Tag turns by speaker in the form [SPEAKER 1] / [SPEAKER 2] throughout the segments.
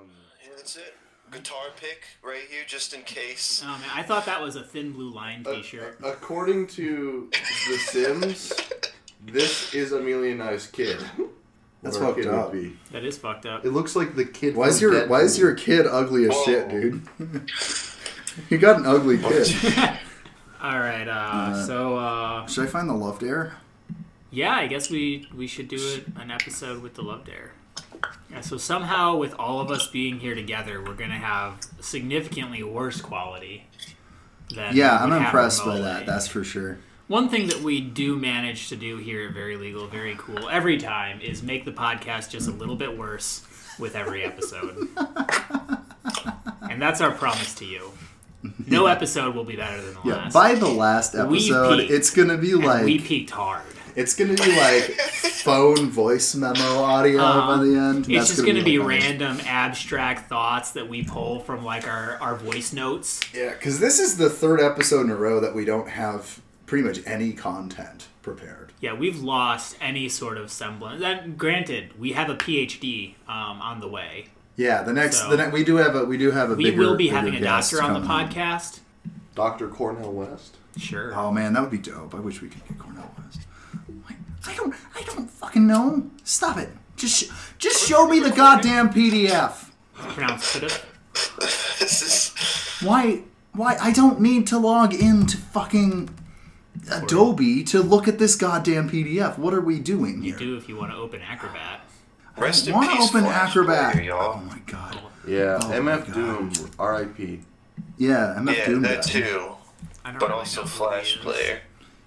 [SPEAKER 1] Um,
[SPEAKER 2] that's it. Guitar pick right here, just in case.
[SPEAKER 1] Oh man, I thought that was a thin blue line T-shirt.
[SPEAKER 3] According to The Sims, this is Amelia Nice Kid.
[SPEAKER 4] That's
[SPEAKER 3] Or a
[SPEAKER 4] fucked
[SPEAKER 3] kid would
[SPEAKER 4] up.
[SPEAKER 3] be.
[SPEAKER 1] That is fucked up.
[SPEAKER 3] It looks like the kid.
[SPEAKER 4] Why is
[SPEAKER 3] from
[SPEAKER 4] your Why is
[SPEAKER 3] Deadpool.
[SPEAKER 4] your kid ugly as
[SPEAKER 1] Oh.
[SPEAKER 4] shit,
[SPEAKER 2] Whoa.
[SPEAKER 4] dude? you got an ugly kid.
[SPEAKER 1] All right, uh, so uh,
[SPEAKER 4] Should I find the love dare?
[SPEAKER 1] yeah, I guess we we should do it, an episode with the love dare. Yeah, so somehow with all of us being here together, we're gonna have significantly worse quality. Than
[SPEAKER 4] Yeah,
[SPEAKER 1] we
[SPEAKER 4] I'm
[SPEAKER 1] have
[SPEAKER 4] impressed by
[SPEAKER 1] remotely.
[SPEAKER 4] that. That's for sure.
[SPEAKER 1] One thing that we do manage to do here at Very Legal, Very Cool every time is make the podcast just a little bit worse with every episode. and that's our promise to you. No episode will be better than the
[SPEAKER 4] Yeah.
[SPEAKER 1] last.
[SPEAKER 4] By the last
[SPEAKER 1] We
[SPEAKER 4] episode,
[SPEAKER 1] peaked.
[SPEAKER 4] it's gonna be
[SPEAKER 1] And
[SPEAKER 4] like
[SPEAKER 1] we peaked hard.
[SPEAKER 4] it's gonna be like phone voice memo audio
[SPEAKER 1] Uh-huh.
[SPEAKER 4] by the end.
[SPEAKER 1] It's just going to be,
[SPEAKER 4] like that.
[SPEAKER 1] random abstract thoughts that we pull from like our, our voice notes.
[SPEAKER 4] Yeah, because this is the third episode in a row that we don't have pretty much any content prepared.
[SPEAKER 1] Yeah, we've lost any sort of semblance. That, granted, we have a PhD um, on the way.
[SPEAKER 4] Yeah, the next
[SPEAKER 1] So-
[SPEAKER 4] the ne- we do have a we do have a
[SPEAKER 1] We
[SPEAKER 4] bigger,
[SPEAKER 1] will be
[SPEAKER 4] bigger
[SPEAKER 1] having a
[SPEAKER 4] guest
[SPEAKER 1] doctor on the
[SPEAKER 4] coming.
[SPEAKER 1] podcast.
[SPEAKER 3] Dr. Cornell West?
[SPEAKER 1] Sure.
[SPEAKER 4] Oh man, that would be dope. I wish we could get Cornell West. Like, I don't I don't fucking know. Stop it. Just sh- just show me the goddamn PDF.
[SPEAKER 1] pronounced could have.
[SPEAKER 2] This is
[SPEAKER 4] Why why I don't need to log into fucking Adobe to look at this goddamn PDF. What are we doing here?
[SPEAKER 1] Do if you want to open Acrobat.
[SPEAKER 2] rest in
[SPEAKER 4] Want to
[SPEAKER 2] peace.
[SPEAKER 4] open
[SPEAKER 2] Flash
[SPEAKER 4] Acrobat?
[SPEAKER 2] Player,
[SPEAKER 4] Oh
[SPEAKER 2] y'all.
[SPEAKER 4] my god.
[SPEAKER 3] Yeah,
[SPEAKER 4] Oh my
[SPEAKER 3] MF
[SPEAKER 4] God.
[SPEAKER 3] Doom, RIP.
[SPEAKER 4] Yeah, MF
[SPEAKER 2] Yeah,
[SPEAKER 4] Doom.
[SPEAKER 2] that
[SPEAKER 4] does.
[SPEAKER 2] too.
[SPEAKER 1] I don't
[SPEAKER 2] But
[SPEAKER 1] really
[SPEAKER 2] also
[SPEAKER 1] know who
[SPEAKER 2] Flash
[SPEAKER 1] he is.
[SPEAKER 2] Player.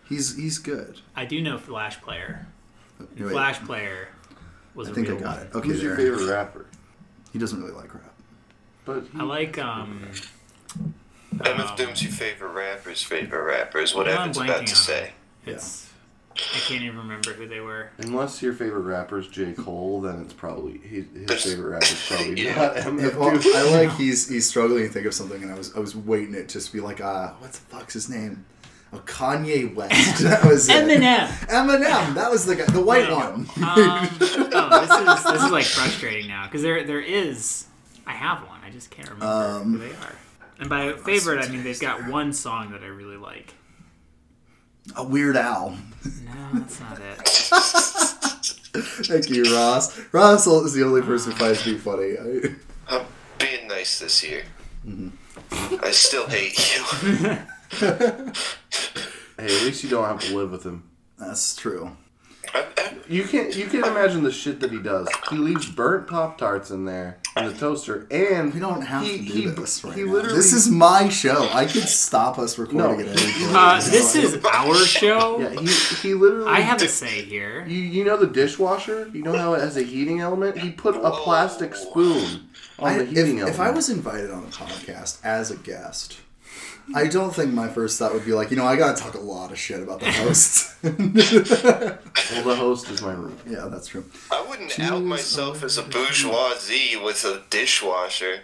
[SPEAKER 4] He's he's good.
[SPEAKER 1] I do know Flash Player.
[SPEAKER 4] Wait,
[SPEAKER 1] Flash Player was
[SPEAKER 4] I
[SPEAKER 1] a
[SPEAKER 4] think I
[SPEAKER 1] real
[SPEAKER 4] got
[SPEAKER 1] one.
[SPEAKER 4] it. Okay,
[SPEAKER 3] Who's your
[SPEAKER 4] there.
[SPEAKER 3] favorite rapper?
[SPEAKER 4] He doesn't really like rap.
[SPEAKER 3] But he,
[SPEAKER 1] I like um.
[SPEAKER 2] MF Doom's your favorite rapper's favorite rappers. What
[SPEAKER 1] I'm
[SPEAKER 2] Evan's
[SPEAKER 1] blanking
[SPEAKER 2] about
[SPEAKER 1] on
[SPEAKER 2] to say.
[SPEAKER 1] It's. I can't even remember who they were.
[SPEAKER 3] unless your favorite rapper is J. Cole, then it's probably he, his
[SPEAKER 2] There's-
[SPEAKER 3] favorite rapper is probably
[SPEAKER 2] Yeah.
[SPEAKER 3] not MF
[SPEAKER 4] Yeah, well,
[SPEAKER 3] Doom.
[SPEAKER 4] I like he's he's struggling to think of something, and I was I was waiting it just to be like, ah, what the fuck's his name? Oh, Kanye West. That was it.
[SPEAKER 1] Eminem.
[SPEAKER 4] Eminem. That was the guy, the white
[SPEAKER 1] Yeah.
[SPEAKER 4] one.
[SPEAKER 1] Um, oh, this is this is like frustrating now because there there is. I have one. I just can't remember who
[SPEAKER 4] Um,
[SPEAKER 1] they are. And by favorite, I mean they've got one song that I really like.
[SPEAKER 4] A Weird Al.
[SPEAKER 1] No, that's not it.
[SPEAKER 4] Thank you, Ross. Ross is the only person who finds me funny. I,
[SPEAKER 2] I'm being nice this year. I still hate you.
[SPEAKER 3] Hey, at least you don't have to live with him.
[SPEAKER 4] that's true.
[SPEAKER 2] I'm, I'm,
[SPEAKER 3] You can't you can't imagine the shit that he does. He leaves burnt Pop Tarts in there in the toaster, and
[SPEAKER 4] We don't have
[SPEAKER 3] he,
[SPEAKER 4] to do
[SPEAKER 3] he,
[SPEAKER 4] this right
[SPEAKER 3] he
[SPEAKER 4] now.
[SPEAKER 3] literally
[SPEAKER 4] This is my show. I could stop us
[SPEAKER 3] no.
[SPEAKER 4] recording at any
[SPEAKER 3] he-
[SPEAKER 4] point.
[SPEAKER 1] Uh, this is our
[SPEAKER 3] Yeah,
[SPEAKER 1] show.
[SPEAKER 3] he he literally.
[SPEAKER 1] I have a say here.
[SPEAKER 3] You, you know the dishwasher? You know how it has a heating element? He put a plastic spoon on
[SPEAKER 4] I-
[SPEAKER 3] the
[SPEAKER 4] if,
[SPEAKER 3] heating element.
[SPEAKER 4] if I was invited on a podcast as a guest, I don't think my first thought would be like, you know, I gotta talk a lot of shit about the host.
[SPEAKER 3] well, the host is my room.
[SPEAKER 4] yeah, that's true.
[SPEAKER 2] I wouldn't out myself as a bourgeoisie with a dishwasher.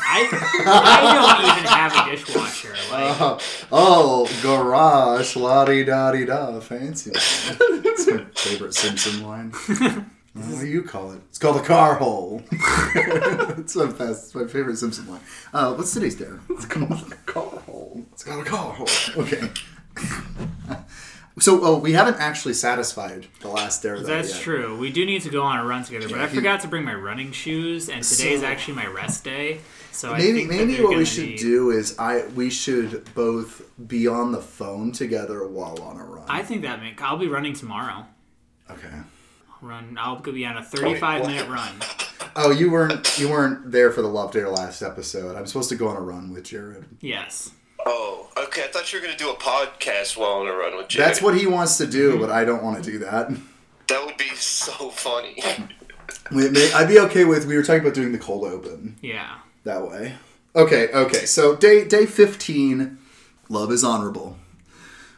[SPEAKER 1] I, I don't even have a dishwasher. Like,
[SPEAKER 4] Uh, oh, garage, la di da di da, fancy. That's my favorite Simpson line. Uh, What do you call it? It's called a car hole. That's my, best, it's my favorite Simpson line. Uh, what's today's dare? It's called
[SPEAKER 3] Carl.
[SPEAKER 4] It's got a car hole. Okay. so, oh, we haven't actually satisfied the last dare. though,
[SPEAKER 1] that's
[SPEAKER 4] yet.
[SPEAKER 1] true. We do need to go on a run together, but I
[SPEAKER 4] Oh, he-
[SPEAKER 1] forgot to bring my running shoes, and today is
[SPEAKER 4] So-
[SPEAKER 1] actually my rest day. So I
[SPEAKER 4] Maybe
[SPEAKER 1] think that
[SPEAKER 4] maybe
[SPEAKER 1] they're
[SPEAKER 4] what we
[SPEAKER 1] gonna
[SPEAKER 4] should
[SPEAKER 1] be-
[SPEAKER 4] do is I we should both be on the phone together while on a run.
[SPEAKER 1] I think that make. I'll be running tomorrow.
[SPEAKER 4] okay.
[SPEAKER 1] Run. I'll go be on a 35 minute run.
[SPEAKER 4] Oh, you weren't you weren't there for the love dare last episode. I'm supposed to go on a run with Jared.
[SPEAKER 1] Yes.
[SPEAKER 2] Oh, okay. I thought you were gonna do a podcast while on a run with Jared.
[SPEAKER 4] That's what he wants to do,
[SPEAKER 1] Mm-hmm.
[SPEAKER 4] but I don't want to do that.
[SPEAKER 2] That would be so funny.
[SPEAKER 4] Wait, may- I'd be okay with we were talking about doing the cold open.
[SPEAKER 1] Yeah.
[SPEAKER 4] that way. Okay, okay. So day day fifteen, love is honorable.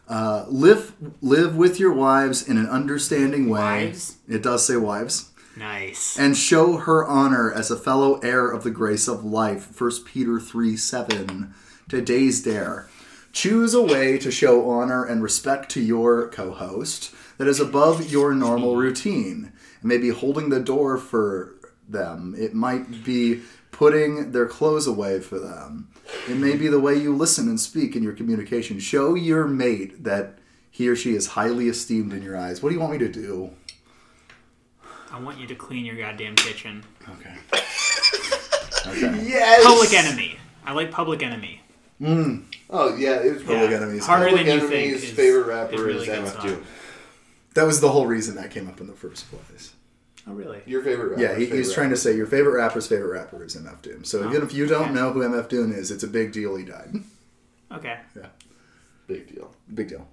[SPEAKER 4] Uh, live live with your wives in an understanding way.
[SPEAKER 1] Wives?
[SPEAKER 4] It does say wives,
[SPEAKER 1] Nice.
[SPEAKER 4] and show her honor as a fellow heir of the grace of life. First Peter three seven. Today's dare. Choose a way to show honor and respect to your co-host that is above your normal routine. Maybe holding the door for them. It might be putting their clothes away for them. It may be the way you listen and speak in your communication. Show your mate that he or she is highly esteemed in your eyes. What do you want me to do?
[SPEAKER 1] I want you to clean your goddamn kitchen.
[SPEAKER 4] Okay. Okay.
[SPEAKER 3] Yes.
[SPEAKER 1] Public enemy. I like Public Enemy.
[SPEAKER 3] Oh yeah, it was
[SPEAKER 4] Public
[SPEAKER 3] probably
[SPEAKER 4] Enemy is
[SPEAKER 1] Harder
[SPEAKER 3] Public
[SPEAKER 1] than you think.
[SPEAKER 3] Enemy's
[SPEAKER 1] is-
[SPEAKER 3] favorite
[SPEAKER 1] is
[SPEAKER 3] rapper
[SPEAKER 1] really
[SPEAKER 3] is
[SPEAKER 1] good
[SPEAKER 3] MF2.
[SPEAKER 1] song.
[SPEAKER 4] That was the whole reason that came up in the first place.
[SPEAKER 1] Oh really?
[SPEAKER 3] Your favorite rapper.
[SPEAKER 4] Yeah, he, he's trying to say your favorite rapper's favorite rapper is MF Doom. So even if you don't
[SPEAKER 1] okay.
[SPEAKER 4] know who MF Doom is, it's a big deal he died.
[SPEAKER 1] Okay.
[SPEAKER 4] Yeah,
[SPEAKER 3] Big deal.
[SPEAKER 4] big deal.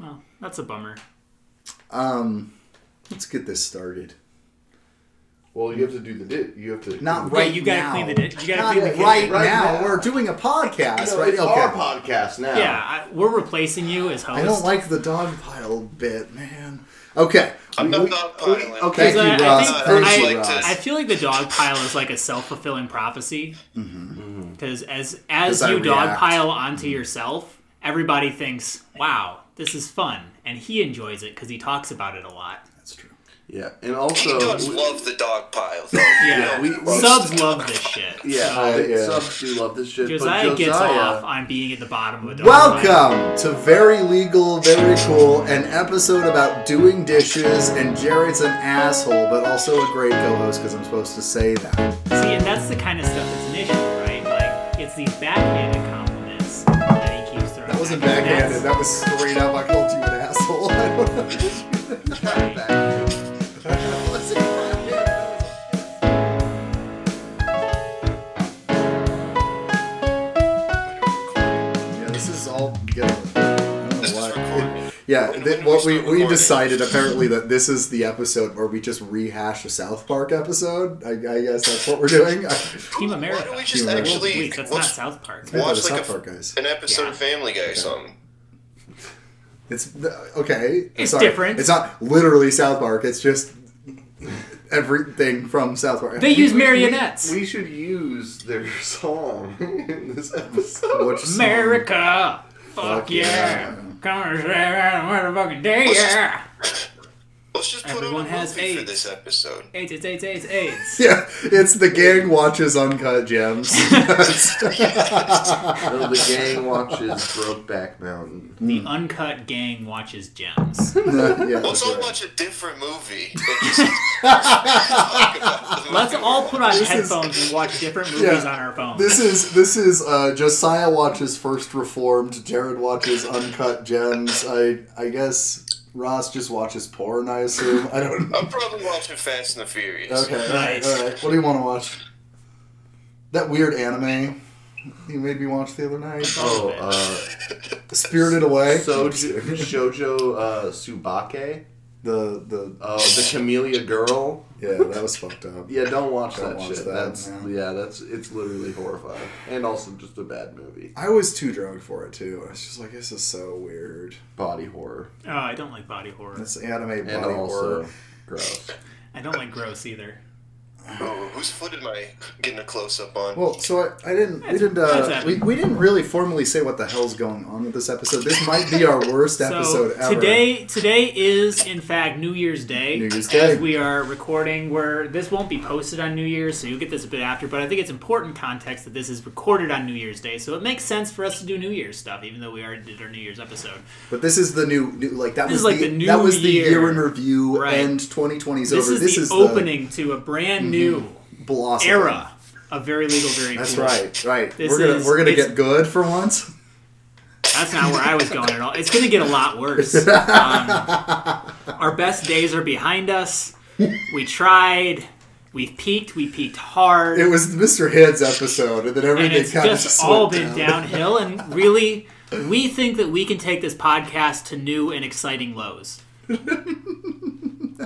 [SPEAKER 1] Well, that's a bummer.
[SPEAKER 4] Um, let's get this started.
[SPEAKER 3] Well, you have to do the dip. You have to
[SPEAKER 4] Not
[SPEAKER 1] Wait,
[SPEAKER 4] right.
[SPEAKER 1] you gotta
[SPEAKER 4] now.
[SPEAKER 1] clean the di- you gotta
[SPEAKER 4] Not
[SPEAKER 1] clean the kitchen.
[SPEAKER 4] right,
[SPEAKER 3] Right
[SPEAKER 4] now.
[SPEAKER 3] now.
[SPEAKER 4] We're doing a podcast,
[SPEAKER 3] No,
[SPEAKER 4] right?
[SPEAKER 3] it's
[SPEAKER 4] okay.
[SPEAKER 3] our podcast now.
[SPEAKER 1] Yeah, I, we're replacing you as host.
[SPEAKER 4] I don't like the dog pile bit, man. Okay.
[SPEAKER 2] I'm not
[SPEAKER 4] We-
[SPEAKER 2] dogpiling.
[SPEAKER 4] Okay,
[SPEAKER 1] I-
[SPEAKER 4] thank you,
[SPEAKER 1] I
[SPEAKER 4] Ross.
[SPEAKER 1] think-
[SPEAKER 4] Thank
[SPEAKER 1] I-
[SPEAKER 4] you,
[SPEAKER 2] I'd like to-
[SPEAKER 4] Ross.
[SPEAKER 1] I feel like the dog pile is like a self fulfilling prophecy. Because as as
[SPEAKER 4] 'Cause I
[SPEAKER 1] you dog
[SPEAKER 4] react.
[SPEAKER 1] pile onto yourself, everybody thinks, "Wow, this is fun," and he enjoys it because he talks about it a lot.
[SPEAKER 4] That's true.
[SPEAKER 3] Yeah, and
[SPEAKER 2] He
[SPEAKER 3] also
[SPEAKER 2] does
[SPEAKER 3] we-
[SPEAKER 2] love the dog pile, though.
[SPEAKER 1] Yeah,
[SPEAKER 3] we- we-
[SPEAKER 1] subs love this shit.
[SPEAKER 3] yeah,
[SPEAKER 1] So,
[SPEAKER 4] Uh,
[SPEAKER 3] I-
[SPEAKER 4] yeah.
[SPEAKER 3] subs do love this shit.
[SPEAKER 1] Josiah,
[SPEAKER 3] but Josiah
[SPEAKER 1] gets off on being at the bottom of a dog pile.
[SPEAKER 4] Welcome to Very Legal, Very Cool, an episode about doing dishes, and Jared's an asshole, but also a great co-host because I'm supposed to say that.
[SPEAKER 1] See, and that's the kind of stuff that's an issue, right? Like it's these backhanded compliments that he keeps throwing.
[SPEAKER 4] That wasn't
[SPEAKER 1] back at you.
[SPEAKER 4] backhanded.
[SPEAKER 1] That's-
[SPEAKER 4] That was straight up. I called you an asshole. I don't know. That's not backhanded. That wasn't backhanded. Yeah, this is all together. I don't
[SPEAKER 2] This
[SPEAKER 4] know
[SPEAKER 2] is
[SPEAKER 4] why.
[SPEAKER 2] recorded.
[SPEAKER 4] Yeah,
[SPEAKER 2] When-
[SPEAKER 4] th-
[SPEAKER 2] when do
[SPEAKER 4] what
[SPEAKER 2] we
[SPEAKER 4] we,
[SPEAKER 2] start
[SPEAKER 4] we
[SPEAKER 2] recording?
[SPEAKER 4] decided apparently that this is the episode where we just rehash a South Park episode. I, I guess that's what we're doing. I,
[SPEAKER 1] Team America.
[SPEAKER 2] Why don't we just
[SPEAKER 4] America.
[SPEAKER 2] actually
[SPEAKER 1] Wait, that's not
[SPEAKER 2] watch,
[SPEAKER 1] South Park.
[SPEAKER 4] Yeah,
[SPEAKER 2] watch
[SPEAKER 4] the
[SPEAKER 2] like
[SPEAKER 4] South
[SPEAKER 2] a,
[SPEAKER 4] Park guys.
[SPEAKER 2] an episode
[SPEAKER 1] Yeah.
[SPEAKER 2] of Family Guy or something?
[SPEAKER 4] It's okay.
[SPEAKER 1] It's
[SPEAKER 4] sorry.
[SPEAKER 1] different.
[SPEAKER 4] It's not literally South Park. It's just everything from South Park.
[SPEAKER 1] They use marionettes.
[SPEAKER 3] We should use their song in this episode.
[SPEAKER 4] Which song?
[SPEAKER 1] America. Fuck
[SPEAKER 4] yeah.
[SPEAKER 1] yeah. Come on, say that motherfucking day, yeah.
[SPEAKER 2] Let's just put
[SPEAKER 1] Everyone
[SPEAKER 2] on a
[SPEAKER 1] has
[SPEAKER 2] movie for
[SPEAKER 1] AIDS.
[SPEAKER 2] this episode.
[SPEAKER 1] AIDS, AIDS, AIDS, AIDS, AIDS.
[SPEAKER 4] Yeah, it's the gang watches uncut gems.
[SPEAKER 3] No, the gang watches Brokeback Mountain.
[SPEAKER 1] The uncut gang watches gems.
[SPEAKER 4] yeah,
[SPEAKER 2] Let's
[SPEAKER 4] that's
[SPEAKER 2] all
[SPEAKER 4] right.
[SPEAKER 2] watch a different movie. and just talk about the
[SPEAKER 1] Let's
[SPEAKER 2] movie.
[SPEAKER 1] all put on
[SPEAKER 4] This is-
[SPEAKER 1] headphones and watch different movies
[SPEAKER 4] Yeah.
[SPEAKER 1] on our phones.
[SPEAKER 4] This is this is uh, Josiah watches First Reformed. Jared watches Uncut Gems. I I guess Ross just watches porn. I assume. I don't know.
[SPEAKER 2] I'm probably watching Fast and the Furious.
[SPEAKER 4] Okay. all right,
[SPEAKER 1] Nice.
[SPEAKER 4] All right. What do you want to watch? That weird anime you made me watch the other night.
[SPEAKER 3] Oh, uh,
[SPEAKER 4] Spirited Away.
[SPEAKER 3] Sojo, Shoujo uh, Subake,
[SPEAKER 4] the the
[SPEAKER 3] uh, the Camellia Girl.
[SPEAKER 4] yeah, that was fucked up.
[SPEAKER 3] Yeah, don't watch
[SPEAKER 4] Don't
[SPEAKER 3] that
[SPEAKER 4] watch
[SPEAKER 3] shit.
[SPEAKER 4] that,
[SPEAKER 3] that's
[SPEAKER 4] no.
[SPEAKER 3] yeah, that's it's literally horrifying and also just a bad movie.
[SPEAKER 4] I was too drunk for it too. I was just like, this is so weird.
[SPEAKER 3] Body horror
[SPEAKER 1] oh, I don't like body horror.
[SPEAKER 4] It's anime body
[SPEAKER 3] and also
[SPEAKER 4] horror.
[SPEAKER 3] gross.
[SPEAKER 1] I don't like gross either.
[SPEAKER 2] Oh, whose foot am I getting a close up on?
[SPEAKER 4] Well, so I, I didn't. We didn't.
[SPEAKER 1] that's
[SPEAKER 4] Uh, we,
[SPEAKER 1] happening.
[SPEAKER 4] we didn't really formally say what the hell's going on with this episode. This might be our worst
[SPEAKER 1] So
[SPEAKER 4] episode ever.
[SPEAKER 1] today, today is in fact New Year's Day.
[SPEAKER 4] New Year's Day.
[SPEAKER 1] As we are recording, where this won't be posted on New Year's, so you'll get this a bit after. But I think it's important context that this is recorded on New Year's Day, so it makes sense for us to do New Year's stuff, even though we already did our New Year's episode.
[SPEAKER 4] but this is the new, new like that
[SPEAKER 1] This
[SPEAKER 4] was
[SPEAKER 1] is like
[SPEAKER 4] the,
[SPEAKER 1] the new
[SPEAKER 4] that was the
[SPEAKER 1] year.
[SPEAKER 4] year in review,
[SPEAKER 1] Right.
[SPEAKER 4] and 2020 is
[SPEAKER 1] This
[SPEAKER 4] over.
[SPEAKER 1] is
[SPEAKER 4] this
[SPEAKER 1] the
[SPEAKER 4] is
[SPEAKER 1] opening to a brand new
[SPEAKER 4] the blossom
[SPEAKER 1] era of very legal, very.
[SPEAKER 4] That's
[SPEAKER 1] cool.
[SPEAKER 4] right, right.
[SPEAKER 1] This
[SPEAKER 4] we're gonna
[SPEAKER 1] is-
[SPEAKER 4] we're gonna
[SPEAKER 1] it's-
[SPEAKER 4] get good for once.
[SPEAKER 1] That's not where I was going at all. It's going to get a lot worse. Um, our best days are behind us. We tried. We've peaked. We peaked hard.
[SPEAKER 4] It was the Mr. Heads episode, and then everything
[SPEAKER 1] and it's
[SPEAKER 4] kind of
[SPEAKER 1] just, all
[SPEAKER 4] went
[SPEAKER 1] been downhill. And really, we think that we can take this podcast to new and exciting lows.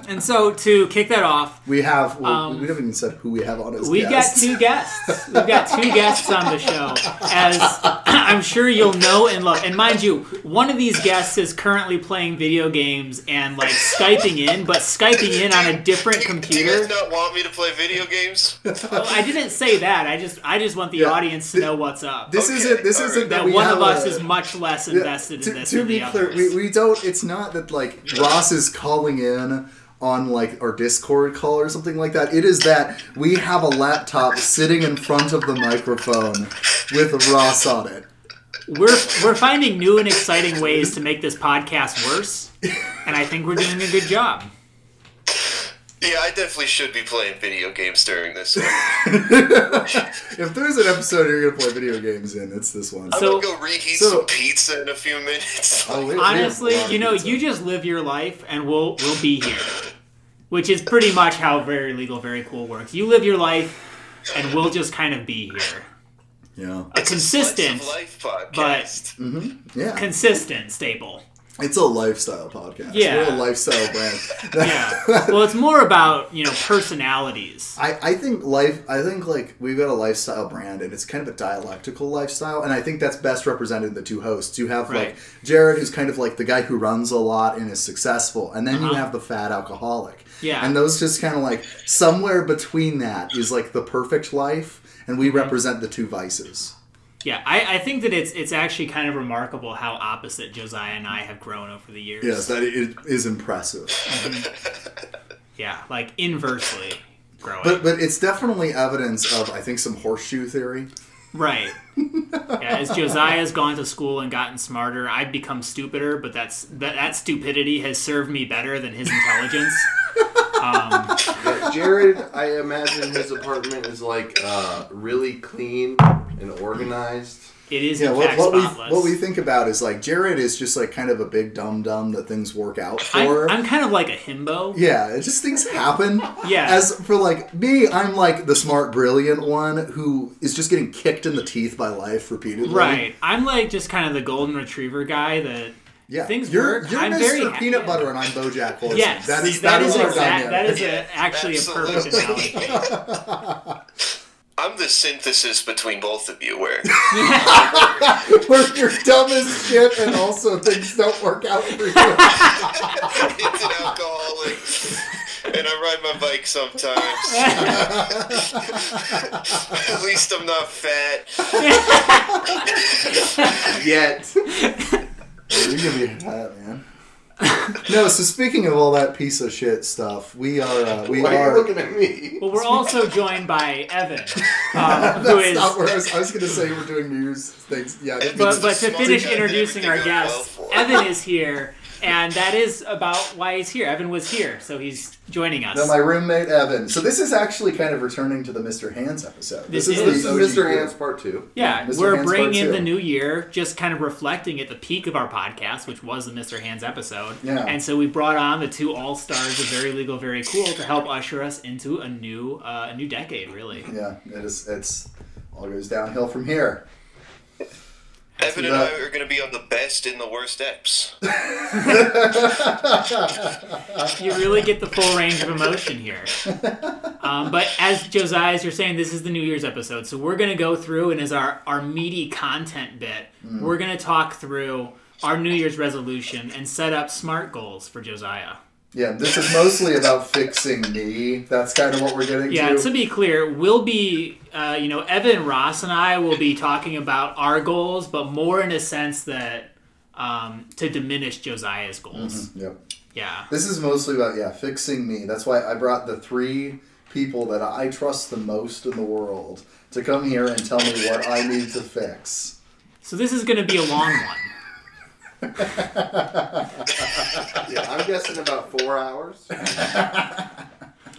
[SPEAKER 1] and so, to kick that off,
[SPEAKER 4] We have. Well,
[SPEAKER 1] Um,
[SPEAKER 4] we haven't even said who we have on as
[SPEAKER 1] we've
[SPEAKER 4] guests.
[SPEAKER 1] got two guests. We've got two guests on the show, as I'm sure you'll know and love. And mind you, one of these guests is currently playing video games and like skyping in, but skyping in on a
[SPEAKER 2] Do
[SPEAKER 1] different
[SPEAKER 2] you guys
[SPEAKER 1] computer.
[SPEAKER 2] not want me to play video games?
[SPEAKER 1] Well, I didn't say that. I just I just want the
[SPEAKER 4] Yeah.
[SPEAKER 1] audience to know what's up.
[SPEAKER 4] This
[SPEAKER 2] Okay,
[SPEAKER 4] isn't. This
[SPEAKER 2] all
[SPEAKER 4] isn't
[SPEAKER 2] right.
[SPEAKER 4] that,
[SPEAKER 1] that
[SPEAKER 4] we
[SPEAKER 1] one
[SPEAKER 4] have
[SPEAKER 1] of us
[SPEAKER 4] a-
[SPEAKER 1] is much less
[SPEAKER 4] Yeah,
[SPEAKER 1] invested
[SPEAKER 4] to,
[SPEAKER 1] in this
[SPEAKER 4] to
[SPEAKER 1] than
[SPEAKER 4] be
[SPEAKER 1] the
[SPEAKER 4] clear,
[SPEAKER 1] others.
[SPEAKER 4] we, we don't. It's not that like Ross is calling in on like our Discord call or something like that. It is that we have a laptop sitting in front of the microphone with Ross on it.
[SPEAKER 1] We're we're finding new and exciting ways to make this podcast worse, and I think we're doing a good job.
[SPEAKER 2] Yeah, I definitely should be playing video games during this. one.
[SPEAKER 4] If there's an episode you're gonna play video games in, it's this one.
[SPEAKER 2] I'm
[SPEAKER 1] So-
[SPEAKER 2] gonna go reheat
[SPEAKER 4] so-
[SPEAKER 2] some pizza in a few minutes.
[SPEAKER 4] Oh, we- we have a
[SPEAKER 1] Honestly,
[SPEAKER 4] lot of
[SPEAKER 1] you know,
[SPEAKER 4] pizza.
[SPEAKER 1] you just live your life, and we'll we'll be here, which is pretty much how very legal, very cool works. You live your life, and we'll just kind of be here,
[SPEAKER 4] yeah,
[SPEAKER 1] a consistent,
[SPEAKER 2] Slice of life
[SPEAKER 1] but-
[SPEAKER 2] podcast.
[SPEAKER 4] yeah.
[SPEAKER 1] consistent staple.
[SPEAKER 4] It's a lifestyle podcast.
[SPEAKER 1] Yeah.
[SPEAKER 4] We're a lifestyle brand.
[SPEAKER 1] Yeah. Well, it's more about you know personalities.
[SPEAKER 4] I, I think life I think like we've got a lifestyle brand and it's kind of a dialectical lifestyle and I think that's best represented in the two hosts. You have
[SPEAKER 1] Right.
[SPEAKER 4] like Jared who's kind of like the guy who runs a lot and is successful and then you
[SPEAKER 1] Uh-huh.
[SPEAKER 4] have the fat alcoholic.
[SPEAKER 1] Yeah.
[SPEAKER 4] And those just kind of like somewhere between that is like the perfect life and we
[SPEAKER 1] Mm-hmm.
[SPEAKER 4] represent the two vices.
[SPEAKER 1] Yeah, I, I think that it's it's actually kind of remarkable how opposite Josiah and I have grown over the years.
[SPEAKER 4] Yes, that it is impressive.
[SPEAKER 1] Yeah, like inversely growing.
[SPEAKER 4] But but it's definitely evidence of I think some horseshoe theory.
[SPEAKER 1] Right. Yeah, as Josiah's gone to school and gotten smarter, I've become stupider, but that's that, that stupidity has served me better than his intelligence. Um,
[SPEAKER 3] But Jared, I imagine his apartment is like uh, really clean and organized.
[SPEAKER 1] it is
[SPEAKER 4] Yeah,
[SPEAKER 1] in
[SPEAKER 4] what,
[SPEAKER 1] fact
[SPEAKER 4] what we
[SPEAKER 1] spotless.
[SPEAKER 4] what we think about is like Jared is just like kind of a big dum dum that things work out for.
[SPEAKER 1] I'm, I'm kind of like a himbo.
[SPEAKER 4] yeah, it just things happen.
[SPEAKER 1] Yeah.
[SPEAKER 4] As for like me, I'm like the smart, brilliant one who is just getting kicked in the teeth by life repeatedly.
[SPEAKER 1] Right. I'm like just kind of the golden retriever guy that
[SPEAKER 4] Yeah.
[SPEAKER 1] Things
[SPEAKER 4] you're
[SPEAKER 1] work.
[SPEAKER 4] you're
[SPEAKER 1] I'm
[SPEAKER 4] Mr.
[SPEAKER 1] very happy.
[SPEAKER 4] Peanut Butter and I'm BoJack Horseman.
[SPEAKER 1] yes,
[SPEAKER 4] That is
[SPEAKER 1] that is
[SPEAKER 4] our
[SPEAKER 1] exact,
[SPEAKER 4] dynamic.
[SPEAKER 1] that is a,
[SPEAKER 2] Yeah,
[SPEAKER 1] actually a perfect analogy.
[SPEAKER 2] I'm the synthesis between both of you, where
[SPEAKER 4] Where you're dumb as shit and also things don't work out for you.
[SPEAKER 2] it's an alcoholic, and I ride my bike sometimes. At least I'm not fat.
[SPEAKER 3] Yet,
[SPEAKER 4] You're gonna be hot, man. no, so speaking of all that piece of shit stuff, we are uh, we
[SPEAKER 3] why are
[SPEAKER 4] are.
[SPEAKER 3] you looking at me?
[SPEAKER 1] Well, we're also joined by Evan, um, who is.
[SPEAKER 4] Not where I, was, I was gonna say we're doing news things. Yeah, that
[SPEAKER 2] But-
[SPEAKER 1] But,
[SPEAKER 4] means-
[SPEAKER 1] but to
[SPEAKER 2] Small
[SPEAKER 1] finish
[SPEAKER 2] guy,
[SPEAKER 1] introducing our
[SPEAKER 2] everything goes
[SPEAKER 1] guest,
[SPEAKER 2] well for him.
[SPEAKER 1] Evan is here, and that is about why he's here. Evan was here, so he's joining us.
[SPEAKER 4] Now, my roommate Evan. So this is actually kind of returning to the Mr. Hands episode. This,
[SPEAKER 1] This
[SPEAKER 4] is,
[SPEAKER 3] This
[SPEAKER 1] is.
[SPEAKER 4] the
[SPEAKER 3] is
[SPEAKER 4] OG
[SPEAKER 3] Mr. Hands Part Two.
[SPEAKER 1] yeah,
[SPEAKER 4] Mr.
[SPEAKER 1] we're
[SPEAKER 4] Hands part
[SPEAKER 1] bringing in
[SPEAKER 4] two.
[SPEAKER 1] the new year, just kind of reflecting at the peak of our podcast, which was the Mr. Hands episode.
[SPEAKER 4] Yeah.
[SPEAKER 1] And so we brought on the two all stars of Very Legal, Very Cool to help usher us into a new uh, a new decade, really.
[SPEAKER 4] Yeah, it is. It's all goes downhill from here.
[SPEAKER 2] Evan and I are going to be on the best and the worst eps.
[SPEAKER 1] You really get the full range of emotion here. Um, but as Josiah, as you're saying, this is the New Year's episode, so we're gonna go through and as our our meaty content bit,
[SPEAKER 4] Mm.
[SPEAKER 1] we're gonna talk through our New Year's resolution and set up smart goals for Josiah.
[SPEAKER 4] Yeah, this is mostly about fixing me. That's kind of what we're getting
[SPEAKER 1] Yeah,
[SPEAKER 4] to.
[SPEAKER 1] to be clear, we'll be, uh, you know, Evan Ross and I will be talking about our goals, but more in a sense that um, to diminish Josiah's goals.
[SPEAKER 4] Yep.
[SPEAKER 1] Yeah.
[SPEAKER 4] Mm, This is mostly about yeah, fixing me. That's why I brought the three people that I trust the most in the world to come here and tell me what I need to fix.
[SPEAKER 1] So this is gonna be a long one.
[SPEAKER 3] Yeah, I'm guessing about four hours.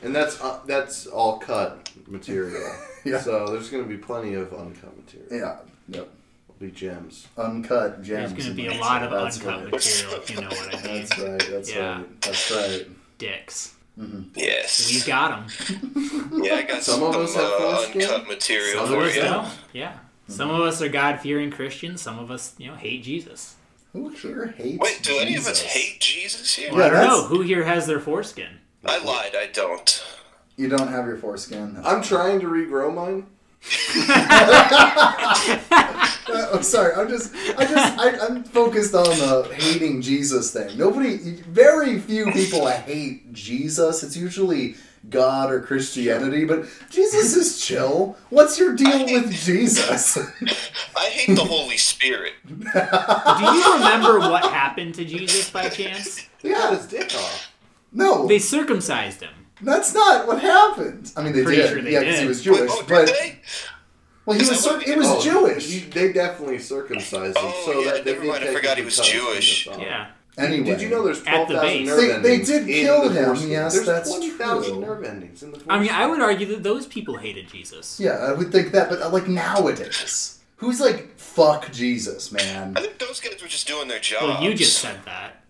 [SPEAKER 3] And that's uh, that's all cut material.
[SPEAKER 4] Yeah.
[SPEAKER 3] So there's going to be plenty of uncut material.
[SPEAKER 4] Yeah. Yep.
[SPEAKER 3] It'll be gems.
[SPEAKER 4] Uncut gems.
[SPEAKER 1] There's gonna
[SPEAKER 4] in
[SPEAKER 1] be
[SPEAKER 4] there.
[SPEAKER 1] a lot of
[SPEAKER 4] That's
[SPEAKER 1] uncut
[SPEAKER 4] right.
[SPEAKER 1] material, if you know what I mean.
[SPEAKER 4] That's right. That's
[SPEAKER 1] Yeah.
[SPEAKER 4] right. That's right.
[SPEAKER 1] Dicks. We've
[SPEAKER 2] Yes.
[SPEAKER 1] got them.
[SPEAKER 2] Yeah, I got
[SPEAKER 3] Some
[SPEAKER 2] some,
[SPEAKER 3] of us have full
[SPEAKER 2] uh,
[SPEAKER 3] skin.
[SPEAKER 2] uncut material
[SPEAKER 1] Some of
[SPEAKER 2] for
[SPEAKER 1] us
[SPEAKER 2] you.
[SPEAKER 1] don't. Yeah. Some of us are God fearing Christians. Some of us, you know, hate Jesus.
[SPEAKER 4] Who here hates?
[SPEAKER 2] Wait, do any of us
[SPEAKER 4] Jesus?
[SPEAKER 2] hate Jesus here?
[SPEAKER 1] Well, I
[SPEAKER 4] Yeah,
[SPEAKER 1] don't
[SPEAKER 4] that's-
[SPEAKER 1] know. Who here has their foreskin?
[SPEAKER 2] I lied, I don't.
[SPEAKER 4] You don't have your foreskin.
[SPEAKER 3] I'm trying to regrow mine.
[SPEAKER 4] I'm sorry. I'm just, I just, I, I'm focused on the hating Jesus thing. Nobody, very few people hate Jesus. It's usually God or Christianity, but Jesus is chill. What's your deal with Jesus?
[SPEAKER 2] I hate the Holy Spirit.
[SPEAKER 1] Do you remember what happened to Jesus by chance?
[SPEAKER 3] They got his dick off.
[SPEAKER 4] No,
[SPEAKER 1] They circumcised him.
[SPEAKER 4] that's not what happened. I mean, they
[SPEAKER 1] Pretty
[SPEAKER 4] did.
[SPEAKER 1] sure they
[SPEAKER 4] yeah, because
[SPEAKER 1] did.
[SPEAKER 4] he was
[SPEAKER 2] Wait,
[SPEAKER 4] Jewish.
[SPEAKER 2] oh, did
[SPEAKER 4] but
[SPEAKER 2] they?
[SPEAKER 4] well, he
[SPEAKER 2] Is
[SPEAKER 4] was
[SPEAKER 2] that
[SPEAKER 4] cer-
[SPEAKER 2] what-
[SPEAKER 4] it was
[SPEAKER 2] oh,
[SPEAKER 4] Jewish.
[SPEAKER 3] You- they definitely circumcised him.
[SPEAKER 2] Oh,
[SPEAKER 3] so
[SPEAKER 2] yeah,
[SPEAKER 3] that they
[SPEAKER 2] never
[SPEAKER 3] did
[SPEAKER 2] mind, I
[SPEAKER 3] take
[SPEAKER 2] forgot
[SPEAKER 3] the
[SPEAKER 2] he was
[SPEAKER 3] tongue from the
[SPEAKER 2] Jewish.
[SPEAKER 4] Oh.
[SPEAKER 3] thumb.
[SPEAKER 1] Yeah.
[SPEAKER 4] anyway,
[SPEAKER 3] Did you know there's
[SPEAKER 1] At the
[SPEAKER 3] 12,000
[SPEAKER 1] base.
[SPEAKER 3] nerve
[SPEAKER 4] They- they
[SPEAKER 3] endings?
[SPEAKER 4] did
[SPEAKER 3] in
[SPEAKER 4] kill
[SPEAKER 3] the
[SPEAKER 4] him,
[SPEAKER 3] foreskin?
[SPEAKER 4] yes,
[SPEAKER 3] there's
[SPEAKER 4] that's
[SPEAKER 3] 20,000
[SPEAKER 4] true.
[SPEAKER 3] nerve endings in the
[SPEAKER 1] I mean, I
[SPEAKER 3] foreskin.
[SPEAKER 1] would argue that those people hated Jesus.
[SPEAKER 4] yeah, I would think that, but uh, like nowadays, who's like fuck Jesus, man?
[SPEAKER 2] I think those guys were just doing their job.
[SPEAKER 1] Well, you just said that.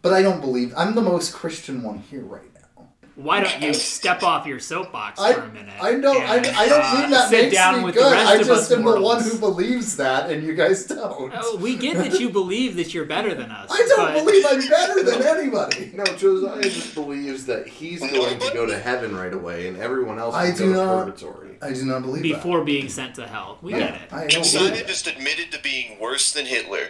[SPEAKER 4] But I don't believe I'm the most Christian one here right now.
[SPEAKER 1] Why don't you step off your soapbox
[SPEAKER 4] I,
[SPEAKER 1] for a minute?
[SPEAKER 4] I know I, I
[SPEAKER 1] and,
[SPEAKER 4] don't
[SPEAKER 1] uh,
[SPEAKER 4] mean that
[SPEAKER 1] sit
[SPEAKER 4] makes
[SPEAKER 1] down
[SPEAKER 4] me
[SPEAKER 1] with
[SPEAKER 4] good.
[SPEAKER 1] The rest
[SPEAKER 4] I
[SPEAKER 1] of
[SPEAKER 4] just
[SPEAKER 1] us
[SPEAKER 4] am the one
[SPEAKER 1] mortals.
[SPEAKER 4] who believes that, and you guys don't.
[SPEAKER 1] Oh, we get that you believe that you're better than us.
[SPEAKER 4] I don't
[SPEAKER 1] but
[SPEAKER 4] believe I'm better than anybody.
[SPEAKER 3] No, Josiah just believes that he's going to go to heaven right away, and everyone else
[SPEAKER 4] I
[SPEAKER 3] will
[SPEAKER 4] do
[SPEAKER 3] go to
[SPEAKER 4] not-
[SPEAKER 3] purgatory.
[SPEAKER 4] I do not believe that.
[SPEAKER 1] Before being sent to hell, we
[SPEAKER 4] Yeah,
[SPEAKER 1] get it.
[SPEAKER 4] I don't believe
[SPEAKER 2] Josiah
[SPEAKER 4] it.
[SPEAKER 2] just admitted to being worse than Hitler.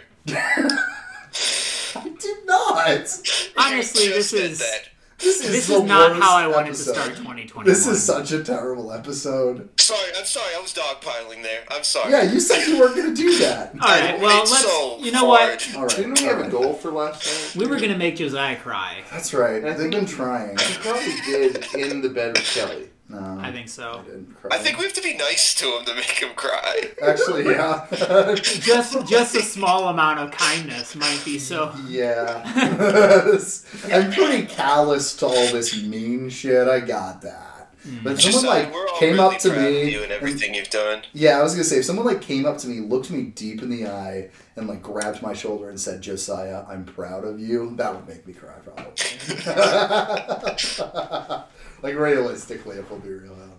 [SPEAKER 4] I did not.
[SPEAKER 1] Honestly,
[SPEAKER 2] You just
[SPEAKER 1] this
[SPEAKER 2] said
[SPEAKER 1] is-
[SPEAKER 2] that.
[SPEAKER 4] This is,
[SPEAKER 1] This
[SPEAKER 4] the
[SPEAKER 1] is not
[SPEAKER 4] worst
[SPEAKER 1] how I wanted
[SPEAKER 4] episode.
[SPEAKER 1] to start 2021.
[SPEAKER 4] This is such a terrible episode.
[SPEAKER 2] Sorry, I'm sorry. I was dogpiling there. I'm sorry.
[SPEAKER 4] Yeah, you said you weren't going to do that.
[SPEAKER 1] All right. Well,
[SPEAKER 2] It's
[SPEAKER 1] let's.
[SPEAKER 2] so
[SPEAKER 1] you know
[SPEAKER 2] hard.
[SPEAKER 1] what?
[SPEAKER 4] All right.
[SPEAKER 3] Didn't we
[SPEAKER 4] all
[SPEAKER 3] have a
[SPEAKER 4] right.
[SPEAKER 3] goal for last night?
[SPEAKER 1] We were gonna make Josiah cry.
[SPEAKER 4] That's right.
[SPEAKER 3] I think-
[SPEAKER 4] They've been trying.
[SPEAKER 3] He probably did in the bed with Kelly.
[SPEAKER 4] No,
[SPEAKER 1] I think so.
[SPEAKER 4] didn't cry.
[SPEAKER 2] I think we have to be nice to him to make him cry.
[SPEAKER 4] actually, yeah,
[SPEAKER 1] Just just a small amount of kindness might be so.
[SPEAKER 4] yeah. I'm pretty callous to all this mean shit. I got that.
[SPEAKER 3] Hmm.
[SPEAKER 4] But someone
[SPEAKER 2] Josiah,
[SPEAKER 4] like
[SPEAKER 2] uh, we're all
[SPEAKER 4] came
[SPEAKER 2] really
[SPEAKER 4] up to
[SPEAKER 2] proud of
[SPEAKER 4] me
[SPEAKER 2] you and everything you've done.
[SPEAKER 4] Yeah, I was gonna say if someone like came up to me, looked me deep in the eye, and like grabbed my shoulder and said, "Josiah, I'm proud of you," that would make me cry probably. like realistically, if we'll be real, um,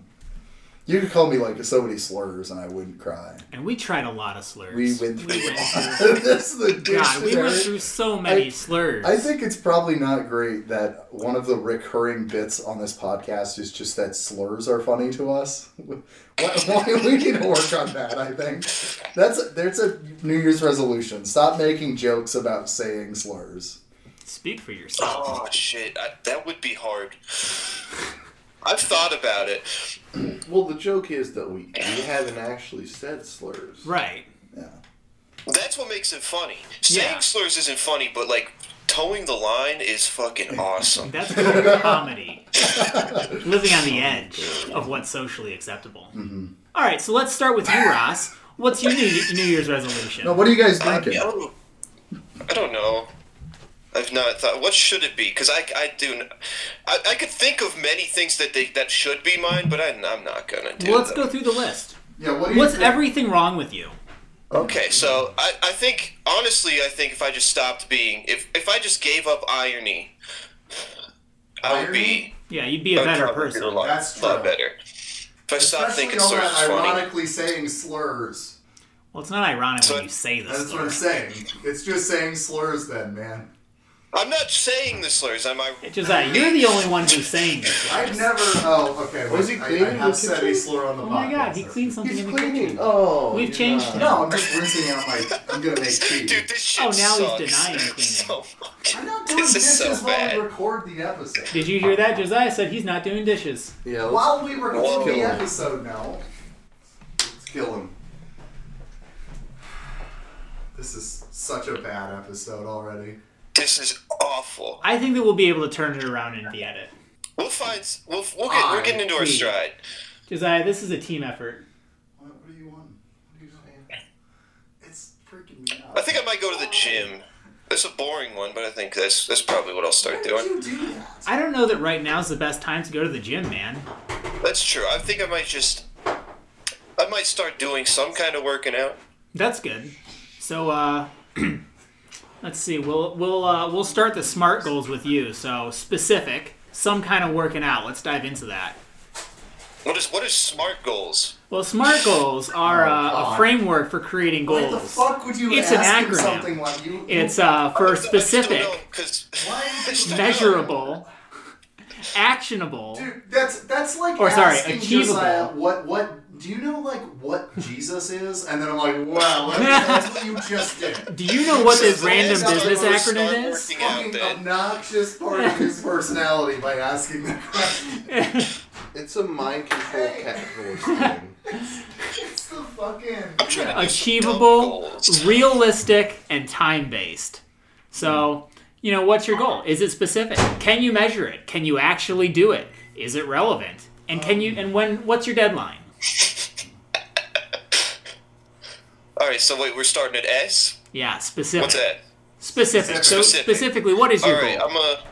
[SPEAKER 4] you could call me like so many slurs and I wouldn't cry.
[SPEAKER 1] And we tried a lot of slurs.
[SPEAKER 4] We went through.
[SPEAKER 1] We went
[SPEAKER 4] this is the
[SPEAKER 1] God, we went
[SPEAKER 4] dictionary.
[SPEAKER 1] through so many
[SPEAKER 4] I-
[SPEAKER 1] slurs.
[SPEAKER 4] I think it's probably not great that one of the recurring bits on this podcast is just that slurs are funny to us. Why, why we need to work on that? I think that's there's a New Year's resolution. Stop making jokes about saying slurs.
[SPEAKER 1] Speak for yourself.
[SPEAKER 2] Oh shit, I, that would be hard. I've thought about it.
[SPEAKER 3] Well, the joke is that we, we haven't actually said slurs.
[SPEAKER 1] Right.
[SPEAKER 4] Yeah,
[SPEAKER 2] That's what makes it funny. Saying
[SPEAKER 1] Yeah.
[SPEAKER 2] slurs isn't funny, but like towing the line is fucking awesome.
[SPEAKER 1] That's called comedy. Living on the edge of what's socially acceptable.
[SPEAKER 4] Mm-hmm.
[SPEAKER 1] All right, so let's start with you, Ross. What's your New, New Year's resolution?
[SPEAKER 4] No, what are you guys drinking?
[SPEAKER 2] Oh, I don't know. I've not thought. What should it be? Because I, I do. n- I, I could think of many things that they, that should be mine, but I, I'm not gonna do.
[SPEAKER 1] well, let's
[SPEAKER 2] them.
[SPEAKER 1] go through the list.
[SPEAKER 4] Yeah, what are you?
[SPEAKER 1] What's
[SPEAKER 4] drinking?
[SPEAKER 1] everything wrong with you?
[SPEAKER 2] Okay, so I, I think honestly, I think if I just stopped being, if if I just gave up irony, I would be
[SPEAKER 1] Yeah, you'd be a
[SPEAKER 2] I'd
[SPEAKER 1] better
[SPEAKER 2] probably do a
[SPEAKER 1] person.
[SPEAKER 2] lot,
[SPEAKER 4] That's
[SPEAKER 2] lot
[SPEAKER 4] true.
[SPEAKER 2] better. If I stopped thinking
[SPEAKER 4] all
[SPEAKER 2] slurs is
[SPEAKER 4] that
[SPEAKER 2] funny.
[SPEAKER 4] ironically saying slurs.
[SPEAKER 1] Well, it's not ironic
[SPEAKER 2] So-
[SPEAKER 1] when you say this.
[SPEAKER 4] That's what I'm
[SPEAKER 1] slur.
[SPEAKER 4] saying. It's just saying slurs, then, man.
[SPEAKER 2] I'm not saying the slurs. I'm I,
[SPEAKER 1] It's just that you're the only one who's saying this.
[SPEAKER 4] I've never. Oh, okay.
[SPEAKER 3] Was
[SPEAKER 4] wait,
[SPEAKER 3] he
[SPEAKER 4] I-
[SPEAKER 3] cleaning
[SPEAKER 4] I,
[SPEAKER 3] the
[SPEAKER 4] have said
[SPEAKER 3] kitchen?
[SPEAKER 4] a slur on the
[SPEAKER 1] Oh
[SPEAKER 4] podcast.
[SPEAKER 1] my god, he
[SPEAKER 4] that's-
[SPEAKER 1] cleaned something
[SPEAKER 3] He's
[SPEAKER 1] in the kitchen.
[SPEAKER 3] cleaning. Oh,
[SPEAKER 1] We've
[SPEAKER 3] you're
[SPEAKER 1] changed
[SPEAKER 3] not-
[SPEAKER 1] him.
[SPEAKER 4] No, I'm just rinsing out my. I'm gonna make tea.
[SPEAKER 2] dude, this shit
[SPEAKER 1] Oh, now he's
[SPEAKER 2] sucks.
[SPEAKER 1] denying cleaning.
[SPEAKER 2] So much.
[SPEAKER 4] I'm not doing
[SPEAKER 2] This is
[SPEAKER 4] dishes
[SPEAKER 2] so
[SPEAKER 4] while
[SPEAKER 2] bad.
[SPEAKER 4] we record the episode.
[SPEAKER 1] Did you hear that? Josiah said he's not doing dishes.
[SPEAKER 3] Yeah, let's-
[SPEAKER 4] While we record
[SPEAKER 3] kill
[SPEAKER 4] the
[SPEAKER 3] him.
[SPEAKER 4] episode, now. Let's kill him. This is such a bad episode already.
[SPEAKER 2] This is awful.
[SPEAKER 1] I think that we'll be able to turn it around and be at it.
[SPEAKER 2] We'll find. s- We'll, we'll get. We're getting into our
[SPEAKER 1] Alright.
[SPEAKER 2] stride.
[SPEAKER 1] Josiah, this is a team effort.
[SPEAKER 4] What, what do you want? What are you saying? It's freaking me out.
[SPEAKER 2] I think I might go to the gym. That's a boring one, but I think that's that's probably what I'll start
[SPEAKER 4] Why
[SPEAKER 2] doing.
[SPEAKER 4] would you do that?
[SPEAKER 1] I don't know that right now is the best time to go to the gym, man.
[SPEAKER 2] That's true. I think I might just. I might start doing some kind of working out.
[SPEAKER 1] That's good. So, uh, let's see. We'll we'll uh, we'll start the smart goals with you. So specific, some kind of working out. Let's dive into that.
[SPEAKER 2] What is what is smart goals?
[SPEAKER 1] Well, smart goals
[SPEAKER 2] Oh,
[SPEAKER 1] are uh, a
[SPEAKER 4] God.
[SPEAKER 1] framework for creating
[SPEAKER 4] Why
[SPEAKER 1] goals.
[SPEAKER 4] the fuck would you
[SPEAKER 1] It's an
[SPEAKER 4] ask him
[SPEAKER 1] acronym.
[SPEAKER 4] something like you?
[SPEAKER 1] It's uh, for specific,
[SPEAKER 2] Because
[SPEAKER 4] Why is it-
[SPEAKER 1] measurable, actionable.
[SPEAKER 4] Dude, that's that's like
[SPEAKER 1] Or, sorry,
[SPEAKER 4] asking
[SPEAKER 1] achievable.
[SPEAKER 4] Josiah what what do you know like what Jesus is? And then I'm like, wow, let me- that's what you just did.
[SPEAKER 1] Do you know what this random
[SPEAKER 4] that's
[SPEAKER 1] business
[SPEAKER 4] how I
[SPEAKER 1] acronym is?
[SPEAKER 2] Working out
[SPEAKER 4] Fucking
[SPEAKER 2] then.
[SPEAKER 4] obnoxious part of his personality by asking that question.
[SPEAKER 3] It's a mind control capitalist thing.
[SPEAKER 4] It's the fucking
[SPEAKER 2] I'm trying to do some dumb
[SPEAKER 1] Achievable,
[SPEAKER 2] goals.
[SPEAKER 1] realistic, and time based. So you know, what's your goal? Is it specific? Can you measure it? Can you actually do it? Is it relevant? And can you and when what's your deadline?
[SPEAKER 2] All right, so wait, we're starting at S.
[SPEAKER 1] Yeah, specific.
[SPEAKER 2] What's that?
[SPEAKER 1] Specific. So
[SPEAKER 2] Specific.
[SPEAKER 1] specifically, what is
[SPEAKER 2] All
[SPEAKER 1] your
[SPEAKER 2] right,
[SPEAKER 1] goal?
[SPEAKER 2] I'm a.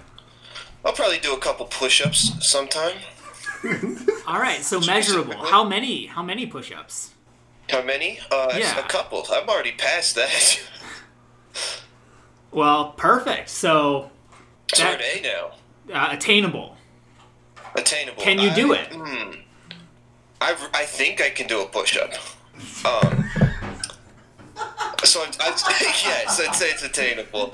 [SPEAKER 2] I'll probably do a couple push-ups sometime.
[SPEAKER 1] All right, so measurable. How many how many push-ups?
[SPEAKER 2] How many? Uh,
[SPEAKER 1] Yeah.
[SPEAKER 2] A couple. I'm already past that.
[SPEAKER 1] Well, perfect. So
[SPEAKER 2] so
[SPEAKER 1] That-
[SPEAKER 2] I'm at A now.
[SPEAKER 1] uh, attainable.
[SPEAKER 2] Attainable.
[SPEAKER 1] Can you do
[SPEAKER 2] I-
[SPEAKER 1] it?
[SPEAKER 2] I, I think I can do a push-up. Um. So I'm, I'm, yes, I'd say it's attainable.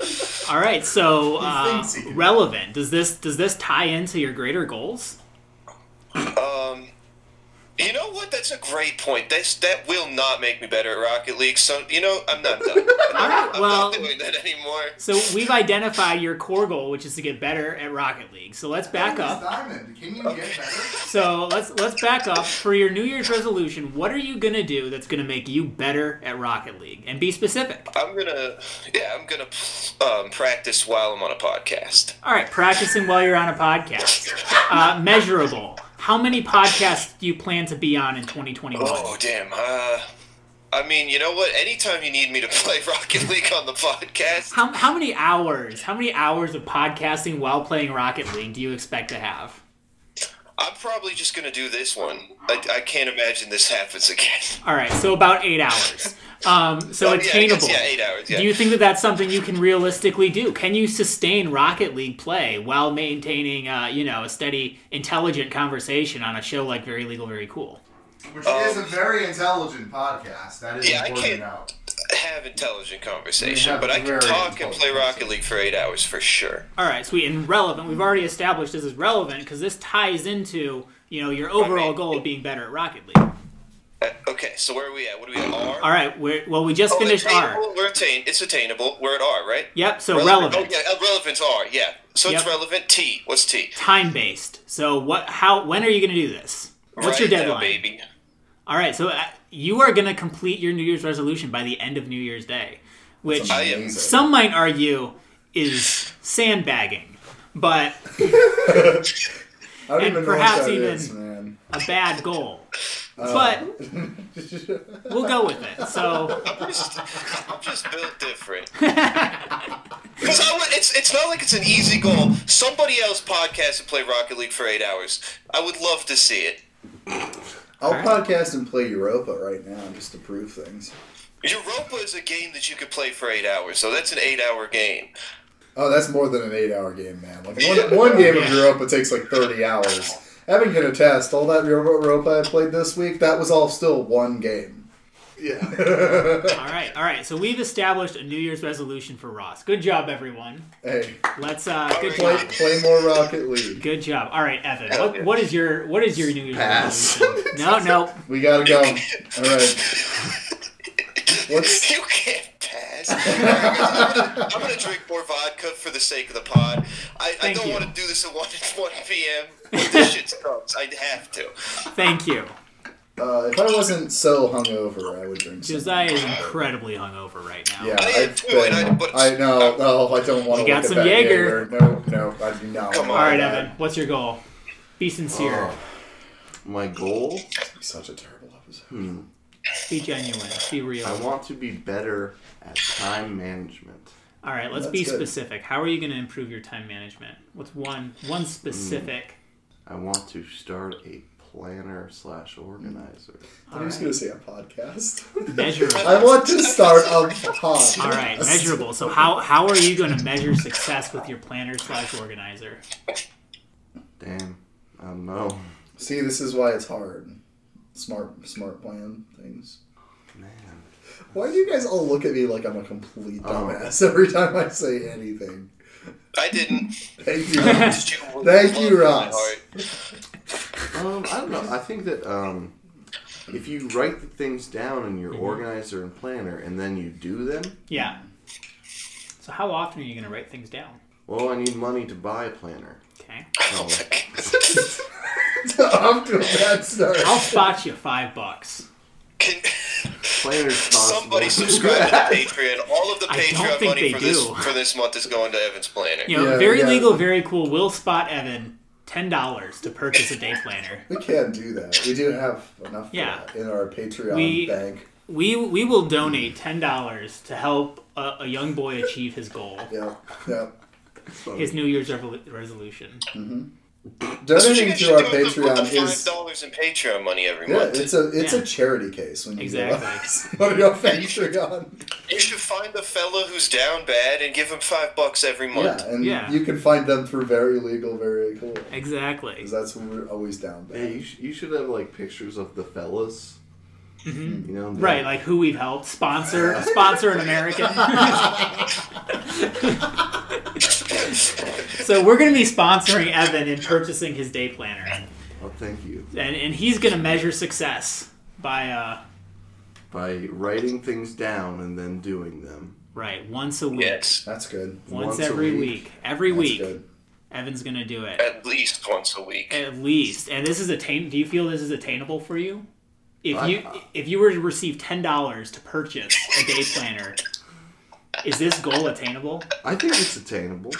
[SPEAKER 1] All right, so uh,
[SPEAKER 4] thinks he can.
[SPEAKER 1] relevant. Does this does this tie into your greater goals?
[SPEAKER 2] Um, you know what? That's a great point. That's that will not make me better at Rocket League. So you know, I'm not done.
[SPEAKER 1] All right,
[SPEAKER 2] I'm
[SPEAKER 1] well,
[SPEAKER 2] not doing that anymore.
[SPEAKER 1] so we've identified your core goal, which is to get better at Rocket League. So let's back up.
[SPEAKER 4] Diamond. Can you get better?
[SPEAKER 1] So let's let's back up for your New Year's resolution. What are you gonna do that's gonna make you better at Rocket League? And be specific.
[SPEAKER 2] I'm gonna, yeah, I'm gonna um, practice while I'm on a podcast.
[SPEAKER 1] All right, practicing while you're on a podcast. Uh, measurable. How many podcasts do you plan to be on in 2021?
[SPEAKER 2] Oh damn! Uh, I mean, you know what? Anytime you need me to play Rocket League on the podcast,
[SPEAKER 1] How, how many hours? How many hours of podcasting while playing Rocket League do you expect to have?
[SPEAKER 2] I'm probably just gonna do this one. I, I can't imagine this happens again.
[SPEAKER 1] All right, so about eight hours. Um, so
[SPEAKER 2] Oh, yeah, I guess,
[SPEAKER 1] attainable.
[SPEAKER 2] Yeah, eight hours. Yeah.
[SPEAKER 1] Do you think that that's something you can realistically do? Can you sustain Rocket League play while maintaining, uh, you know, a steady, intelligent conversation on a show like Very Legal, Very Cool?
[SPEAKER 4] Which is a very intelligent podcast. That is
[SPEAKER 2] Um, Yeah, I
[SPEAKER 4] important
[SPEAKER 2] can't-
[SPEAKER 4] out.
[SPEAKER 2] have intelligent conversation,
[SPEAKER 4] have
[SPEAKER 2] but I can
[SPEAKER 4] very
[SPEAKER 2] talk and play
[SPEAKER 4] intelligent
[SPEAKER 2] Rocket League for eight hours for sure.
[SPEAKER 1] All right, sweet and relevant. We've already established this is relevant because this ties into, you know, your overall goal of being better at Rocket League.
[SPEAKER 2] Uh, okay, so where are we at? What are we at? R.
[SPEAKER 1] All right, we're, well, we just
[SPEAKER 2] Oh,
[SPEAKER 1] finished
[SPEAKER 2] attainable,
[SPEAKER 1] R.
[SPEAKER 2] We're attain. It's attainable. We're at R, right?
[SPEAKER 1] Yep, so
[SPEAKER 2] Oh
[SPEAKER 1] relevant,
[SPEAKER 2] yeah, uh, relevant's R. Yeah. So it's
[SPEAKER 1] Yep.
[SPEAKER 2] relevant. T. What's T?
[SPEAKER 1] time based. So what? How? When are you going to do this? What's your
[SPEAKER 2] Right now,
[SPEAKER 1] deadline?
[SPEAKER 2] baby?
[SPEAKER 1] All right, so uh, you are going to complete your New Year's resolution by the end of New Year's Day, which
[SPEAKER 2] I am.
[SPEAKER 4] Amazing.
[SPEAKER 1] some might argue is sandbagging, but
[SPEAKER 4] I don't
[SPEAKER 1] and
[SPEAKER 4] even know what
[SPEAKER 1] perhaps
[SPEAKER 4] that
[SPEAKER 1] even-
[SPEAKER 4] is, man.
[SPEAKER 1] a bad goal. But we'll go with it. So
[SPEAKER 2] I'm just, I'm just built different. Because it's it's not like it's an easy goal. Somebody else podcast and play Rocket League for eight hours. I would love to see it.
[SPEAKER 4] I'll
[SPEAKER 1] Alright.
[SPEAKER 4] podcast and play Europa right now just to prove things.
[SPEAKER 2] Europa is a game that you could play for eight hours, so that's an eight-hour game.
[SPEAKER 4] Oh, that's more than an eight-hour game, man. Like one, one game of
[SPEAKER 1] Yeah.
[SPEAKER 4] Europa takes like thirty hours. Evan can attest. All that Europa I played this week, that was all still one game.
[SPEAKER 3] Yeah.
[SPEAKER 4] hey,
[SPEAKER 1] all right, all right. So we've established a New Year's resolution for Ross. Good job, everyone. Let's uh, good
[SPEAKER 4] play
[SPEAKER 1] job.
[SPEAKER 4] play more Rocket League.
[SPEAKER 1] Good job. All right, Evan.
[SPEAKER 2] Hell yeah.
[SPEAKER 1] What, what is your what is your New Year's
[SPEAKER 3] Pass.
[SPEAKER 1] resolution? No, no.
[SPEAKER 4] We gotta go. All right. What's
[SPEAKER 2] You can't pass. I'm, gonna, I'm gonna drink more vodka for the sake of the pod. I, I
[SPEAKER 1] Thank
[SPEAKER 2] don't
[SPEAKER 1] you.
[SPEAKER 2] want to do this at 1, 1 p.m. but This shit sucks. I have to.
[SPEAKER 1] Thank you.
[SPEAKER 4] uh, if I wasn't so hungover, I would drink. some.
[SPEAKER 1] Josiah is incredibly hungover right now.
[SPEAKER 4] Yeah,
[SPEAKER 2] I am
[SPEAKER 4] I've
[SPEAKER 2] too, and I- but-
[SPEAKER 4] I know. Oh, I don't want to
[SPEAKER 1] You got
[SPEAKER 4] look
[SPEAKER 1] some
[SPEAKER 4] at that
[SPEAKER 1] Jaeger.
[SPEAKER 4] No, no, I do not.
[SPEAKER 2] Come on.
[SPEAKER 4] want
[SPEAKER 1] All right,
[SPEAKER 4] that.
[SPEAKER 1] Evan. What's your goal? Be sincere.
[SPEAKER 3] Oh. My goal?
[SPEAKER 4] It'd be such a terrible episode.
[SPEAKER 3] Hmm.
[SPEAKER 1] Be genuine. Be real.
[SPEAKER 3] I want to be better at time management.
[SPEAKER 1] All right, let's
[SPEAKER 4] That's
[SPEAKER 1] be
[SPEAKER 4] good.
[SPEAKER 1] specific. How are you going to improve your time management? What's one one specific?
[SPEAKER 3] I want to start a planner slash organizer.
[SPEAKER 4] I'm just gonna say a podcast.
[SPEAKER 1] Measurable.
[SPEAKER 4] Mm. I want to start a podcast.
[SPEAKER 1] All right, measurable. So how how are you going to measure success with your planner slash organizer?
[SPEAKER 3] Damn. I don't know.
[SPEAKER 4] See, this is why it's hard. Smart, smart plan things.
[SPEAKER 3] Man.
[SPEAKER 4] Why do you guys all look at me like I'm a complete dumbass every time I say anything?
[SPEAKER 2] I didn't.
[SPEAKER 4] Thank you.
[SPEAKER 2] Just you-
[SPEAKER 4] Thank you,
[SPEAKER 2] All right.
[SPEAKER 4] Ross.
[SPEAKER 3] Um, I don't know. I think that um, if you write the things down in
[SPEAKER 2] Mm-hmm.
[SPEAKER 3] your organizer and planner and then you do them,
[SPEAKER 1] Yeah. So how often are you going to write things down?
[SPEAKER 3] well, I need money to buy a planner.
[SPEAKER 1] Okay.
[SPEAKER 2] Oh my God.
[SPEAKER 4] Off to a bad start.
[SPEAKER 1] I'll spot you five bucks.
[SPEAKER 2] Can,
[SPEAKER 3] planners possible.
[SPEAKER 2] Somebody subscribe to the Patreon. All of the
[SPEAKER 1] I don't
[SPEAKER 2] Patreon
[SPEAKER 1] think
[SPEAKER 2] money
[SPEAKER 1] they
[SPEAKER 2] for this
[SPEAKER 1] do.
[SPEAKER 2] for this month is going to Evan's planner.
[SPEAKER 1] You know,
[SPEAKER 4] Yeah,
[SPEAKER 1] very
[SPEAKER 4] yeah.
[SPEAKER 1] legal, very cool. Will spot Evan ten dollars to purchase a day planner.
[SPEAKER 4] We can do that. We do have enough for
[SPEAKER 1] Yeah.
[SPEAKER 4] that in our Patreon
[SPEAKER 1] We-
[SPEAKER 4] bank.
[SPEAKER 1] We we will donate ten dollars to help a, a young boy achieve his goal,
[SPEAKER 4] Yep. Yep.
[SPEAKER 1] his New Year's revol- resolution.
[SPEAKER 2] That's what you
[SPEAKER 4] Donating
[SPEAKER 2] guys
[SPEAKER 4] to our
[SPEAKER 2] should do with the- with
[SPEAKER 4] Patreon
[SPEAKER 2] the five
[SPEAKER 4] is
[SPEAKER 2] dollars in Patreon money every
[SPEAKER 4] yeah,
[SPEAKER 2] month.
[SPEAKER 4] it's a it's
[SPEAKER 1] Yeah.
[SPEAKER 4] a charity case when you
[SPEAKER 1] Exactly.
[SPEAKER 4] go on your Patreon.
[SPEAKER 2] You should find a fella who's down bad and give him five bucks every month.
[SPEAKER 4] Yeah, and
[SPEAKER 1] Yeah.
[SPEAKER 4] you can find them through very legal, very cool.
[SPEAKER 1] Exactly.
[SPEAKER 4] Because that's when we're always down.
[SPEAKER 3] Yeah,
[SPEAKER 4] Bad.
[SPEAKER 3] you, sh- you should have like pictures of the fellas. You know, the-
[SPEAKER 1] Mm-hmm. Right, like who we've helped sponsor sponsor an American. so we're gonna be sponsoring Evan in purchasing his day planner,
[SPEAKER 3] oh, thank you.
[SPEAKER 1] and and he's gonna measure success by uh
[SPEAKER 3] By writing things down and then doing them.
[SPEAKER 1] right once a week,
[SPEAKER 2] Yes,
[SPEAKER 4] That's good.
[SPEAKER 1] once,
[SPEAKER 3] Once a
[SPEAKER 1] every
[SPEAKER 3] week.
[SPEAKER 1] week. every
[SPEAKER 4] That's
[SPEAKER 1] week.
[SPEAKER 4] good.
[SPEAKER 1] Evan's gonna do it
[SPEAKER 2] at least once a week.
[SPEAKER 1] at least. And this is attain. Do you feel this is attainable for you? If
[SPEAKER 3] I-
[SPEAKER 1] you if you were to receive ten dollars to purchase a day planner, is this goal attainable?
[SPEAKER 3] I think it's attainable.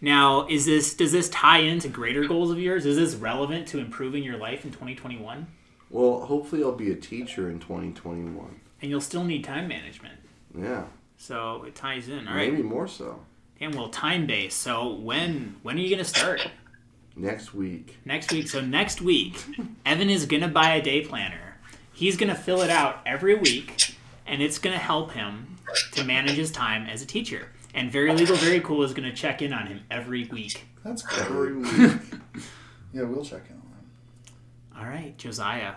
[SPEAKER 1] Now, is this does this tie into greater goals of yours? Is this relevant to improving your life in 2021?
[SPEAKER 3] Well, hopefully I'll be a teacher in 2021.
[SPEAKER 1] And you'll still need time management.
[SPEAKER 3] Yeah,
[SPEAKER 1] So it ties in. All right.
[SPEAKER 3] maybe more so.
[SPEAKER 1] And well, time based. So when when are you gonna start?
[SPEAKER 3] Next week.
[SPEAKER 1] Next week. So next week, Evan is gonna buy a day planner. He's gonna fill it out every week, and it's gonna help him to manage his time as a teacher. And very legal, very cool is gonna check in on him every week.
[SPEAKER 4] That's
[SPEAKER 3] Every
[SPEAKER 4] good.
[SPEAKER 3] week.
[SPEAKER 4] Yeah, we'll check in on that.
[SPEAKER 1] All right, Josiah,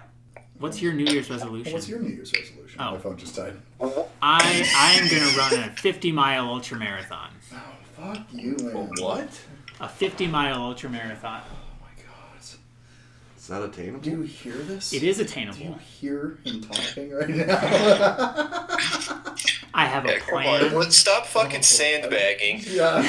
[SPEAKER 1] what's your New Year's resolution?
[SPEAKER 4] What's your New Year's resolution?
[SPEAKER 1] Oh.
[SPEAKER 4] My phone just died.
[SPEAKER 1] I I am gonna run a 50 mile ultra marathon.
[SPEAKER 4] Oh, fuck you, man.
[SPEAKER 3] Oh, what?
[SPEAKER 1] A 50 mile ultra marathon.
[SPEAKER 4] Oh my god.
[SPEAKER 3] Is that attainable?
[SPEAKER 4] Do you hear this?
[SPEAKER 1] It is
[SPEAKER 4] Do you
[SPEAKER 1] attainable.
[SPEAKER 4] hear him talking right now?
[SPEAKER 1] I have a
[SPEAKER 2] Yeah, come on.
[SPEAKER 1] plan.
[SPEAKER 2] Let's stop fucking sandbagging.
[SPEAKER 4] yeah.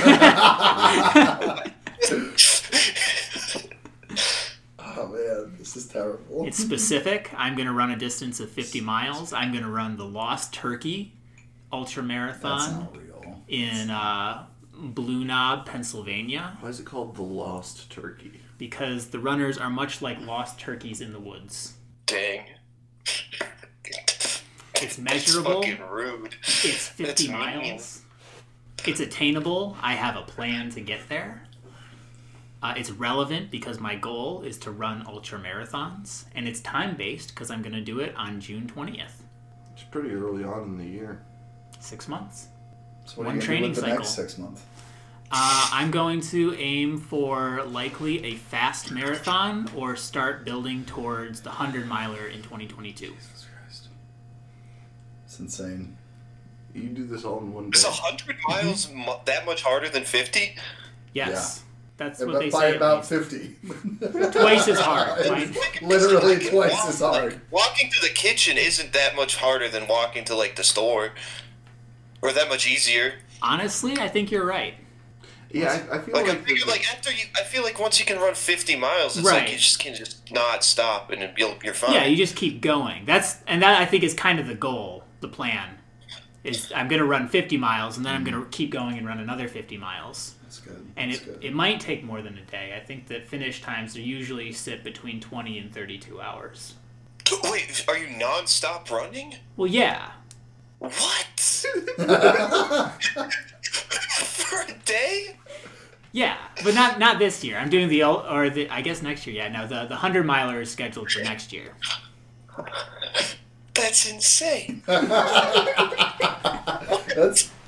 [SPEAKER 4] oh man, this is terrible.
[SPEAKER 1] It's specific. I'm gonna run a distance of 50 miles. I'm gonna run the Lost Turkey ultra
[SPEAKER 4] That's
[SPEAKER 1] marathon
[SPEAKER 4] not real.
[SPEAKER 1] in uh, Blue Knob, Pennsylvania,
[SPEAKER 3] Why is it called the Lost Turkey?
[SPEAKER 1] because the runners are much like lost turkeys in the woods.
[SPEAKER 2] Dang.
[SPEAKER 1] It's measurable.
[SPEAKER 2] It's fucking rude.
[SPEAKER 1] It's 50
[SPEAKER 2] That's mean.
[SPEAKER 1] miles. It's attainable. I have a plan to get there. Uh, it's relevant because my goal is to run ultra marathons, and it's time based because I'm going to do it on June 20th.
[SPEAKER 3] It's pretty early on in the year.
[SPEAKER 1] Six months.
[SPEAKER 4] So what
[SPEAKER 1] one
[SPEAKER 4] are you gonna do
[SPEAKER 1] training
[SPEAKER 4] with the
[SPEAKER 1] cycle.
[SPEAKER 4] next six months?
[SPEAKER 1] Uh, I'm going to aim for likely a fast marathon or start building towards the 100 miler in 2022.
[SPEAKER 4] Jesus Christ. It's insane.
[SPEAKER 3] You do this all in one day.
[SPEAKER 2] Is 100 miles mu- that much harder than 50?
[SPEAKER 1] Yes. That's
[SPEAKER 4] And
[SPEAKER 1] what they
[SPEAKER 4] by
[SPEAKER 1] say. at least.
[SPEAKER 4] about fifty.
[SPEAKER 1] Twice as hard. right?
[SPEAKER 4] Literally
[SPEAKER 2] Like,
[SPEAKER 4] twice
[SPEAKER 2] walk-
[SPEAKER 4] as hard.
[SPEAKER 2] like, walking to the kitchen isn't that much harder than walking to, like, the store. Or that much easier.
[SPEAKER 1] Honestly, I think you're right.
[SPEAKER 3] Yeah, I, I feel
[SPEAKER 2] Like,
[SPEAKER 3] like,
[SPEAKER 2] I figure,
[SPEAKER 3] the-
[SPEAKER 2] like, after you, I feel like once you can run 50 miles, it's
[SPEAKER 1] Right.
[SPEAKER 2] like you just can just not stop and you'll, you're fine.
[SPEAKER 1] Yeah, you just keep going. That's and that I think is kind of the goal, the plan. Is I'm gonna run 50 miles and then I'm gonna keep going and run another 50 miles.
[SPEAKER 4] That's good.
[SPEAKER 1] And
[SPEAKER 4] That's
[SPEAKER 1] it,
[SPEAKER 4] good.
[SPEAKER 1] it might take more than a day. I think that finish times usually sit between 20 and 32 hours.
[SPEAKER 2] Wait, are you non-stop running?
[SPEAKER 1] Well, yeah,
[SPEAKER 2] What? For a day?
[SPEAKER 1] yeah, but not not this year. I'm doing the ul- or the I guess next year. Yeah, no, the the hundred miler is scheduled for next year.
[SPEAKER 2] That's insane.
[SPEAKER 4] That's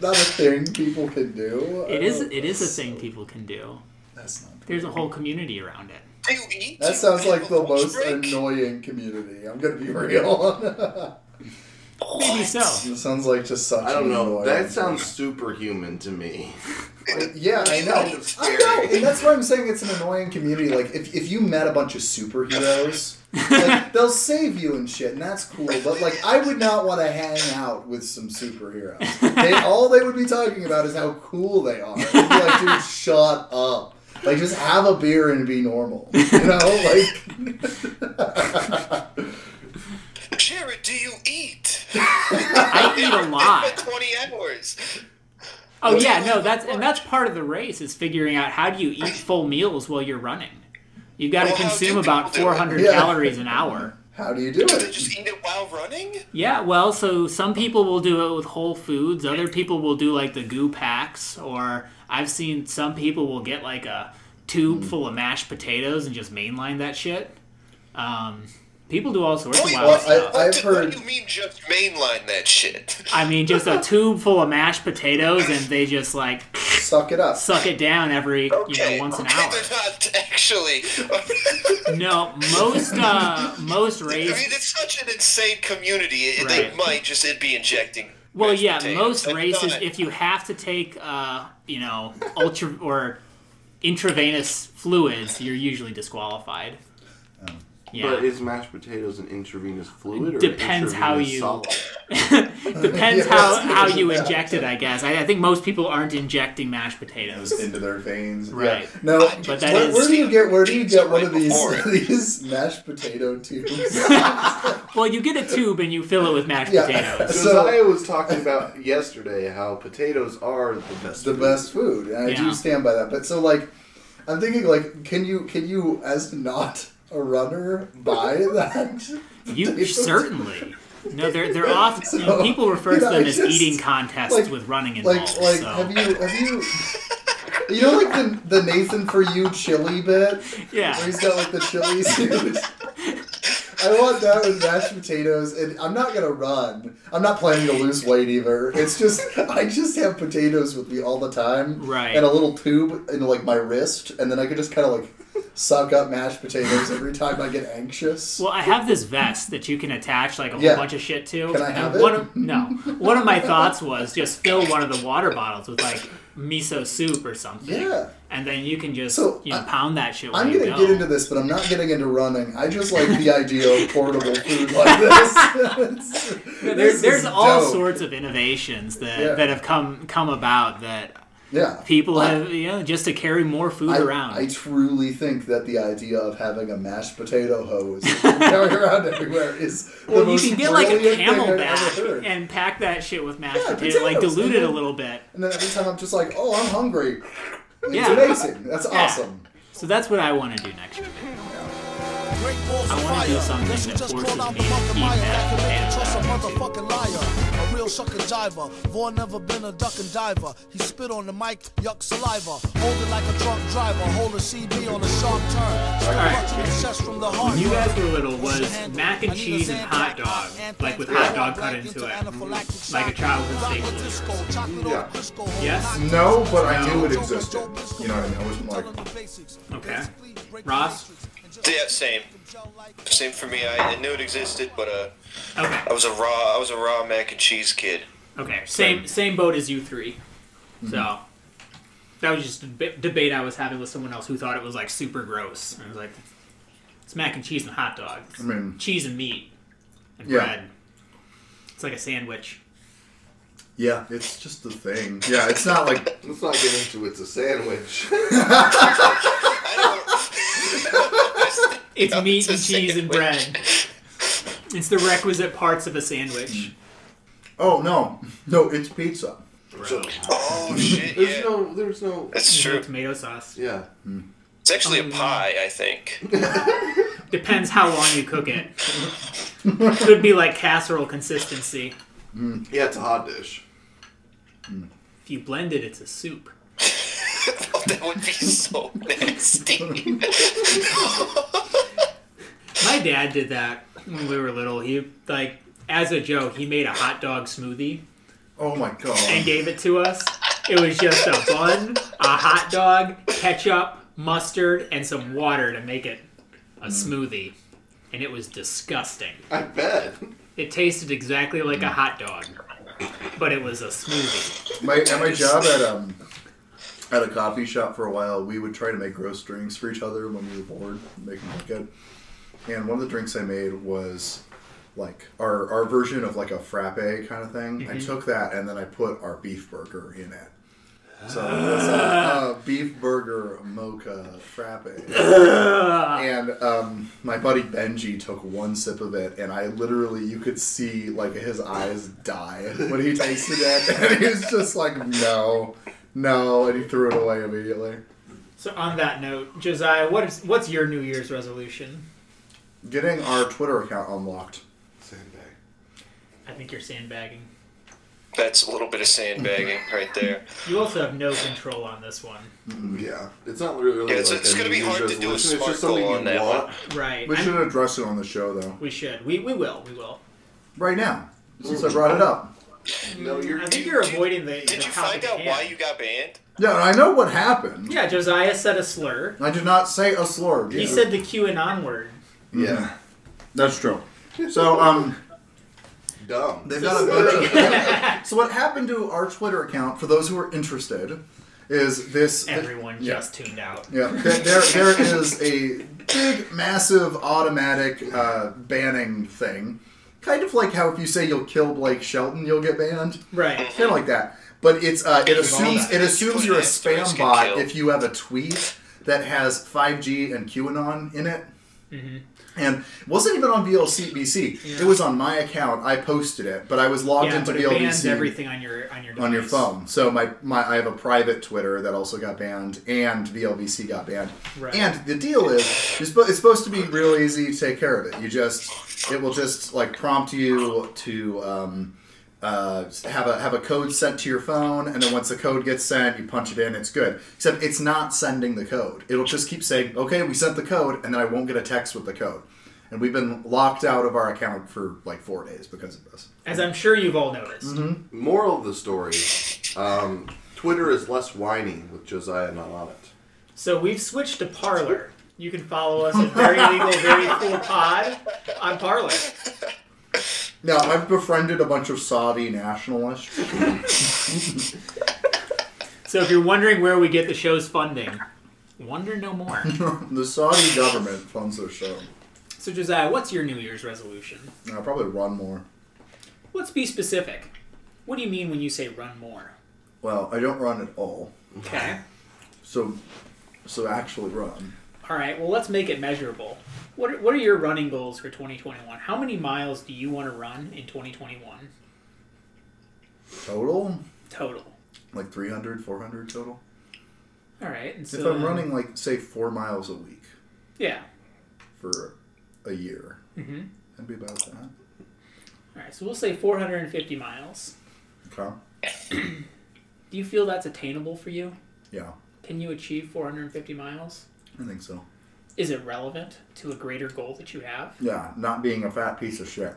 [SPEAKER 4] not a thing people can do.
[SPEAKER 1] It is
[SPEAKER 4] Uh,
[SPEAKER 1] it is a thing people can do.
[SPEAKER 4] That's not.
[SPEAKER 1] There's a whole community around it.
[SPEAKER 2] Do you eat? Do
[SPEAKER 4] That
[SPEAKER 2] you
[SPEAKER 4] sounds
[SPEAKER 2] have
[SPEAKER 4] like
[SPEAKER 2] a
[SPEAKER 4] the
[SPEAKER 2] lunch
[SPEAKER 4] most
[SPEAKER 2] break?
[SPEAKER 4] annoying community. I'm gonna be real.
[SPEAKER 1] Maybe so.
[SPEAKER 4] it sounds like just such.
[SPEAKER 3] I don't
[SPEAKER 4] an
[SPEAKER 3] know.
[SPEAKER 4] annoying-
[SPEAKER 3] That sounds superhuman to me.
[SPEAKER 4] Yeah, I know.
[SPEAKER 3] Kind of
[SPEAKER 4] I know, and that's why I'm saying it's an annoying community. Like, if, if you met a bunch of superheroes, like, they'll save you and shit, and that's cool. But like, I would not want to hang out with some superheroes. They all they would be talking about is how cool they are. I'd be like, dude, shut up. Like, just have a beer and be normal. You know, like.
[SPEAKER 2] Shit, Jared, do you eat?
[SPEAKER 1] I eat a
[SPEAKER 2] It's
[SPEAKER 1] lot.
[SPEAKER 2] been 20 hours.
[SPEAKER 1] Oh yeah, no, that's and that's part of the race is figuring out how do you eat full meals while you're running. You've got to
[SPEAKER 2] Well, how do people
[SPEAKER 1] consume about
[SPEAKER 2] do it?
[SPEAKER 1] 400
[SPEAKER 4] Yeah.
[SPEAKER 1] calories an hour.
[SPEAKER 4] How do you do
[SPEAKER 2] Do they
[SPEAKER 4] it?
[SPEAKER 2] just eat it while running?
[SPEAKER 1] Yeah, well, so some people will do it with whole foods. Other people will do like the goo packs, or I've seen some people will get like a tube
[SPEAKER 2] Hmm.
[SPEAKER 1] full of mashed potatoes and just mainline that shit. Um, people do all sorts of
[SPEAKER 2] Oh, Wait,
[SPEAKER 1] wild
[SPEAKER 2] what?
[SPEAKER 1] stuff.
[SPEAKER 4] I- I've
[SPEAKER 2] what do-
[SPEAKER 4] heard-
[SPEAKER 2] What do you mean just mainline that shit?
[SPEAKER 1] I mean, just a tube full of mashed potatoes, and they just like
[SPEAKER 4] Suck it up.
[SPEAKER 1] suck it down every you know once an
[SPEAKER 2] okay,
[SPEAKER 1] hour.
[SPEAKER 2] They're not actually.
[SPEAKER 1] No, most uh, most
[SPEAKER 2] I mean,
[SPEAKER 1] race.
[SPEAKER 2] it's such an insane community. It,
[SPEAKER 1] Right.
[SPEAKER 2] They might just it'd be injecting.
[SPEAKER 1] Well,
[SPEAKER 2] mashed
[SPEAKER 1] yeah,
[SPEAKER 2] potatoes.
[SPEAKER 1] most
[SPEAKER 2] I've done
[SPEAKER 1] races.
[SPEAKER 2] it.
[SPEAKER 1] If you have to take, uh, you know, ultra or intravenous fluids, you're usually disqualified.
[SPEAKER 4] Oh.
[SPEAKER 3] But
[SPEAKER 1] Yeah,
[SPEAKER 3] is mashed potatoes an intravenous fluid or
[SPEAKER 1] Depends
[SPEAKER 3] an intravenous
[SPEAKER 1] how you-
[SPEAKER 3] solid?
[SPEAKER 1] depends
[SPEAKER 4] Yeah,
[SPEAKER 1] how
[SPEAKER 4] that's-
[SPEAKER 1] how you
[SPEAKER 4] yeah.
[SPEAKER 1] inject it. I guess I, I think most people aren't injecting mashed potatoes.
[SPEAKER 4] Goes into their veins.
[SPEAKER 1] Right.
[SPEAKER 4] Yeah. No,
[SPEAKER 1] But that
[SPEAKER 4] where,
[SPEAKER 1] is-
[SPEAKER 4] where do you get where do you get one of these
[SPEAKER 2] Before it.
[SPEAKER 4] these mashed potato tubes?
[SPEAKER 1] Well, you get a tube and you fill it with mashed
[SPEAKER 4] Yeah.
[SPEAKER 1] potatoes.
[SPEAKER 4] So-
[SPEAKER 3] Josiah was talking about yesterday how potatoes are the best.
[SPEAKER 4] the
[SPEAKER 3] food.
[SPEAKER 4] best food, and I
[SPEAKER 1] Yeah.
[SPEAKER 4] do stand by that. But so like, I'm thinking like, can you can you as not a runner buy that?
[SPEAKER 1] You certainly. No, they're they're often
[SPEAKER 4] So,
[SPEAKER 1] people refer to
[SPEAKER 4] you know,
[SPEAKER 1] them
[SPEAKER 4] I
[SPEAKER 1] as
[SPEAKER 4] just-
[SPEAKER 1] eating contests
[SPEAKER 4] like-
[SPEAKER 1] with running involved.
[SPEAKER 4] like like
[SPEAKER 1] so.
[SPEAKER 4] have you have you you know like the, the Nathan for you chili bit
[SPEAKER 1] Yeah.
[SPEAKER 4] where he's got like the chili suit. I want that with mashed potatoes, and I'm not gonna run. I'm not planning to lose weight either. It's just I just have potatoes with me all the time,
[SPEAKER 1] Right.
[SPEAKER 4] And a little tube in like my wrist, and then I could just kind of like suck up mashed potatoes every time I get anxious.
[SPEAKER 1] Well, I have this vest that you can attach like a
[SPEAKER 4] Yeah.
[SPEAKER 1] whole bunch of shit to.
[SPEAKER 4] Can I
[SPEAKER 1] And
[SPEAKER 4] have it?
[SPEAKER 1] One of, no. One of my thoughts was just fill one of the water bottles with like miso soup or something.
[SPEAKER 4] Yeah.
[SPEAKER 1] And then you can just
[SPEAKER 4] So,
[SPEAKER 1] you know
[SPEAKER 4] I-
[SPEAKER 1] pound that shit.
[SPEAKER 4] I'm
[SPEAKER 1] while
[SPEAKER 4] gonna
[SPEAKER 1] you
[SPEAKER 4] get into this, but I'm not getting into running. I just like the idea of portable food like this. It's-
[SPEAKER 1] There's,
[SPEAKER 4] this
[SPEAKER 1] there's
[SPEAKER 4] is
[SPEAKER 1] all
[SPEAKER 4] dope.
[SPEAKER 1] sorts of innovations that,
[SPEAKER 4] Yeah.
[SPEAKER 1] that have come come about that
[SPEAKER 4] Yeah,
[SPEAKER 1] people
[SPEAKER 4] I-
[SPEAKER 1] have you know just to carry more food
[SPEAKER 4] I,
[SPEAKER 1] around.
[SPEAKER 4] I truly think that the idea of having a mashed potato hose going around everywhere is the
[SPEAKER 1] well, you
[SPEAKER 4] most
[SPEAKER 1] can get like a
[SPEAKER 4] brilliant thing I've ever
[SPEAKER 1] camelback
[SPEAKER 4] heard.
[SPEAKER 1] and pack that shit with mashed
[SPEAKER 4] Yeah,
[SPEAKER 1] potato, like
[SPEAKER 4] potatoes,
[SPEAKER 1] dilute it a
[SPEAKER 4] mhm.
[SPEAKER 1] little bit.
[SPEAKER 4] And then every time I'm just like, oh, I'm hungry. It's
[SPEAKER 1] Yeah.
[SPEAKER 4] amazing. That's
[SPEAKER 1] Yeah.
[SPEAKER 4] awesome.
[SPEAKER 1] So that's what I want to do next year.
[SPEAKER 5] Great balls
[SPEAKER 1] I
[SPEAKER 5] of
[SPEAKER 1] wanna
[SPEAKER 5] fire.
[SPEAKER 1] do something
[SPEAKER 5] Let's
[SPEAKER 1] that
[SPEAKER 5] just
[SPEAKER 1] forces
[SPEAKER 5] call out
[SPEAKER 1] me
[SPEAKER 5] the
[SPEAKER 1] to
[SPEAKER 5] Michael
[SPEAKER 1] keep
[SPEAKER 5] Myers
[SPEAKER 1] that
[SPEAKER 5] back and make
[SPEAKER 1] potato
[SPEAKER 5] you trust a
[SPEAKER 1] down, too.
[SPEAKER 5] motherfucking liar. A real sucker jiver. Vaughn never been a duck and diver. He spit on the mic, yuck saliva. Hold it like a truck driver. Hold a CB on a sharp turn. Still
[SPEAKER 1] Alright.
[SPEAKER 5] clutching the chest from the heart.
[SPEAKER 1] When you guys were little, was mac and cheese and hot dog, like with hot dog cut into it, like a childhood staple of yours?
[SPEAKER 6] Yeah.
[SPEAKER 1] Yes?
[SPEAKER 6] No, but I
[SPEAKER 1] No.
[SPEAKER 6] knew it existed. You know what I mean? I wasn't like,
[SPEAKER 1] Okay. Ross?
[SPEAKER 2] Yeah, same. Same for me. I, I knew it existed, but uh,
[SPEAKER 1] Okay,
[SPEAKER 2] I was a raw I was a raw mac and cheese kid.
[SPEAKER 1] okay, same same boat as you 3
[SPEAKER 6] Mm-hmm.
[SPEAKER 1] So that was just a deb- debate I was having with someone else who thought it was like super gross. And I was like, it's mac and cheese and hot dog,
[SPEAKER 6] I mean,
[SPEAKER 1] cheese and meat and
[SPEAKER 6] Yeah.
[SPEAKER 1] bread. It's like a sandwich.
[SPEAKER 6] yeah, it's just the thing. Yeah, it's not like,
[SPEAKER 3] Let's not get into it's a sandwich.
[SPEAKER 1] It's
[SPEAKER 2] Yeah,
[SPEAKER 1] meat
[SPEAKER 2] it's a
[SPEAKER 1] and cheese and
[SPEAKER 2] sandwich.
[SPEAKER 1] bread. It's the requisite parts of a
[SPEAKER 6] Mm.
[SPEAKER 1] sandwich.
[SPEAKER 6] oh no, no, it's pizza.
[SPEAKER 2] Oh shit!
[SPEAKER 3] There's
[SPEAKER 2] Yeah,
[SPEAKER 3] no. There's no.
[SPEAKER 2] that's true.
[SPEAKER 1] Tomato sauce.
[SPEAKER 3] Yeah.
[SPEAKER 2] It's actually
[SPEAKER 1] Um,
[SPEAKER 2] a pie, I think.
[SPEAKER 1] Depends how long you cook it. Could be like casserole consistency.
[SPEAKER 3] Yeah, it's a hot dish.
[SPEAKER 1] If you blend it, it's a soup.
[SPEAKER 2] Oh, that would be so nasty.
[SPEAKER 1] My dad did that when we were little. He like as a joke, he made a hot dog smoothie
[SPEAKER 6] Oh my god.
[SPEAKER 1] and gave it to us. It was just a bun, a hot dog, ketchup, mustard, and some water to make it a
[SPEAKER 4] Mm.
[SPEAKER 1] smoothie. And it was disgusting.
[SPEAKER 3] I bet.
[SPEAKER 1] It tasted exactly like a hot dog, but it was a smoothie.
[SPEAKER 6] My at my job at um at a coffee shop for a while, we would try to make gross drinks for each other when we were bored, make them look good. And one of the drinks I made was like our our version of like a frappe kind of thing. I took that and then I put our beef burger in it.
[SPEAKER 4] So that's a uh, beef burger mocha frappe. and um, my buddy Benji took one sip of it, and I literally, you could see like his eyes die when he tasted it. And he was just like, no, no. And he threw it away immediately.
[SPEAKER 1] So on that note, Josiah, what is what's your New Year's resolution?
[SPEAKER 4] Getting our Twitter account unlocked.
[SPEAKER 7] Sandbag.
[SPEAKER 1] I think you're sandbagging.
[SPEAKER 2] That's a little bit of sandbagging right there.
[SPEAKER 1] You also have no control on this one,
[SPEAKER 4] Yeah.
[SPEAKER 3] It's not really.
[SPEAKER 2] Yeah, it's-
[SPEAKER 3] like
[SPEAKER 2] it's
[SPEAKER 3] a
[SPEAKER 2] gonna be
[SPEAKER 3] New Year's
[SPEAKER 2] hard to do a smart
[SPEAKER 3] resolution, it's just something
[SPEAKER 2] goal
[SPEAKER 3] you
[SPEAKER 2] on that
[SPEAKER 3] want.
[SPEAKER 2] one.
[SPEAKER 1] right?
[SPEAKER 4] We
[SPEAKER 1] I'm-
[SPEAKER 4] should address it on the show, though.
[SPEAKER 1] we should. We we will. We will.
[SPEAKER 4] Right now, since I brought it up.
[SPEAKER 3] No, you're.
[SPEAKER 1] I think you're
[SPEAKER 2] Did you-
[SPEAKER 1] avoiding the. the
[SPEAKER 2] Did you
[SPEAKER 1] topic
[SPEAKER 2] find
[SPEAKER 1] at
[SPEAKER 2] out
[SPEAKER 1] hand.
[SPEAKER 2] why you got banned?
[SPEAKER 4] Yeah, and I know what happened.
[SPEAKER 1] Yeah, Josiah said a slur.
[SPEAKER 4] I did not say a slur.
[SPEAKER 1] He
[SPEAKER 4] dude.
[SPEAKER 1] said the QAnon word.
[SPEAKER 4] Yeah, that's true. So um,
[SPEAKER 3] dumb.
[SPEAKER 4] they've got a bunch of. so what happened to our Twitter account? For those who are interested, is this
[SPEAKER 1] Everyone
[SPEAKER 4] yeah.
[SPEAKER 1] just tuned out.
[SPEAKER 4] Yeah, there, there, there is a big, massive automatic uh, banning thing. Kind of like how if you say you'll kill Blake Shelton, you'll get banned.
[SPEAKER 1] Right.
[SPEAKER 4] kind of like that. But it's uh, it assumes
[SPEAKER 2] that.
[SPEAKER 4] it assumes
[SPEAKER 2] Put
[SPEAKER 4] you're a
[SPEAKER 2] it in, so it's gonna
[SPEAKER 4] spam bot
[SPEAKER 2] kill.
[SPEAKER 4] if you have a tweet that has 5G and QAnon in it.
[SPEAKER 1] Mm-hmm.
[SPEAKER 4] And it wasn't even on VLCBC. It was on my account. I posted it, but I was logged
[SPEAKER 1] Yeah,
[SPEAKER 4] into
[SPEAKER 1] but it bans
[SPEAKER 4] VLBC
[SPEAKER 1] everything on your on your device.
[SPEAKER 4] on your phone. So my, my I have a private Twitter that also got banned, and VLVC got banned.
[SPEAKER 1] Right.
[SPEAKER 4] And the deal is, you're suppo- it's supposed to be real easy to take care of it. You just it will just like prompt you to um, uh, have a have a code sent to your phone, and then once the code gets sent, you punch it in. It's good. Except it's not sending the code. It'll just keep saying, "Okay, we sent the code," and then I won't get a text with the code. And we've been locked out of our account for like four days because of this.
[SPEAKER 1] As I'm sure you've all noticed.
[SPEAKER 4] Mm-hmm.
[SPEAKER 3] Moral of the story: um, Twitter is less whiny with Josiah not on it.
[SPEAKER 1] So we've switched to Parlor. You can follow us at Very Legal, Very Cool Pod on Parlor.
[SPEAKER 4] Now, I've befriended a bunch of Saudi nationalists.
[SPEAKER 1] So if you're wondering where we get the show's funding, wonder no more.
[SPEAKER 4] The Saudi government funds their show.
[SPEAKER 1] So Josiah, what's your New Year's resolution?
[SPEAKER 4] I'll probably run more.
[SPEAKER 1] Let's be specific. What do you mean when you say run more?
[SPEAKER 4] Well, I don't run at all.
[SPEAKER 1] Okay.
[SPEAKER 4] So, so actually run.
[SPEAKER 1] All right. Well, let's make it measurable. What are, what are your running goals for 2021? How many miles do you want to run in 2021
[SPEAKER 4] Total?
[SPEAKER 1] total?
[SPEAKER 4] Like 300, 400 total?
[SPEAKER 1] All right. And so um,
[SPEAKER 4] If I'm
[SPEAKER 1] then-
[SPEAKER 4] running, like, say, four miles a week
[SPEAKER 1] yeah.
[SPEAKER 4] for a year, that'd be about that.
[SPEAKER 1] All right. So we'll say 450 miles.
[SPEAKER 4] Okay.
[SPEAKER 1] Do you feel that's attainable for you?
[SPEAKER 4] Yeah,
[SPEAKER 1] Can you achieve 450 miles?
[SPEAKER 4] I think so.
[SPEAKER 1] Is it relevant to a greater goal that you have?
[SPEAKER 4] Yeah, not being a fat piece of shit.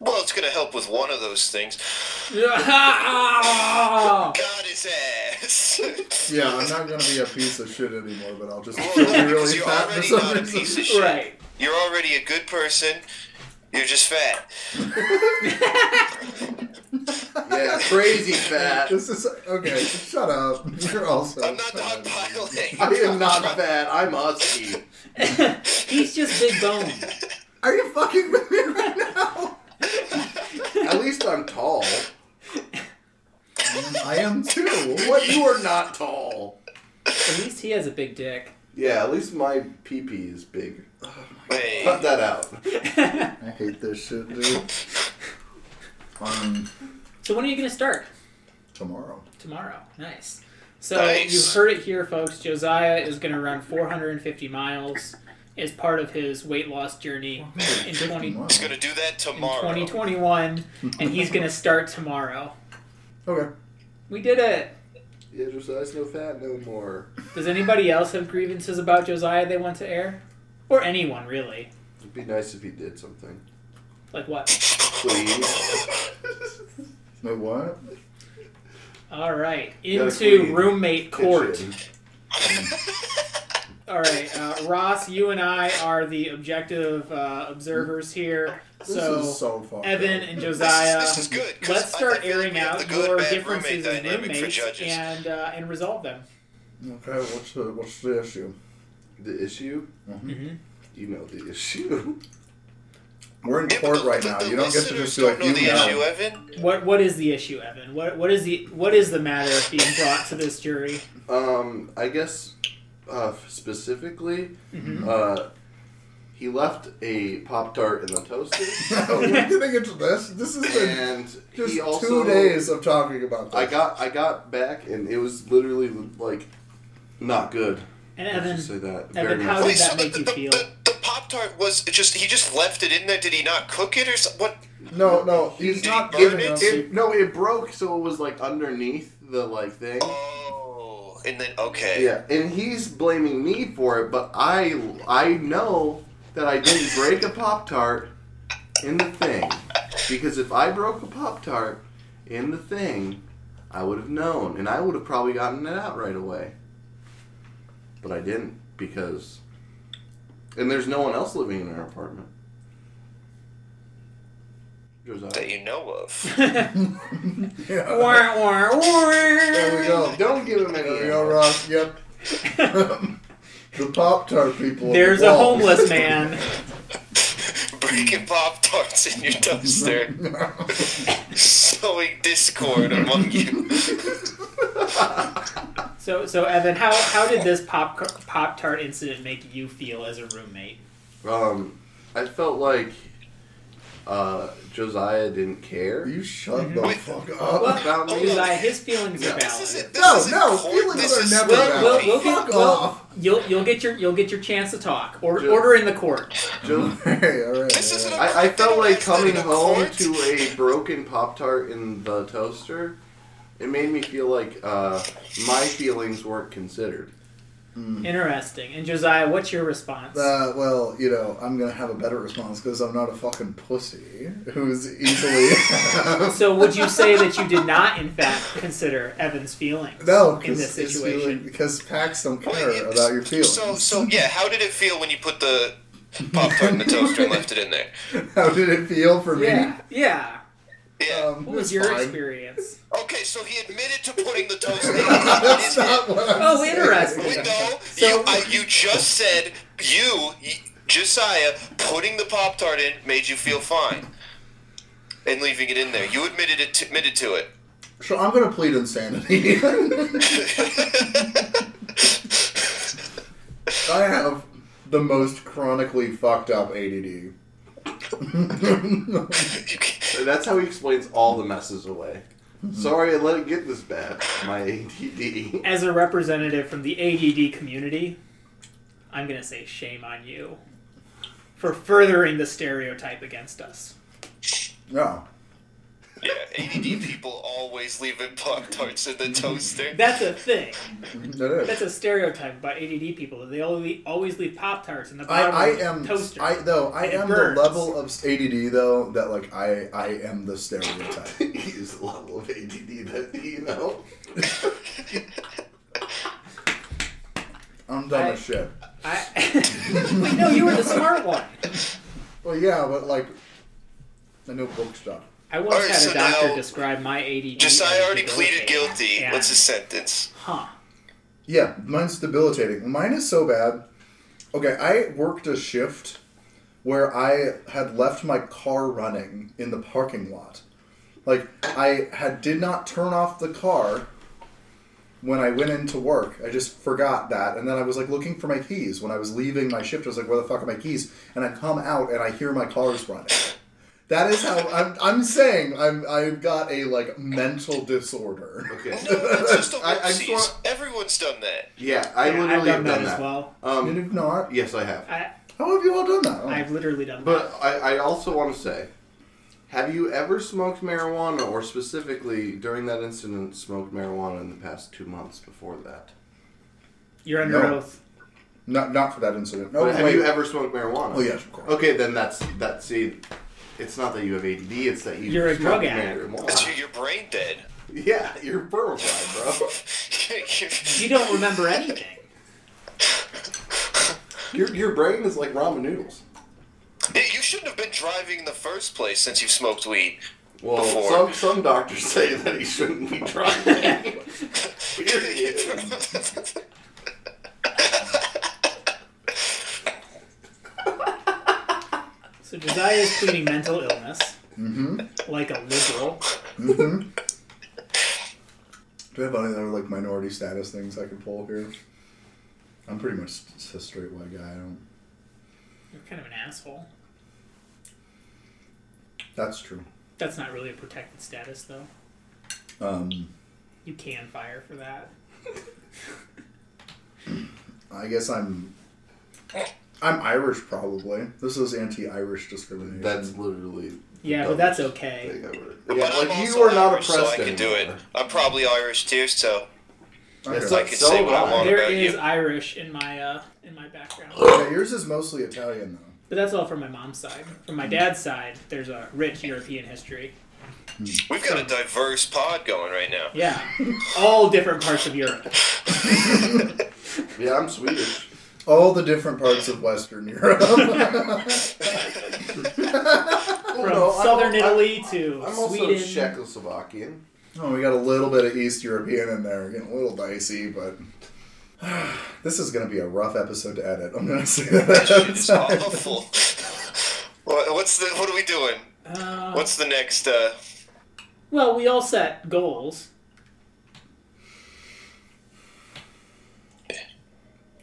[SPEAKER 2] Well, it's gonna help with one of those things. God, his ass.
[SPEAKER 4] Yeah, I'm not gonna be a piece of shit anymore, but I'll just
[SPEAKER 2] Well,
[SPEAKER 4] be
[SPEAKER 2] no, because
[SPEAKER 4] really
[SPEAKER 2] you're
[SPEAKER 4] fat for
[SPEAKER 2] already
[SPEAKER 4] some
[SPEAKER 2] not a
[SPEAKER 4] reason.
[SPEAKER 2] piece of shit.
[SPEAKER 1] right.
[SPEAKER 2] You're already a good person. You're just fat.
[SPEAKER 3] Yeah, crazy fat.
[SPEAKER 4] This is okay. Shut up. You're also.
[SPEAKER 2] I'm not
[SPEAKER 4] fat.
[SPEAKER 2] dogpiling.
[SPEAKER 3] I am not fat. I'm husky.
[SPEAKER 1] He's just big boned.
[SPEAKER 4] Are you fucking with me right now?
[SPEAKER 3] At least I'm tall.
[SPEAKER 4] I am too. What?
[SPEAKER 3] What? You are not tall.
[SPEAKER 1] At least he has a big dick.
[SPEAKER 3] Yeah, at least my pee pee is big. Cut
[SPEAKER 2] Wait,
[SPEAKER 3] that out.
[SPEAKER 4] I hate this shit, dude. Um,
[SPEAKER 1] So when are you going to start?
[SPEAKER 4] tomorrow.
[SPEAKER 1] Tomorrow. Nice. So
[SPEAKER 2] Nice.
[SPEAKER 1] you heard it here, folks. Josiah is going to run 450 miles as part of his weight loss journey in, 20, in
[SPEAKER 4] Tomorrow.
[SPEAKER 2] he's gonna do that tomorrow.
[SPEAKER 1] 2021, and he's going to start tomorrow.
[SPEAKER 4] Okay.
[SPEAKER 1] We did it.
[SPEAKER 3] Yeah, Josiah's no fat no more.
[SPEAKER 1] Does anybody else have grievances about Josiah they want to air? Or anyone, really?
[SPEAKER 3] It'd be nice if he did something.
[SPEAKER 1] Like what?
[SPEAKER 3] Please.
[SPEAKER 4] Wait, what?
[SPEAKER 1] All right.
[SPEAKER 3] Gotta
[SPEAKER 1] Into
[SPEAKER 3] clean.
[SPEAKER 1] roommate court.
[SPEAKER 3] Kitchen.
[SPEAKER 1] All right, uh, Ross, you and I are the objective uh, observers here.
[SPEAKER 4] This
[SPEAKER 1] So,
[SPEAKER 4] is so far.
[SPEAKER 1] Evan and
[SPEAKER 2] This is,
[SPEAKER 1] Josiah,
[SPEAKER 2] this is good. 'cause
[SPEAKER 1] uh, let's
[SPEAKER 2] I
[SPEAKER 1] start
[SPEAKER 2] think we
[SPEAKER 1] airing
[SPEAKER 2] have
[SPEAKER 1] out
[SPEAKER 2] the good,
[SPEAKER 1] your
[SPEAKER 2] bad roommate
[SPEAKER 1] differences as
[SPEAKER 2] dynamic for
[SPEAKER 1] roommates
[SPEAKER 2] judges.
[SPEAKER 1] and uh, and resolve them.
[SPEAKER 4] Okay, what's the what's the issue?
[SPEAKER 3] The issue? Mm-hmm.
[SPEAKER 2] Mm-hmm.
[SPEAKER 4] Mhm.
[SPEAKER 3] You know the issue.
[SPEAKER 4] We're in
[SPEAKER 2] Yeah, but
[SPEAKER 4] court
[SPEAKER 2] the-
[SPEAKER 4] right
[SPEAKER 2] the-
[SPEAKER 4] now.
[SPEAKER 2] the
[SPEAKER 4] You don't get to
[SPEAKER 2] listeners
[SPEAKER 4] just be like,
[SPEAKER 2] don't know
[SPEAKER 4] you
[SPEAKER 2] the
[SPEAKER 4] know.
[SPEAKER 2] issue, Evan.
[SPEAKER 1] What what is the issue, Evan? What what is the what is the matter being brought to this jury?
[SPEAKER 3] Um, I guess uh, specifically,
[SPEAKER 2] Mm-hmm.
[SPEAKER 3] uh, he left a pop tart in the toaster,
[SPEAKER 4] We're getting into this. This is been
[SPEAKER 3] and
[SPEAKER 4] just
[SPEAKER 3] he also
[SPEAKER 4] two days of talking about this.
[SPEAKER 3] I got I got back, and it was literally like not good.
[SPEAKER 1] And
[SPEAKER 3] Let's
[SPEAKER 1] Evan,
[SPEAKER 3] just say that.
[SPEAKER 1] Evan,
[SPEAKER 3] Very
[SPEAKER 1] how
[SPEAKER 3] much.
[SPEAKER 1] did
[SPEAKER 2] Wait,
[SPEAKER 1] that
[SPEAKER 2] so
[SPEAKER 1] make
[SPEAKER 2] the,
[SPEAKER 1] you
[SPEAKER 2] the,
[SPEAKER 1] feel?
[SPEAKER 2] The, the Pop Tart was just, he just left it in there. Did he not cook it or something? What?
[SPEAKER 4] no, no. He's
[SPEAKER 2] Did he
[SPEAKER 4] not
[SPEAKER 2] burn
[SPEAKER 4] giving
[SPEAKER 2] it?
[SPEAKER 4] us.
[SPEAKER 3] It, no, it broke, so it was like underneath the like thing.
[SPEAKER 2] Oh, and then, okay.
[SPEAKER 3] Yeah, and he's blaming me for it, but I I know that I didn't break a pop tart in the thing because if I broke a pop tart in the thing, I would have known, and I would have probably gotten it out right away. But I didn't because, and there's no one else living in our apartment.
[SPEAKER 2] That
[SPEAKER 3] Josiah.
[SPEAKER 2] you know of.
[SPEAKER 4] Yeah.
[SPEAKER 1] Wah, wah, wah.
[SPEAKER 4] There we go.
[SPEAKER 3] Don't give him
[SPEAKER 4] There
[SPEAKER 3] any.
[SPEAKER 4] we go, Ross. Yep. the Pop Tart people. on the
[SPEAKER 1] There's a
[SPEAKER 4] wall.
[SPEAKER 1] homeless man.
[SPEAKER 2] Breaking Pop Tarts in your toaster. Sowing discord among you.
[SPEAKER 1] So so Evan, how how did this pop pop tart incident make you feel as a roommate?
[SPEAKER 3] Um, I felt like uh, Josiah didn't care
[SPEAKER 4] You shut the fuck up.
[SPEAKER 3] about me.
[SPEAKER 1] Josiah, his feelings are
[SPEAKER 2] This
[SPEAKER 1] valid.
[SPEAKER 2] isn't- this
[SPEAKER 4] No,
[SPEAKER 2] isn't
[SPEAKER 4] no,
[SPEAKER 2] court,
[SPEAKER 4] feelings
[SPEAKER 2] this
[SPEAKER 4] are
[SPEAKER 2] is
[SPEAKER 4] never
[SPEAKER 2] therapy.
[SPEAKER 4] valid.
[SPEAKER 1] We'll, we'll get,
[SPEAKER 4] Fuck
[SPEAKER 1] we'll-
[SPEAKER 4] off.
[SPEAKER 1] You'll you'll get your you'll get your chance to talk. Or,
[SPEAKER 3] Ju-
[SPEAKER 1] order in the court.
[SPEAKER 3] Jo-
[SPEAKER 4] Hey, all right.
[SPEAKER 2] This isn't a-
[SPEAKER 3] I, I felt like coming
[SPEAKER 2] Arrested in
[SPEAKER 3] home
[SPEAKER 2] court?
[SPEAKER 3] to a broken Pop Tart in the toaster. It made me feel like uh, my feelings weren't considered.
[SPEAKER 1] Interesting. And Josiah, what's your response?
[SPEAKER 4] Uh, well, you know, I'm gonna have a better response because I'm not a fucking pussy who's easily.
[SPEAKER 1] so would you say that you did not, in fact, consider Evan's feelings
[SPEAKER 4] no,
[SPEAKER 1] in this
[SPEAKER 4] 'cause it's feeling-
[SPEAKER 1] situation?
[SPEAKER 4] because packs don't
[SPEAKER 2] Well,
[SPEAKER 4] care
[SPEAKER 2] yeah,
[SPEAKER 4] about your feelings.
[SPEAKER 2] So, so yeah, how did it feel when you put the Pop Tart in the toaster and left it in there?
[SPEAKER 4] How did it feel for
[SPEAKER 1] Yeah, yeah.
[SPEAKER 2] Yeah.
[SPEAKER 4] me? Um,
[SPEAKER 1] What was
[SPEAKER 4] it's
[SPEAKER 1] your
[SPEAKER 4] fine.
[SPEAKER 1] experience?
[SPEAKER 2] okay, so he admitted to putting the toaster in his
[SPEAKER 4] Not what I'm
[SPEAKER 1] Oh,
[SPEAKER 4] saying.
[SPEAKER 1] interesting.
[SPEAKER 2] Wait, no, you,
[SPEAKER 1] So-
[SPEAKER 2] I, you just said you, y- Josiah, putting the Pop Tart in made you feel fine. And leaving it in there. You admitted it admitted to it.
[SPEAKER 4] So I'm gonna plead insanity. I have the most chronically fucked up ADD.
[SPEAKER 2] You can't-
[SPEAKER 3] That's how he explains all the messes away.
[SPEAKER 1] Mm-hmm.
[SPEAKER 3] Sorry, I let it get this bad. My ADD.
[SPEAKER 1] As a representative from the ADD community, I'm gonna say shame on you for furthering the stereotype against us.
[SPEAKER 4] No.
[SPEAKER 2] Yeah, ADD people always leaving Pop Tarts in the toaster.
[SPEAKER 1] That's a thing.
[SPEAKER 4] It is.
[SPEAKER 1] That's a stereotype about ADD people. They always always leave Pop Tarts in the
[SPEAKER 4] I,
[SPEAKER 1] bottom
[SPEAKER 4] I
[SPEAKER 1] of the
[SPEAKER 4] am
[SPEAKER 1] toaster.
[SPEAKER 4] I though I
[SPEAKER 1] It
[SPEAKER 4] am
[SPEAKER 1] burns.
[SPEAKER 4] the level of ADD though that like I I am the stereotype.
[SPEAKER 3] He is the level of ADD that you know.
[SPEAKER 4] I'm dumb
[SPEAKER 1] I-
[SPEAKER 4] as shit.
[SPEAKER 1] I- Wait, no, you were the smart one.
[SPEAKER 4] Well, yeah, but like I know book stuff.
[SPEAKER 1] I once
[SPEAKER 2] All right,
[SPEAKER 1] had
[SPEAKER 2] so
[SPEAKER 1] a doctor
[SPEAKER 2] now-
[SPEAKER 1] describe my ADD.
[SPEAKER 2] Josiah
[SPEAKER 1] as
[SPEAKER 2] already pleaded
[SPEAKER 1] debilitating.
[SPEAKER 2] guilty.
[SPEAKER 1] Yeah.
[SPEAKER 2] What's his sentence?
[SPEAKER 1] Huh.
[SPEAKER 4] Yeah, mine's debilitating. Mine is so bad. Okay, I worked a shift where I had left my car running in the parking lot. Like I had did not turn off the car when I went into work. I just forgot that, and then I was like looking for my keys when I was leaving my shift. I was like, "Where the fuck are my keys?" And I come out and I hear my car's running. That is how I'm. I'm saying I'm. I've got a like mental disorder.
[SPEAKER 3] Okay.
[SPEAKER 2] No, that's just the
[SPEAKER 3] I- I
[SPEAKER 2] whoopsies.
[SPEAKER 3] swear-
[SPEAKER 2] Everyone's done that.
[SPEAKER 3] Yeah, I
[SPEAKER 1] Yeah,
[SPEAKER 3] literally
[SPEAKER 1] I've done
[SPEAKER 3] have
[SPEAKER 1] that,
[SPEAKER 3] done that.
[SPEAKER 1] as well.
[SPEAKER 4] And
[SPEAKER 3] Um,
[SPEAKER 4] if not,
[SPEAKER 3] yes, I have.
[SPEAKER 1] I,
[SPEAKER 4] how have you all done that? Oh.
[SPEAKER 1] I've literally done
[SPEAKER 3] But I, I also want to say, have you ever smoked marijuana, or specifically during that incident, smoked marijuana in the past two months before that?
[SPEAKER 1] that. You're under
[SPEAKER 4] No.
[SPEAKER 1] oath.
[SPEAKER 4] Not not for that incident. No,
[SPEAKER 3] But have
[SPEAKER 4] Oh, wait.
[SPEAKER 3] you ever smoked marijuana?
[SPEAKER 4] Oh yes, of course.
[SPEAKER 3] Okay, then that's that. See, it's not that you have ADD; it's that you
[SPEAKER 1] You're a
[SPEAKER 3] smoked
[SPEAKER 1] drug addict.
[SPEAKER 2] That's
[SPEAKER 3] marijuana.
[SPEAKER 2] your, your brain dead.
[SPEAKER 3] Yeah, you're purified, bro.
[SPEAKER 1] You don't remember anything.
[SPEAKER 3] Your your brain is like ramen noodles.
[SPEAKER 2] Yeah, you shouldn't have been driving in the first place since you've smoked weed.
[SPEAKER 3] Well,
[SPEAKER 2] Before.
[SPEAKER 3] some some doctors say that he shouldn't be driving. Period.
[SPEAKER 1] So So Josiah is pleading mental illness,
[SPEAKER 3] Mm-hmm.
[SPEAKER 1] like a liberal.
[SPEAKER 4] Do I have any other like minority status things I can pull here? I'm pretty much s- a straight white guy. I don't.
[SPEAKER 1] You're kind of an asshole.
[SPEAKER 4] That's true.
[SPEAKER 1] That's not really a protected status, though.
[SPEAKER 4] Um,
[SPEAKER 1] You can fire for that.
[SPEAKER 4] I guess I'm. I'm Irish, probably. This is anti-Irish discrimination.
[SPEAKER 3] That's literally
[SPEAKER 1] Yeah,
[SPEAKER 3] Double
[SPEAKER 1] but that's okay.
[SPEAKER 3] thing I would.
[SPEAKER 2] But
[SPEAKER 3] Yeah,
[SPEAKER 2] I'm
[SPEAKER 3] like you
[SPEAKER 2] also
[SPEAKER 3] are not
[SPEAKER 2] Irish,
[SPEAKER 3] oppressed
[SPEAKER 2] so I can do it.
[SPEAKER 3] anymore.
[SPEAKER 2] I'm probably Irish too, so
[SPEAKER 4] Okay.
[SPEAKER 3] It's
[SPEAKER 2] I
[SPEAKER 3] like-
[SPEAKER 2] can
[SPEAKER 3] So
[SPEAKER 2] say what I
[SPEAKER 3] am I.
[SPEAKER 2] want
[SPEAKER 1] There
[SPEAKER 2] about
[SPEAKER 1] is
[SPEAKER 2] you.
[SPEAKER 1] Irish in my uh, in my background,
[SPEAKER 4] Yeah, yours is mostly Italian, though.
[SPEAKER 1] but that's all from my mom's side. From
[SPEAKER 3] Mm.
[SPEAKER 1] my dad's side, there's a rich European history.
[SPEAKER 2] We've got a diverse pod going right now.
[SPEAKER 1] Yeah, all different parts of Europe.
[SPEAKER 3] Yeah, I'm Swedish.
[SPEAKER 4] All the different parts of Western Europe.
[SPEAKER 1] from
[SPEAKER 3] no, I'm
[SPEAKER 1] southern
[SPEAKER 3] al-
[SPEAKER 1] Italy to
[SPEAKER 3] I'm also
[SPEAKER 1] Sweden.
[SPEAKER 3] Czechoslovakian.
[SPEAKER 4] oh, we got a little bit of East European in there. Getting a little dicey, but this is going to be a rough episode to edit. I'm going to say that.
[SPEAKER 2] That shit is awful. What- What's the? What are we doing?
[SPEAKER 1] Uh,
[SPEAKER 2] What's the next? Uh,
[SPEAKER 1] well, we all set goals.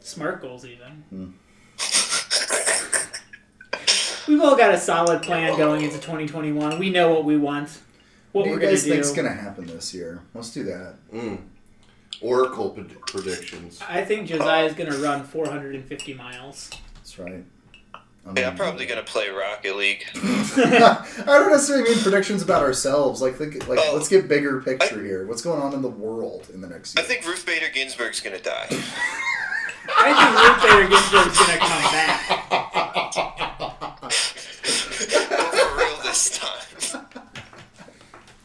[SPEAKER 1] Smart goals, even.
[SPEAKER 3] Hmm.
[SPEAKER 1] We've all got a solid plan going into 2021. We know what we want, what
[SPEAKER 4] What do
[SPEAKER 1] we're
[SPEAKER 4] you
[SPEAKER 1] going
[SPEAKER 4] guys
[SPEAKER 1] to do.
[SPEAKER 4] think's going to happen this year? Let's do that.
[SPEAKER 3] Oracle pred- predictions.
[SPEAKER 1] I think Josiah's going to run 450 miles.
[SPEAKER 4] That's right. I
[SPEAKER 2] yeah, I'm
[SPEAKER 4] mean-
[SPEAKER 2] probably gonna play Rocket League.
[SPEAKER 4] I don't necessarily mean predictions about ourselves. Like, think, like,
[SPEAKER 2] Oh.
[SPEAKER 4] let's get bigger picture here. What's going on in the world in the next
[SPEAKER 2] I
[SPEAKER 4] year?
[SPEAKER 2] think Ruth Bader Ginsburg's gonna die.
[SPEAKER 1] I think Ruth Bader Ginsburg's going to come back.
[SPEAKER 2] But for real this time.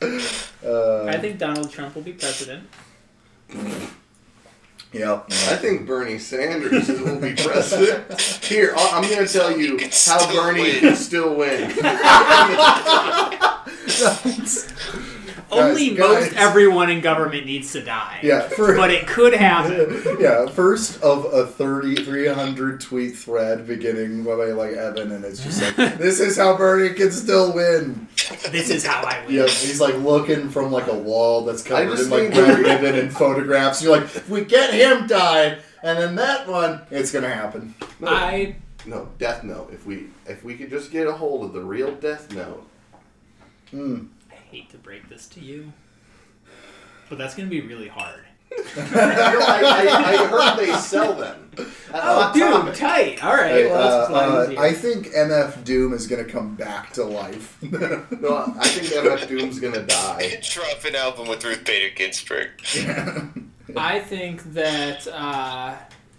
[SPEAKER 3] Uh,
[SPEAKER 1] I think Donald Trump will be president.
[SPEAKER 4] yeah.
[SPEAKER 3] I think Bernie Sanders will be president. Here, I- I'm going to tell you
[SPEAKER 2] can
[SPEAKER 3] how
[SPEAKER 2] still
[SPEAKER 3] Bernie
[SPEAKER 2] win.
[SPEAKER 3] can still win.
[SPEAKER 8] Only
[SPEAKER 4] Guys,
[SPEAKER 8] most
[SPEAKER 4] guys.
[SPEAKER 8] everyone in government needs to die.
[SPEAKER 4] Yeah, for-
[SPEAKER 8] but it could happen.
[SPEAKER 4] yeah, first of a 30, 300 tweet thread beginning by like Evan, and it's just like, this is how Bernie can still win.
[SPEAKER 8] This is how I win.
[SPEAKER 4] Yeah, he's like looking from like a wall that's
[SPEAKER 3] I
[SPEAKER 4] covered
[SPEAKER 3] just
[SPEAKER 4] in like
[SPEAKER 3] think
[SPEAKER 4] red
[SPEAKER 3] Bernie-
[SPEAKER 4] ribbon and photographs. You're like, if we get him died, and then that one, it's gonna happen.
[SPEAKER 3] No,
[SPEAKER 8] I
[SPEAKER 3] no, Death Note. If we if we could just get a hold of the real Death Note.
[SPEAKER 8] I hate to break this to you, but that's gonna be really hard.
[SPEAKER 3] No, I, I, I heard they sell them. at
[SPEAKER 2] Oh,
[SPEAKER 1] Uh,
[SPEAKER 3] Hot Topic.
[SPEAKER 8] tight. All right.
[SPEAKER 4] Oh, Hey,
[SPEAKER 8] well, that's a
[SPEAKER 4] uh,
[SPEAKER 8] lot
[SPEAKER 4] uh,
[SPEAKER 8] easier.
[SPEAKER 4] I think MF Doom is gonna come back to life.
[SPEAKER 3] No, I think MF Doom's gonna die.
[SPEAKER 2] Drop an album with Ruth Bader Ginsburg.
[SPEAKER 1] I think that uh,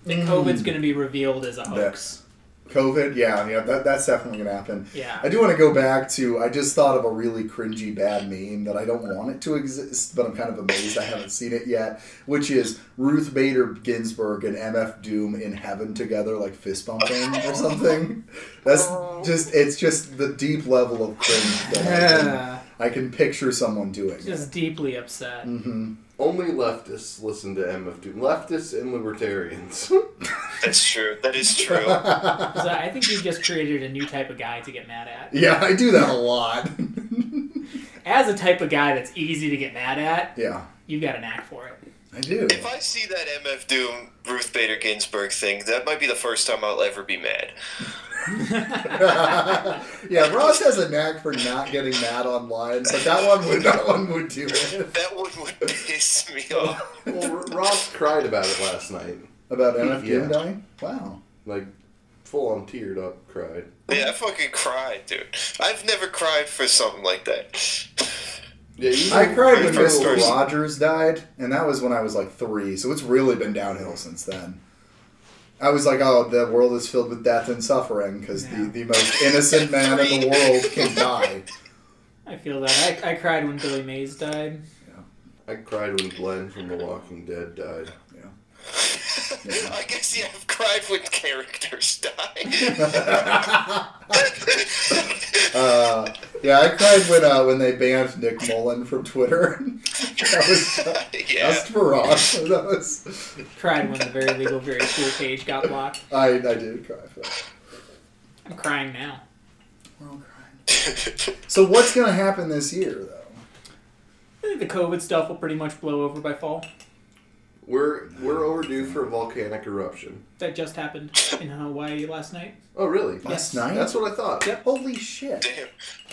[SPEAKER 1] that
[SPEAKER 4] Mm.
[SPEAKER 1] COVID's going to be revealed as a hoax.
[SPEAKER 4] COVID, yeah, yeah, that, that's definitely gonna happen.
[SPEAKER 1] Yeah.
[SPEAKER 4] I do want to go back to. I just thought of a really cringy bad meme that I don't want it to exist, but I'm kind of amazed I haven't seen it yet. Which is Ruth Bader Ginsburg and MF Doom in heaven together, like fist bumping or something. That's
[SPEAKER 1] Oh.
[SPEAKER 4] just. It's just the deep level of cringe that I, can, I can picture someone doing.
[SPEAKER 1] Uh, Just deeply upset.
[SPEAKER 4] Mm.
[SPEAKER 3] Only leftists listen to MF Doom. Leftists and libertarians.
[SPEAKER 2] That's true. That is true.
[SPEAKER 1] So I think you just created a new type of guy to get mad at.
[SPEAKER 4] Yeah, I do that a lot.
[SPEAKER 1] As a type of guy that's easy to get mad at,
[SPEAKER 4] yeah,
[SPEAKER 1] you've got an act for it.
[SPEAKER 4] I do.
[SPEAKER 2] If I see that MF Doom Ruth Bader Ginsburg thing, that might be the first time I'll ever be mad.
[SPEAKER 4] Yeah, Ross has a knack for not getting mad online, but that one would that one would do it.
[SPEAKER 2] That one would piss me off.
[SPEAKER 3] well, R- Ross cried about it last night.
[SPEAKER 4] About MF Doom
[SPEAKER 3] Yeah.
[SPEAKER 4] dying? Wow.
[SPEAKER 3] Like, full on teared up cried.
[SPEAKER 2] Yeah, I fucking cried, dude. I've never cried for something like that.
[SPEAKER 3] Yeah, you
[SPEAKER 4] I cried when
[SPEAKER 2] Mr.
[SPEAKER 4] Mr.
[SPEAKER 2] Rogers.
[SPEAKER 4] Rogers died, and that was when I was like three, so it's really been downhill since then. I was like, oh, the world is filled with death and suffering because
[SPEAKER 1] Yeah.
[SPEAKER 4] the, the most innocent man in the world can die.
[SPEAKER 1] I feel that. I, I cried when Billy Mays died.
[SPEAKER 3] I cried when Glenn from The Walking Dead died.
[SPEAKER 2] I guess yeah, I've cried when characters die.
[SPEAKER 4] Uh, yeah, I cried when uh, when they banned Nick Mullen from Twitter. that was
[SPEAKER 2] yeah.
[SPEAKER 4] just for Ross. That was,
[SPEAKER 1] Cried when the very legal, very cool page got blocked.
[SPEAKER 4] I, I did cry for that.
[SPEAKER 1] I'm crying now.
[SPEAKER 4] Well, grind. so what's gonna happen this year though?
[SPEAKER 1] I think the COVID stuff will pretty much blow over by fall.
[SPEAKER 3] We're we're overdue for a volcanic eruption.
[SPEAKER 1] That just happened in Hawaii last night.
[SPEAKER 3] Oh, really?
[SPEAKER 4] Last night.
[SPEAKER 3] That's what I thought.
[SPEAKER 1] Yep.
[SPEAKER 4] Holy shit.
[SPEAKER 2] Damn.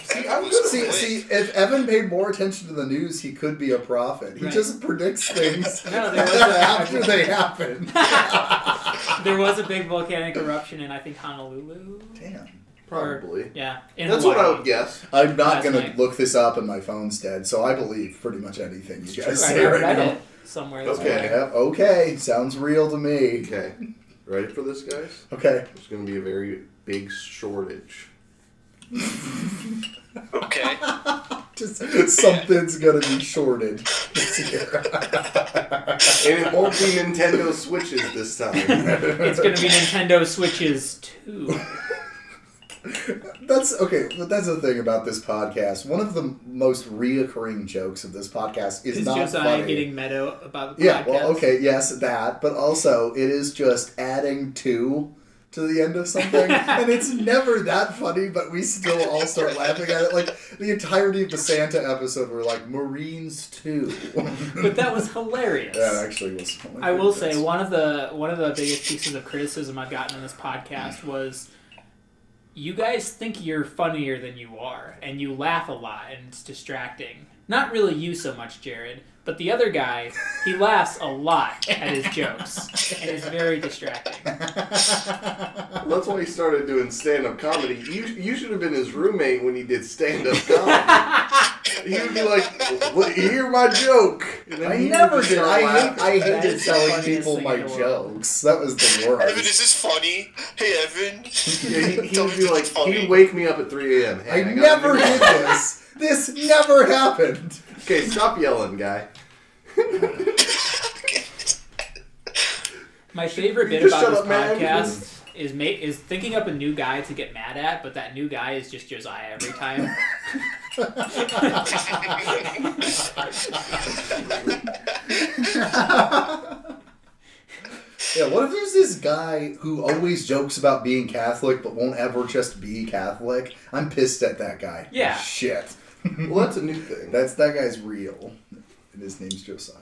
[SPEAKER 4] See,
[SPEAKER 2] That
[SPEAKER 4] I'm
[SPEAKER 2] was
[SPEAKER 4] good. See,
[SPEAKER 2] quick.
[SPEAKER 4] see, if Evan paid more attention to the news, he could be a prophet. He
[SPEAKER 1] Right.
[SPEAKER 4] just predicts things
[SPEAKER 1] No, there was a-
[SPEAKER 4] after they happen.
[SPEAKER 1] There was a big volcanic eruption in I think Honolulu.
[SPEAKER 4] Damn.
[SPEAKER 3] Probably.
[SPEAKER 1] Yeah, in
[SPEAKER 3] That's
[SPEAKER 1] Hawaii.
[SPEAKER 3] what I would guess.
[SPEAKER 4] I'm not
[SPEAKER 1] Last
[SPEAKER 4] gonna
[SPEAKER 1] night.
[SPEAKER 4] look this up, and my phone's dead, so I believe pretty much anything you guys
[SPEAKER 1] I
[SPEAKER 4] say right
[SPEAKER 1] read
[SPEAKER 4] now.
[SPEAKER 1] it somewhere. this
[SPEAKER 3] Okay.
[SPEAKER 1] morning.
[SPEAKER 4] Yeah, okay, sounds real to me.
[SPEAKER 3] Okay. Ready for this, guys?
[SPEAKER 4] Okay,
[SPEAKER 3] There's going to be a very big shortage.
[SPEAKER 2] Okay.
[SPEAKER 4] just something's gonna be shorted this year.
[SPEAKER 3] And it won't be Nintendo Switches this time.
[SPEAKER 1] It's gonna be Nintendo Switches two.
[SPEAKER 4] That's okay. But that's the thing about this podcast. One of the most reoccurring jokes of this podcast is
[SPEAKER 1] It's
[SPEAKER 4] not
[SPEAKER 1] Josiah
[SPEAKER 4] funny.
[SPEAKER 1] getting meadow about the
[SPEAKER 4] yeah.
[SPEAKER 1] podcast.
[SPEAKER 4] Well, okay. Yes, that. But also, it is just adding two to the end of something, and it's never that funny. But we still all start laughing at it. Like the entirety of the Santa episode, we're like Marines two.
[SPEAKER 1] But that was hilarious.
[SPEAKER 4] that actually was. Funny.
[SPEAKER 1] I will say one of the one of the biggest pieces of criticism I've gotten in this podcast was you guys think you're funnier than you are and you laugh a lot and it's distracting. Not really you so much, Jared, but the other guy, he laughs a lot at his jokes and it's very distracting.
[SPEAKER 3] That's why he started doing stand up comedy. You, you should have been his roommate when he did stand up comedy. He would be like, "Well, hear my joke. And then
[SPEAKER 4] I
[SPEAKER 3] he would
[SPEAKER 4] never
[SPEAKER 3] just
[SPEAKER 4] did.
[SPEAKER 3] start
[SPEAKER 4] I, hate,
[SPEAKER 3] laughing.
[SPEAKER 4] I
[SPEAKER 1] That
[SPEAKER 4] hated
[SPEAKER 1] is the
[SPEAKER 4] telling
[SPEAKER 1] funniest
[SPEAKER 4] people
[SPEAKER 1] thing
[SPEAKER 4] my
[SPEAKER 1] in the world.
[SPEAKER 4] jokes. That was the worst.
[SPEAKER 2] Evan, is this funny? Hey, Evan.
[SPEAKER 3] Yeah, he, he
[SPEAKER 2] Tell
[SPEAKER 3] would
[SPEAKER 2] me
[SPEAKER 3] be
[SPEAKER 2] if
[SPEAKER 3] like,
[SPEAKER 2] it's funny.
[SPEAKER 3] he'd wake me up at 3 a.m.
[SPEAKER 4] I
[SPEAKER 3] Hey, gotta
[SPEAKER 4] never
[SPEAKER 3] do
[SPEAKER 4] did
[SPEAKER 3] this."
[SPEAKER 4] this. This never happened.
[SPEAKER 3] Okay, stop yelling, guy.
[SPEAKER 1] My favorite bit
[SPEAKER 3] just
[SPEAKER 1] about
[SPEAKER 3] shut
[SPEAKER 1] this
[SPEAKER 3] up, man.
[SPEAKER 1] podcast is make is thinking up a new guy to get mad at, but that new guy is just Josiah every time.
[SPEAKER 4] Yeah, what if there's this guy who always jokes about being Catholic but won't ever just be Catholic? I'm pissed at that guy.
[SPEAKER 1] Yeah.
[SPEAKER 4] Shit.
[SPEAKER 3] Well, that's a new thing.
[SPEAKER 4] That's that guy's real. And his name's Josiah.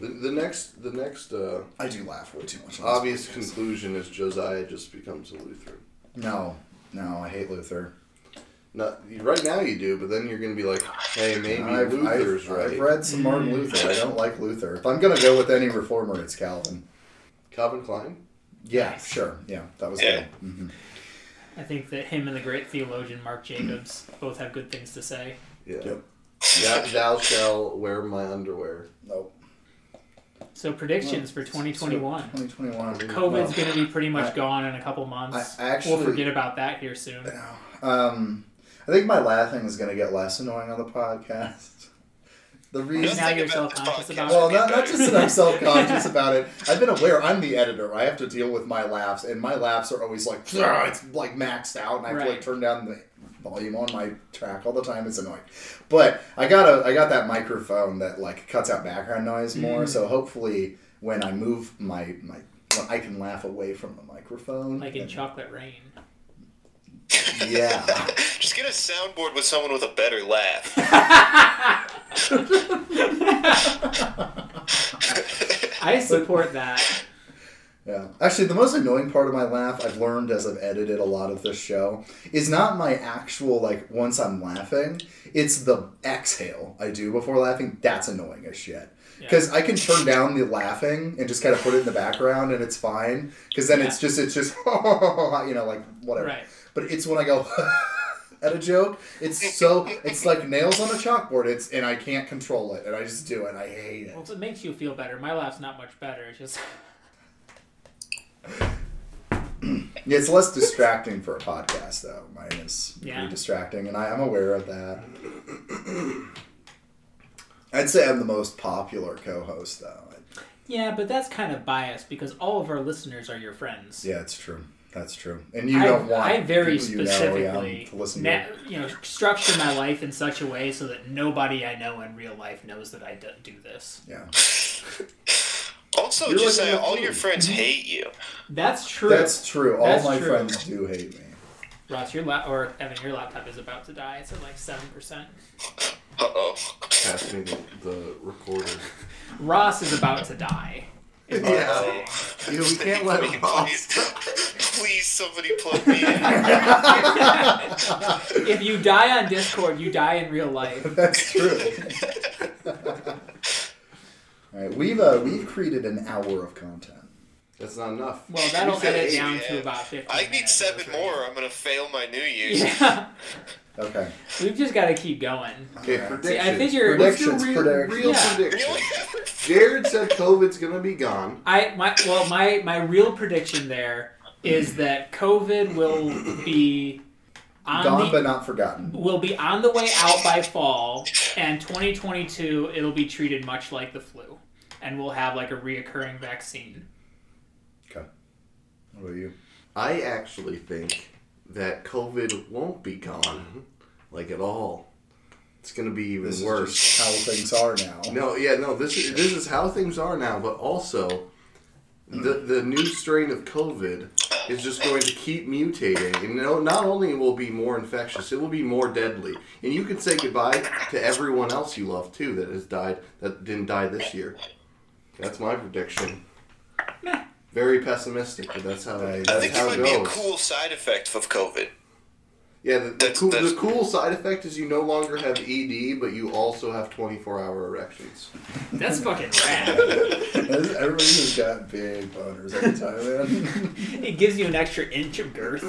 [SPEAKER 3] The, the next, the next uh,
[SPEAKER 4] I do laugh way too much. on this
[SPEAKER 3] obvious
[SPEAKER 4] podcast.
[SPEAKER 3] conclusion is Josiah just becomes a Lutheran.
[SPEAKER 4] No, no, I hate Luther.
[SPEAKER 3] Not right now you do, but then you're gonna be like, hey, maybe
[SPEAKER 4] I've,
[SPEAKER 3] Luther's
[SPEAKER 4] I've,
[SPEAKER 3] right. Mm.
[SPEAKER 4] I've read some Martin Luther. I don't like Luther. If I'm gonna go with any reformer, it's Calvin.
[SPEAKER 3] Calvin Klein.
[SPEAKER 4] Yeah, sure. Yeah, that was
[SPEAKER 2] Yeah.
[SPEAKER 4] good. hmm
[SPEAKER 1] I think that him and the great theologian Mark Jacobs both have good things to say.
[SPEAKER 3] Yeah.
[SPEAKER 4] Yep.
[SPEAKER 3] thou, thou shall wear my underwear.
[SPEAKER 4] Nope.
[SPEAKER 1] So predictions for 2021.
[SPEAKER 4] 2021.
[SPEAKER 1] COVID's
[SPEAKER 4] Well,
[SPEAKER 1] going to be pretty much
[SPEAKER 4] I-
[SPEAKER 1] gone in a couple months.
[SPEAKER 4] I actually-
[SPEAKER 1] we'll forget about that here soon.
[SPEAKER 4] Um, I think my laughing is going to get less annoying on the podcast. The reason.
[SPEAKER 1] Now
[SPEAKER 2] Nothing
[SPEAKER 1] you're
[SPEAKER 2] about this podcast
[SPEAKER 1] self-conscious about it.
[SPEAKER 4] Well,
[SPEAKER 2] would be
[SPEAKER 4] not, not
[SPEAKER 2] better.
[SPEAKER 4] just that I'm self conscious about it. I've been aware I'm the editor. I have to deal with my laughs, and my laughs are always like, "Ugh," it's like maxed out, and I have to like
[SPEAKER 1] Right.
[SPEAKER 4] turn down the volume on my track all the time. It's annoying. But I got a I got that microphone that like cuts out background noise more.
[SPEAKER 1] Mm.
[SPEAKER 4] So hopefully, when I move my my, when I can laugh away from the microphone.
[SPEAKER 1] Like in
[SPEAKER 4] And-
[SPEAKER 1] Chocolate Rain.
[SPEAKER 4] Yeah.
[SPEAKER 2] Just get a soundboard with someone with a better laugh.
[SPEAKER 1] I support that.
[SPEAKER 4] Yeah. Actually, the most annoying part of my laugh I've learned as I've edited a lot of this show is not my actual, like, once I'm laughing, it's the exhale I do before laughing. That's annoying as shit. Because I can turn down the laughing and just kind of put it in the background and it's fine. Because then it's just, it's just, you know, like, whatever.
[SPEAKER 1] Right.
[SPEAKER 4] But it's when I go at a joke, it's so, it's like nails on a chalkboard. It's, and I can't control it. And I just do it. I hate it.
[SPEAKER 1] Well, if it makes you feel better. My laugh's not much better. It's just
[SPEAKER 4] Yeah, it's less distracting for a podcast though. Mine is
[SPEAKER 1] Yeah.
[SPEAKER 4] pretty distracting, and I, I'm aware of that. I'd say I'm the most popular co-host though.
[SPEAKER 1] yeah, but that's kind of biased because all of our listeners are your friends.
[SPEAKER 4] Yeah, it's true. That's true. And you
[SPEAKER 1] I,
[SPEAKER 4] don't want
[SPEAKER 1] I very
[SPEAKER 4] people you know, yeah, um,
[SPEAKER 1] specifically
[SPEAKER 4] to listen
[SPEAKER 1] ma-
[SPEAKER 4] to.
[SPEAKER 1] you know structure my life in such a way so that nobody I know in real life knows that I do- do this.
[SPEAKER 4] Yeah,
[SPEAKER 2] Also,
[SPEAKER 3] You're
[SPEAKER 2] just
[SPEAKER 3] like
[SPEAKER 2] say
[SPEAKER 3] a
[SPEAKER 2] all
[SPEAKER 3] fool.
[SPEAKER 2] your friends hate you.
[SPEAKER 1] That's true.
[SPEAKER 4] that's true. All
[SPEAKER 1] That's
[SPEAKER 4] my
[SPEAKER 1] true.
[SPEAKER 4] friends do hate me.
[SPEAKER 1] Ross, your lap or Evan, your laptop is about to die. It's at like seven percent.
[SPEAKER 2] Uh oh.
[SPEAKER 3] Pass me the, the recorder.
[SPEAKER 1] Ross is about to die.
[SPEAKER 3] yeah. yeah, we can't let Ross.
[SPEAKER 2] please, please, somebody plug me in.
[SPEAKER 1] If you die on Discord, you die in real life.
[SPEAKER 4] That's true. All right, we've uh, we've created an hour of content.
[SPEAKER 3] That's not enough.
[SPEAKER 1] Well, that'll
[SPEAKER 2] You said
[SPEAKER 1] edit
[SPEAKER 2] eight,
[SPEAKER 1] down to
[SPEAKER 2] yeah.
[SPEAKER 1] about fifteen.
[SPEAKER 2] I need
[SPEAKER 1] minutes,
[SPEAKER 2] seven
[SPEAKER 1] that's right.
[SPEAKER 2] more. I'm gonna fail my New Year's.
[SPEAKER 1] Yeah,
[SPEAKER 4] Okay.
[SPEAKER 1] we've just got to keep going.
[SPEAKER 3] Okay,
[SPEAKER 4] Alright.
[SPEAKER 3] predictions.
[SPEAKER 1] See, I think you're.
[SPEAKER 4] Predict-
[SPEAKER 3] Let's do
[SPEAKER 4] Predictions,
[SPEAKER 3] real,
[SPEAKER 4] predictions.
[SPEAKER 3] real
[SPEAKER 1] Yeah.
[SPEAKER 3] predictions. Jared said COVID's gonna be gone.
[SPEAKER 1] I my well my my real prediction there is that COVID will be on
[SPEAKER 4] Gone
[SPEAKER 1] the
[SPEAKER 4] but not forgotten.
[SPEAKER 1] will be on the way out by fall, and 2022 it'll be treated much like the flu, and we'll have like a reoccurring vaccine.
[SPEAKER 4] Okay. What about you?
[SPEAKER 3] I actually think that COVID won't be gone, like at all. It's gonna be even
[SPEAKER 4] This
[SPEAKER 3] worse.
[SPEAKER 4] is just how things are now.
[SPEAKER 3] No, yeah, no. This is this is how things are now, but also the the new strain of COVID is just going to keep mutating, and no, not only will it be more infectious, it will be more deadly. And you can say goodbye to everyone else you love too that has died that didn't die this year. That's my prediction. Very pessimistic, but that's how I,
[SPEAKER 2] I
[SPEAKER 3] that's
[SPEAKER 2] think it
[SPEAKER 3] how
[SPEAKER 2] might
[SPEAKER 3] it
[SPEAKER 2] be a
[SPEAKER 3] goes.
[SPEAKER 2] cool side effect of COVID.
[SPEAKER 3] yeah, the, the,
[SPEAKER 2] That's-
[SPEAKER 3] cool,
[SPEAKER 2] that's-
[SPEAKER 3] the cool side effect is you no longer have ED, but you also have 24 hour erections.
[SPEAKER 1] That's fucking rad.
[SPEAKER 4] Everyone has got big boners every time, man.
[SPEAKER 1] it gives you an extra inch of girth.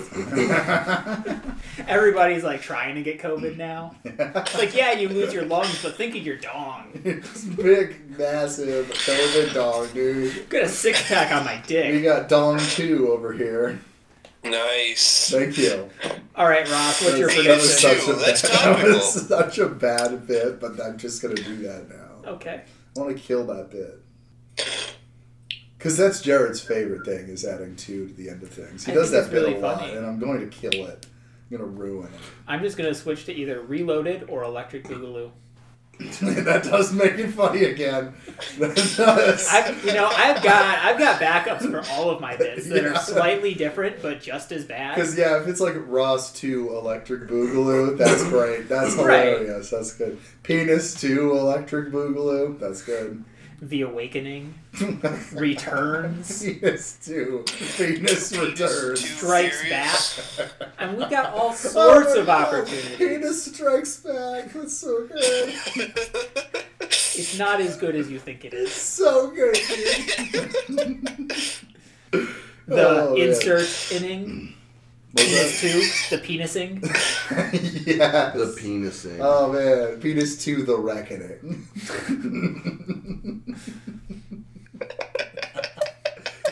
[SPEAKER 1] Everybody's like trying to get COVID now. It's like yeah, you lose your lungs, but think of your dong.
[SPEAKER 4] Just big, massive COVID dog, dude.
[SPEAKER 1] Got a six pack on my
[SPEAKER 4] We
[SPEAKER 1] dick.
[SPEAKER 4] got Dong 2 over here.
[SPEAKER 2] Nice.
[SPEAKER 4] Thank you.
[SPEAKER 1] All right, Ross, what's your
[SPEAKER 4] That was
[SPEAKER 1] prediction?
[SPEAKER 2] so-
[SPEAKER 4] such a
[SPEAKER 2] That's
[SPEAKER 4] bad- that was
[SPEAKER 2] topical.
[SPEAKER 4] such a bad bit, but I'm just going to do that now.
[SPEAKER 1] Okay.
[SPEAKER 4] I want to kill that bit. Because that's Jared's favorite thing is adding two to the end of things. He
[SPEAKER 1] I
[SPEAKER 4] does
[SPEAKER 1] think it's
[SPEAKER 4] that bit
[SPEAKER 1] really
[SPEAKER 4] a lot,
[SPEAKER 1] funny.
[SPEAKER 4] and I'm going to kill it. I'm going to ruin it.
[SPEAKER 1] I'm just gonna switch to either Reloaded or Electric Boogaloo.
[SPEAKER 4] that does make it funny again. That does.
[SPEAKER 1] I've, you know, I've got I've got backups for all of my bits that
[SPEAKER 4] Yeah.
[SPEAKER 1] are slightly different but just as bad.
[SPEAKER 4] Because yeah, if it's like Ross two Electric Boogaloo, that's great. That's
[SPEAKER 1] Right.
[SPEAKER 4] hilarious. That's good. Penis two Electric Boogaloo, that's good.
[SPEAKER 1] The Awakening returns.
[SPEAKER 4] Penis two Penis
[SPEAKER 2] Too
[SPEAKER 4] returns.
[SPEAKER 1] Strikes
[SPEAKER 2] serious.
[SPEAKER 1] And we've got all sorts
[SPEAKER 4] Oh
[SPEAKER 1] of
[SPEAKER 4] my God,
[SPEAKER 1] opportunities.
[SPEAKER 4] Penis strikes back. That's so good.
[SPEAKER 1] It's not as good as you think it is.
[SPEAKER 4] So good. Dude.
[SPEAKER 1] The
[SPEAKER 4] Oh, man.
[SPEAKER 1] insert inning, penis two, the penising.
[SPEAKER 4] yes.
[SPEAKER 3] The penis thing.
[SPEAKER 4] Oh man, penis two, the reckoning.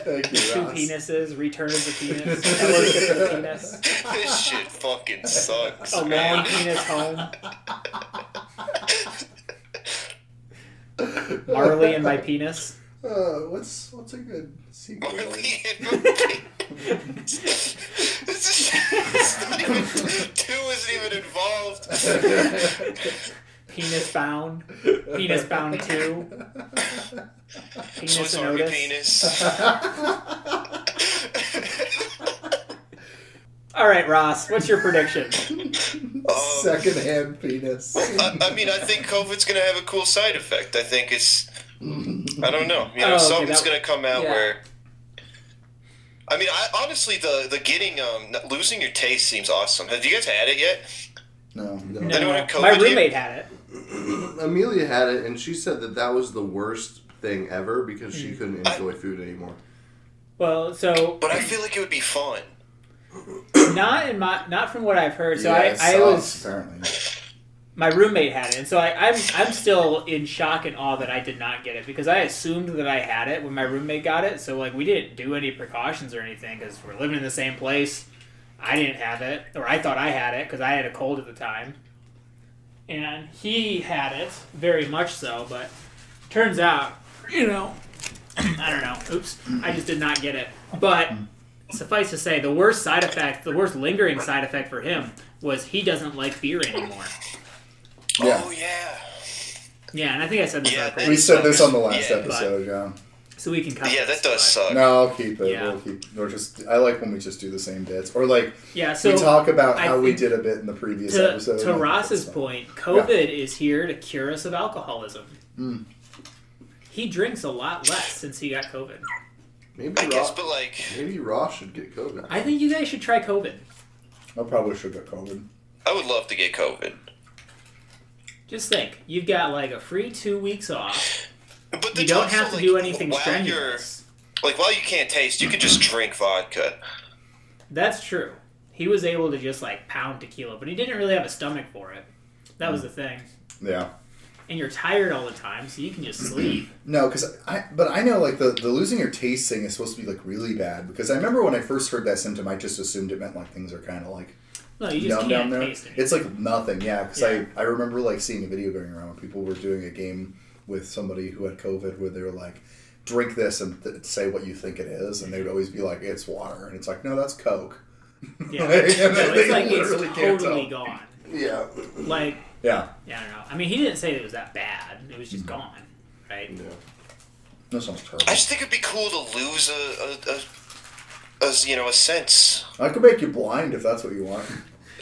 [SPEAKER 4] Thank you,
[SPEAKER 1] Two
[SPEAKER 4] Ross.
[SPEAKER 1] penises, return of the penis, fellowship of the penis,
[SPEAKER 2] this shit fucking sucks.
[SPEAKER 1] a long penis home. Marley and my penis.
[SPEAKER 4] Uh, what's what's a good sequel?
[SPEAKER 2] Marley and Marley. This is- not even- Two isn't even involved.
[SPEAKER 1] Penis Bound, Penis Bound 2,
[SPEAKER 2] Swiss
[SPEAKER 1] Penis and
[SPEAKER 2] Army
[SPEAKER 1] Otis.
[SPEAKER 2] penis.
[SPEAKER 1] All right, Ross, what's your prediction?
[SPEAKER 4] Secondhand penis.
[SPEAKER 2] I, I mean, I think COVID's gonna have a cool side effect. I think it's, I don't know, you know,
[SPEAKER 1] Oh, okay,
[SPEAKER 2] something's
[SPEAKER 1] that-
[SPEAKER 2] gonna come out
[SPEAKER 1] yeah.
[SPEAKER 2] where. I mean, I, honestly, the the getting um n- losing your taste seems awesome. Have you guys had it yet?
[SPEAKER 4] No, no.
[SPEAKER 2] Anyone have COVID
[SPEAKER 1] my
[SPEAKER 2] yet?
[SPEAKER 1] roommate had it.
[SPEAKER 3] Amelia had it, and she said that that was the worst thing ever because she
[SPEAKER 1] Hmm.
[SPEAKER 3] couldn't enjoy food anymore.
[SPEAKER 1] Well, so
[SPEAKER 2] But I feel like it would be fun.
[SPEAKER 1] not in my not from what I've heard. So
[SPEAKER 4] Yeah,
[SPEAKER 1] I, I
[SPEAKER 4] sauce,
[SPEAKER 1] was
[SPEAKER 4] apparently.
[SPEAKER 1] my roommate had it, and so I, I'm I'm still in shock and awe that I did not get it because I assumed that I had it when my roommate got it. So like we didn't do any precautions or anything because we're living in the same place. I didn't have it, or I thought I had it because I had a cold at the time, and he had it very much so. But turns out, you know, I don't know. Oops, I just did not get it. But suffice to say, the worst side effect, the worst lingering side effect for him was he doesn't like beer anymore.
[SPEAKER 4] Yeah.
[SPEAKER 2] Oh yeah.
[SPEAKER 1] Yeah, and I think I said this.
[SPEAKER 2] Yeah,
[SPEAKER 1] on
[SPEAKER 2] that-
[SPEAKER 1] purpose.
[SPEAKER 4] We said this on the last
[SPEAKER 2] Yeah,
[SPEAKER 4] episode, yeah.
[SPEAKER 1] so we can cut.
[SPEAKER 2] Yeah,
[SPEAKER 1] this,
[SPEAKER 2] that does
[SPEAKER 1] but-
[SPEAKER 2] suck.
[SPEAKER 4] No, I'll keep it.
[SPEAKER 1] Yeah.
[SPEAKER 4] We'll keep. Or just, I like when we just do the same bits, or like
[SPEAKER 1] Yeah, so
[SPEAKER 4] we talk about
[SPEAKER 1] I
[SPEAKER 4] how we
[SPEAKER 1] think
[SPEAKER 4] did a bit in the previous
[SPEAKER 1] to,
[SPEAKER 4] episode.
[SPEAKER 1] to
[SPEAKER 4] and
[SPEAKER 1] Ross's
[SPEAKER 4] that's
[SPEAKER 1] point, COVID is here to cure us of alcoholism.
[SPEAKER 4] Hmm.
[SPEAKER 1] He drinks a lot less since he got COVID.
[SPEAKER 3] Maybe
[SPEAKER 2] I guess,
[SPEAKER 3] Ross,
[SPEAKER 2] but like,
[SPEAKER 3] maybe Ross should get COVID.
[SPEAKER 1] I think you guys should try COVID.
[SPEAKER 4] fine. I probably should get COVID.
[SPEAKER 2] I would love to get COVID.
[SPEAKER 1] Just think, you've got like a free two weeks off.
[SPEAKER 2] But
[SPEAKER 1] You
[SPEAKER 2] that's
[SPEAKER 1] don't
[SPEAKER 2] also,
[SPEAKER 1] have to
[SPEAKER 2] like,
[SPEAKER 1] do anything
[SPEAKER 2] while
[SPEAKER 1] strenuous.
[SPEAKER 2] You're, like while you can't taste, you can just drink vodka.
[SPEAKER 1] That's true. He was able to just like pound tequila, but he didn't really have a stomach for it. That
[SPEAKER 4] Hmm.
[SPEAKER 1] was the thing.
[SPEAKER 4] Yeah.
[SPEAKER 1] And you're tired all the time, so you can just sleep.
[SPEAKER 4] No, because I, but I know like the, the losing your taste thing is supposed to be like really bad because I remember when I first heard that symptom, I just assumed it meant like things are kind of like
[SPEAKER 1] No, you just
[SPEAKER 4] numb down
[SPEAKER 1] can't
[SPEAKER 4] there.
[SPEAKER 1] taste it.
[SPEAKER 4] It's like nothing, yeah. Because
[SPEAKER 1] Yeah.
[SPEAKER 4] I, I remember like seeing a video going around where people were doing a game with somebody who had COVID where they were like, drink this and th- say what you think it is, and they would always be like, it's water, and it's like, no, that's Coke.
[SPEAKER 1] Yeah.
[SPEAKER 4] And then
[SPEAKER 1] No,
[SPEAKER 4] they
[SPEAKER 1] it's like
[SPEAKER 4] literally
[SPEAKER 1] it's
[SPEAKER 4] can't
[SPEAKER 1] totally
[SPEAKER 4] tell.
[SPEAKER 1] gone.
[SPEAKER 4] Yeah,
[SPEAKER 1] Like
[SPEAKER 4] yeah,
[SPEAKER 1] Yeah, I don't know. I mean, he didn't say it was that bad. It was just
[SPEAKER 2] Mm-hmm.
[SPEAKER 1] gone, right?
[SPEAKER 4] that sounds terrible.
[SPEAKER 2] I just think it'd be cool to lose a, a, a, a you know a sense.
[SPEAKER 4] I could make you blind if that's what you want.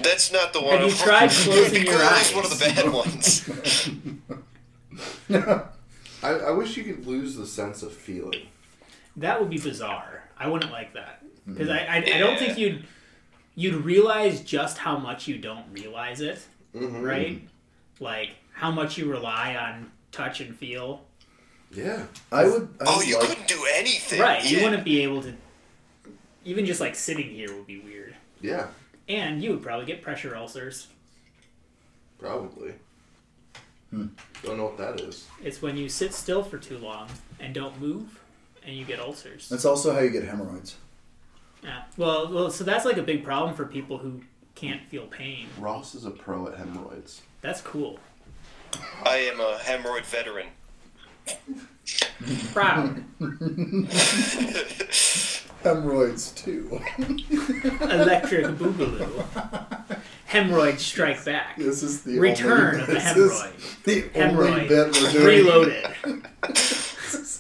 [SPEAKER 2] That's not the one.
[SPEAKER 1] Have you
[SPEAKER 2] I'm-
[SPEAKER 1] tried
[SPEAKER 2] It'd be
[SPEAKER 1] closing
[SPEAKER 2] cool to
[SPEAKER 1] your
[SPEAKER 2] lose
[SPEAKER 1] eyes?
[SPEAKER 2] One of the bad ones.
[SPEAKER 3] I, I wish you could lose the sense of feeling.
[SPEAKER 1] That would be bizarre. I wouldn't like that
[SPEAKER 2] Mm-hmm.
[SPEAKER 1] because I, I, I don't think you'd you'd realize just how much you don't realize it,
[SPEAKER 2] Mm-hmm.
[SPEAKER 1] right? Like how much you rely on touch and feel,
[SPEAKER 3] Yeah.
[SPEAKER 4] I would. I
[SPEAKER 2] Oh,
[SPEAKER 4] would
[SPEAKER 2] you
[SPEAKER 4] like-
[SPEAKER 2] couldn't do anything.
[SPEAKER 1] right? You
[SPEAKER 2] Yeah.
[SPEAKER 1] wouldn't be able to. Even just like sitting here would be weird,
[SPEAKER 3] Yeah.
[SPEAKER 1] and you would probably get pressure ulcers.
[SPEAKER 3] Probably. Hmm. Don't know what that is.
[SPEAKER 1] It's when you sit still for too long and don't move, and you get ulcers.
[SPEAKER 4] That's also how you get hemorrhoids.
[SPEAKER 1] Yeah. Well, well, so that's like a big problem for people who can't feel pain.
[SPEAKER 3] Ross is a pro at hemorrhoids.
[SPEAKER 1] That's cool.
[SPEAKER 2] I am a hemorrhoid veteran.
[SPEAKER 1] Proud.
[SPEAKER 4] Hemorrhoids too.
[SPEAKER 1] Electric boogaloo. Hemorrhoids strike back.
[SPEAKER 4] this is the
[SPEAKER 1] Return
[SPEAKER 4] only,
[SPEAKER 1] of the
[SPEAKER 4] this is
[SPEAKER 1] hemorrhoid.
[SPEAKER 4] The only
[SPEAKER 1] Hemorrhoid.
[SPEAKER 4] bit we're doing.
[SPEAKER 1] Reloaded.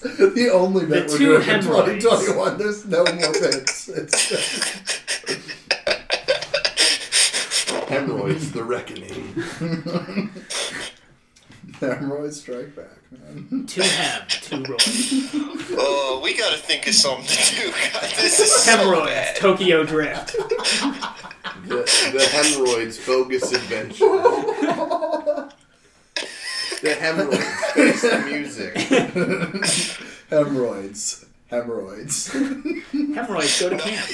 [SPEAKER 4] The only bit
[SPEAKER 1] The
[SPEAKER 4] we're
[SPEAKER 1] two
[SPEAKER 4] doing in
[SPEAKER 1] hemorrhoids.
[SPEAKER 4] 2021. There's no more bits. It's,
[SPEAKER 3] Hemorrhoids, the reckoning.
[SPEAKER 4] hemorrhoids strike back, man.
[SPEAKER 1] Two hem, two roid.
[SPEAKER 2] Oh, we gotta think of something to do. God, this is so
[SPEAKER 1] Hemorrhoids,
[SPEAKER 2] bad.
[SPEAKER 1] Tokyo Drift.
[SPEAKER 3] The, the hemorrhoids bogus adventure. the hemorrhoids face the music.
[SPEAKER 4] Hemorrhoids. Hemorrhoids.
[SPEAKER 1] Hemorrhoids go to camp.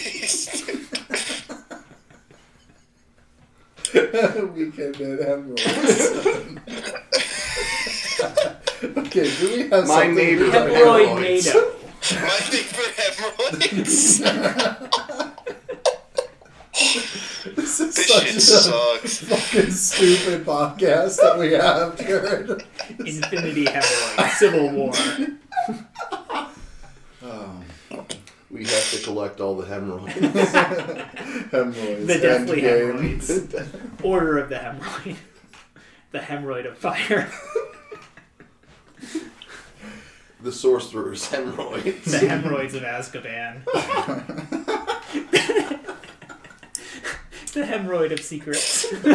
[SPEAKER 4] Weekend at hemorrhoids. okay, do we have
[SPEAKER 3] My
[SPEAKER 4] something
[SPEAKER 3] neighbor-
[SPEAKER 4] about
[SPEAKER 1] Hemorrhoid
[SPEAKER 3] Hemorrhoids.
[SPEAKER 1] NATO.
[SPEAKER 2] My thing for hemorrhoids.
[SPEAKER 4] This is
[SPEAKER 2] This
[SPEAKER 4] such
[SPEAKER 2] shit
[SPEAKER 4] a
[SPEAKER 2] sucks.
[SPEAKER 4] fucking stupid podcast that we have, Jared.
[SPEAKER 1] Infinity hemorrhoid. Civil War.
[SPEAKER 3] We have to collect all the hemorrhoids.
[SPEAKER 4] Hemorrhoids.
[SPEAKER 1] The deathly
[SPEAKER 4] Endgame.
[SPEAKER 1] hemorrhoids. Order of the hemorrhoid. The hemorrhoid of fire.
[SPEAKER 3] The sorcerer's hemorrhoids.
[SPEAKER 1] The hemorrhoids of Azkaban. the hemorrhoid of secrets.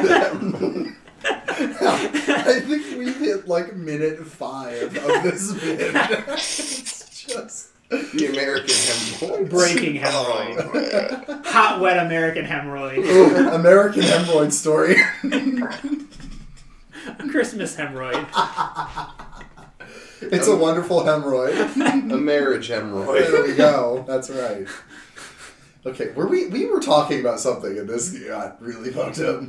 [SPEAKER 4] I think we've hit like minute five of this bit. it's just
[SPEAKER 3] The American hemorrhoids.
[SPEAKER 1] Breaking hemorrhoid.
[SPEAKER 2] Oh, man.
[SPEAKER 1] Hot, wet American hemorrhoid.
[SPEAKER 4] American hemorrhoid story.
[SPEAKER 1] Christmas hemorrhoid.
[SPEAKER 4] It's a wonderful hemorrhoid.
[SPEAKER 3] A marriage hemorrhoid.
[SPEAKER 4] There we go. That's right. Okay, were we we were talking about something and this got really fucked up.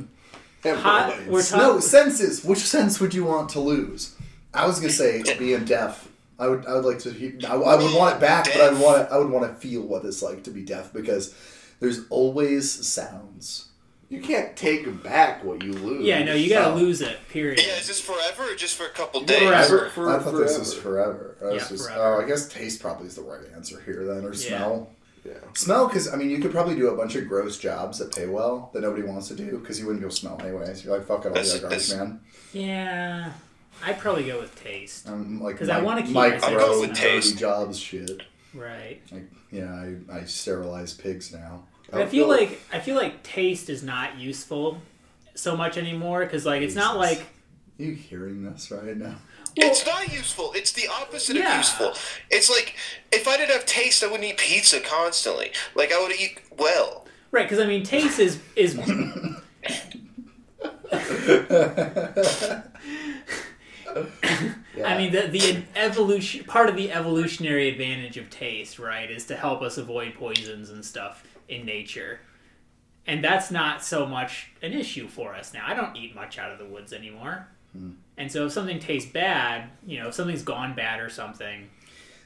[SPEAKER 1] Hot, we're
[SPEAKER 3] Hemorrhoids.
[SPEAKER 1] talking.
[SPEAKER 4] No senses. Which sense would you want to lose? I was gonna say being deaf. I would, I would like to. he- I, I would want it back, but I would want to, I would want to feel what it's like to be deaf because there's always sounds.
[SPEAKER 3] You can't take back what you lose.
[SPEAKER 1] yeah, no, you gotta
[SPEAKER 4] Oh.
[SPEAKER 1] lose it, period.
[SPEAKER 2] Yeah, is this forever or just for a couple days?
[SPEAKER 1] Forever.
[SPEAKER 3] For-
[SPEAKER 4] I thought this was
[SPEAKER 3] forever.
[SPEAKER 4] forever. I was
[SPEAKER 1] Yeah,
[SPEAKER 4] just-
[SPEAKER 1] forever.
[SPEAKER 4] Oh, I guess taste probably is the right answer here then, or
[SPEAKER 1] Yeah.
[SPEAKER 4] smell.
[SPEAKER 3] Yeah.
[SPEAKER 4] Smell, because I mean, you could probably do a bunch of gross jobs that pay well that nobody wants to do because you wouldn't go smell anyway. So you're like, "Oh, fuck it, I'll be
[SPEAKER 2] That's-
[SPEAKER 4] a garbage
[SPEAKER 2] that's-
[SPEAKER 4] man.
[SPEAKER 1] Yeah. I probably go with taste.
[SPEAKER 4] I'm like
[SPEAKER 1] 'Cause I
[SPEAKER 4] mi-
[SPEAKER 1] wanna keep my
[SPEAKER 2] taste.
[SPEAKER 4] micro
[SPEAKER 2] I go with
[SPEAKER 4] dirty
[SPEAKER 2] taste.
[SPEAKER 4] jobs shit.
[SPEAKER 1] Right.
[SPEAKER 4] Like yeah, I, I sterilize pigs now.
[SPEAKER 1] But I feel like I feel like taste is not useful so much anymore because like it's not
[SPEAKER 4] Jesus.
[SPEAKER 1] like
[SPEAKER 4] you hearing this right now?
[SPEAKER 1] well,
[SPEAKER 2] It's not useful. It's the opposite
[SPEAKER 1] Yeah.
[SPEAKER 2] of useful. It's like if I didn't have taste, I wouldn't eat pizza constantly. Like I would eat well.
[SPEAKER 1] right because I mean taste is is I mean the the evolution part of the evolutionary advantage of taste right is to help us avoid poisons and stuff in nature. And that's not so much an issue for us now. I don't eat much out of the woods anymore. And so if something tastes bad, you know, if something's gone bad or something,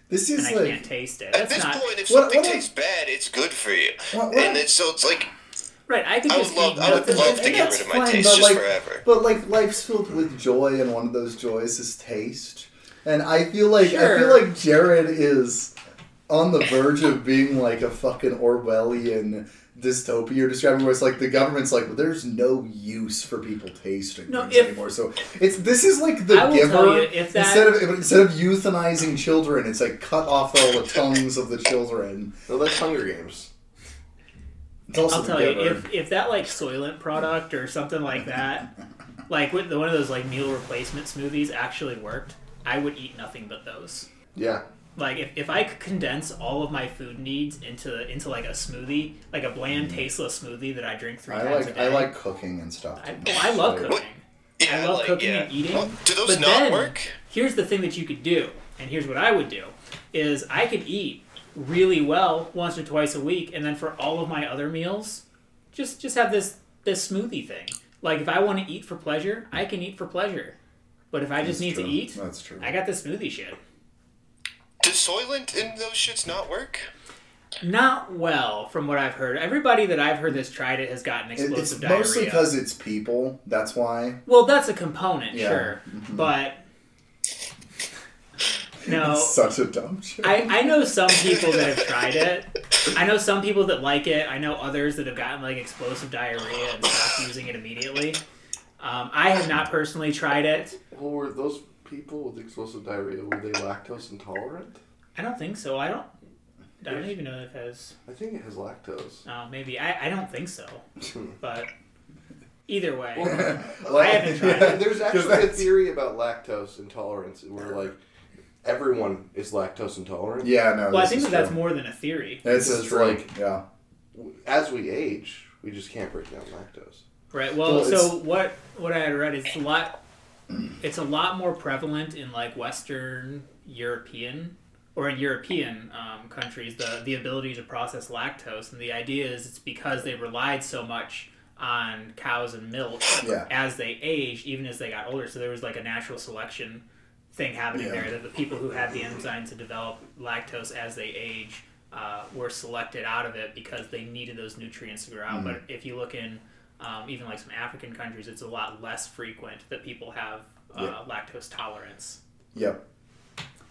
[SPEAKER 4] This
[SPEAKER 1] and
[SPEAKER 4] is
[SPEAKER 1] I
[SPEAKER 4] like
[SPEAKER 1] can't taste it.
[SPEAKER 2] At
[SPEAKER 1] That's
[SPEAKER 2] this
[SPEAKER 1] not
[SPEAKER 2] point, if
[SPEAKER 4] What-
[SPEAKER 2] something
[SPEAKER 4] what-
[SPEAKER 2] tastes bad, it's good for you.
[SPEAKER 4] What- what-
[SPEAKER 2] and it's, so it's like
[SPEAKER 1] right. I could
[SPEAKER 2] I
[SPEAKER 1] just
[SPEAKER 2] would love,
[SPEAKER 1] eat
[SPEAKER 2] I would
[SPEAKER 1] nothing.
[SPEAKER 2] love to
[SPEAKER 4] And
[SPEAKER 2] get
[SPEAKER 4] that's
[SPEAKER 2] rid of my
[SPEAKER 4] fine,
[SPEAKER 2] taste
[SPEAKER 4] but,
[SPEAKER 2] just
[SPEAKER 4] like-
[SPEAKER 2] forever.
[SPEAKER 4] But like life's filled with joy, and one of those joys is taste. And I feel like I feel
[SPEAKER 1] Sure.
[SPEAKER 4] like Jared is on the verge of being like a fucking Orwellian dystopia you're describing, where it's like the government's like, well, there's no use for people tasting
[SPEAKER 1] No,
[SPEAKER 4] things
[SPEAKER 1] if-
[SPEAKER 4] anymore. So it's this is like the
[SPEAKER 1] I will
[SPEAKER 4] giver
[SPEAKER 1] tell you, if that-
[SPEAKER 4] instead of instead of euthanizing children, it's like cut off all the tongues of the children.
[SPEAKER 3] No, that's Hunger Games.
[SPEAKER 4] It's also
[SPEAKER 1] I'll
[SPEAKER 4] the
[SPEAKER 1] tell you,
[SPEAKER 4] giver.
[SPEAKER 1] if if that like Soylent product or something like that, like with the, one of those like meal replacement smoothies actually worked, I would eat nothing but those.
[SPEAKER 3] Yeah.
[SPEAKER 1] Like if, if I could condense all of my food needs into into like a smoothie, like a bland, tasteless smoothie that I drink three
[SPEAKER 4] Mm. I
[SPEAKER 1] times a
[SPEAKER 4] like
[SPEAKER 1] day.
[SPEAKER 4] I like cooking and stuff.
[SPEAKER 1] I, well, I love
[SPEAKER 4] So-
[SPEAKER 1] cooking.
[SPEAKER 2] Yeah,
[SPEAKER 1] I love
[SPEAKER 2] like,
[SPEAKER 1] cooking
[SPEAKER 2] yeah.
[SPEAKER 1] and eating.
[SPEAKER 2] Well, do those
[SPEAKER 1] but
[SPEAKER 2] not
[SPEAKER 1] then,
[SPEAKER 2] work?
[SPEAKER 1] Here's the thing that you could do, and here's what I would do: is I could eat really well once or twice a week, and then for all of my other meals, just just have this this smoothie thing. Like if I want to eat for pleasure, I can eat for pleasure. But if I just
[SPEAKER 4] That's
[SPEAKER 1] need
[SPEAKER 4] true.
[SPEAKER 1] to eat,
[SPEAKER 4] That's true.
[SPEAKER 1] I got this smoothie shit.
[SPEAKER 2] Does Soylent and those shits not work?
[SPEAKER 1] Not well, from what I've heard. Everybody that I've heard that's tried it has gotten
[SPEAKER 4] It-
[SPEAKER 1] explosive
[SPEAKER 4] It's
[SPEAKER 1] diarrhea.
[SPEAKER 4] mostly because it's people. That's why.
[SPEAKER 1] Well, that's a component,
[SPEAKER 4] Yeah.
[SPEAKER 1] sure,
[SPEAKER 2] Mm-hmm.
[SPEAKER 1] but no,
[SPEAKER 4] It's such a dumb joke.
[SPEAKER 1] Oh. I, I know some people that have tried it. I know some people that like it. I know others that have gotten like explosive diarrhea and stopped using it immediately. Um, I have not personally tried it.
[SPEAKER 3] Well, were those people with explosive diarrhea were they lactose intolerant?
[SPEAKER 1] I don't think so. I don't. I don't even know if it has.
[SPEAKER 3] I think it has lactose.
[SPEAKER 1] Uh, maybe I, I. don't think so. But either way,
[SPEAKER 4] Like-
[SPEAKER 1] haven't tried
[SPEAKER 3] And there's actually a
[SPEAKER 4] that's-
[SPEAKER 3] theory about lactose intolerance where like everyone is lactose intolerant.
[SPEAKER 4] Yeah, no.
[SPEAKER 1] well, I
[SPEAKER 4] this
[SPEAKER 1] think
[SPEAKER 4] is
[SPEAKER 1] that that's
[SPEAKER 4] true.
[SPEAKER 1] more than a theory,
[SPEAKER 4] This
[SPEAKER 3] Because,
[SPEAKER 4] is true.
[SPEAKER 3] like-
[SPEAKER 4] yeah.
[SPEAKER 3] As we age, we just can't break down lactose.
[SPEAKER 1] right? Well,
[SPEAKER 4] Well,
[SPEAKER 1] so
[SPEAKER 4] it's-
[SPEAKER 1] what? What I had read is a lot. It's a lot more prevalent in like Western European or in European um, countries, the, the ability to process lactose. And the idea is it's because they relied so much on cows and milk
[SPEAKER 4] Yeah.
[SPEAKER 1] as they aged, even as they got older. So there was like a natural selection thing happening
[SPEAKER 4] Yeah.
[SPEAKER 1] there that the people who had the enzyme to develop lactose as they age uh, were selected out of it because they needed those nutrients to grow
[SPEAKER 4] Hmm.
[SPEAKER 1] out. But if you look in um, even like some African countries, it's a lot less frequent that people have uh, lactose tolerance
[SPEAKER 4] Yep.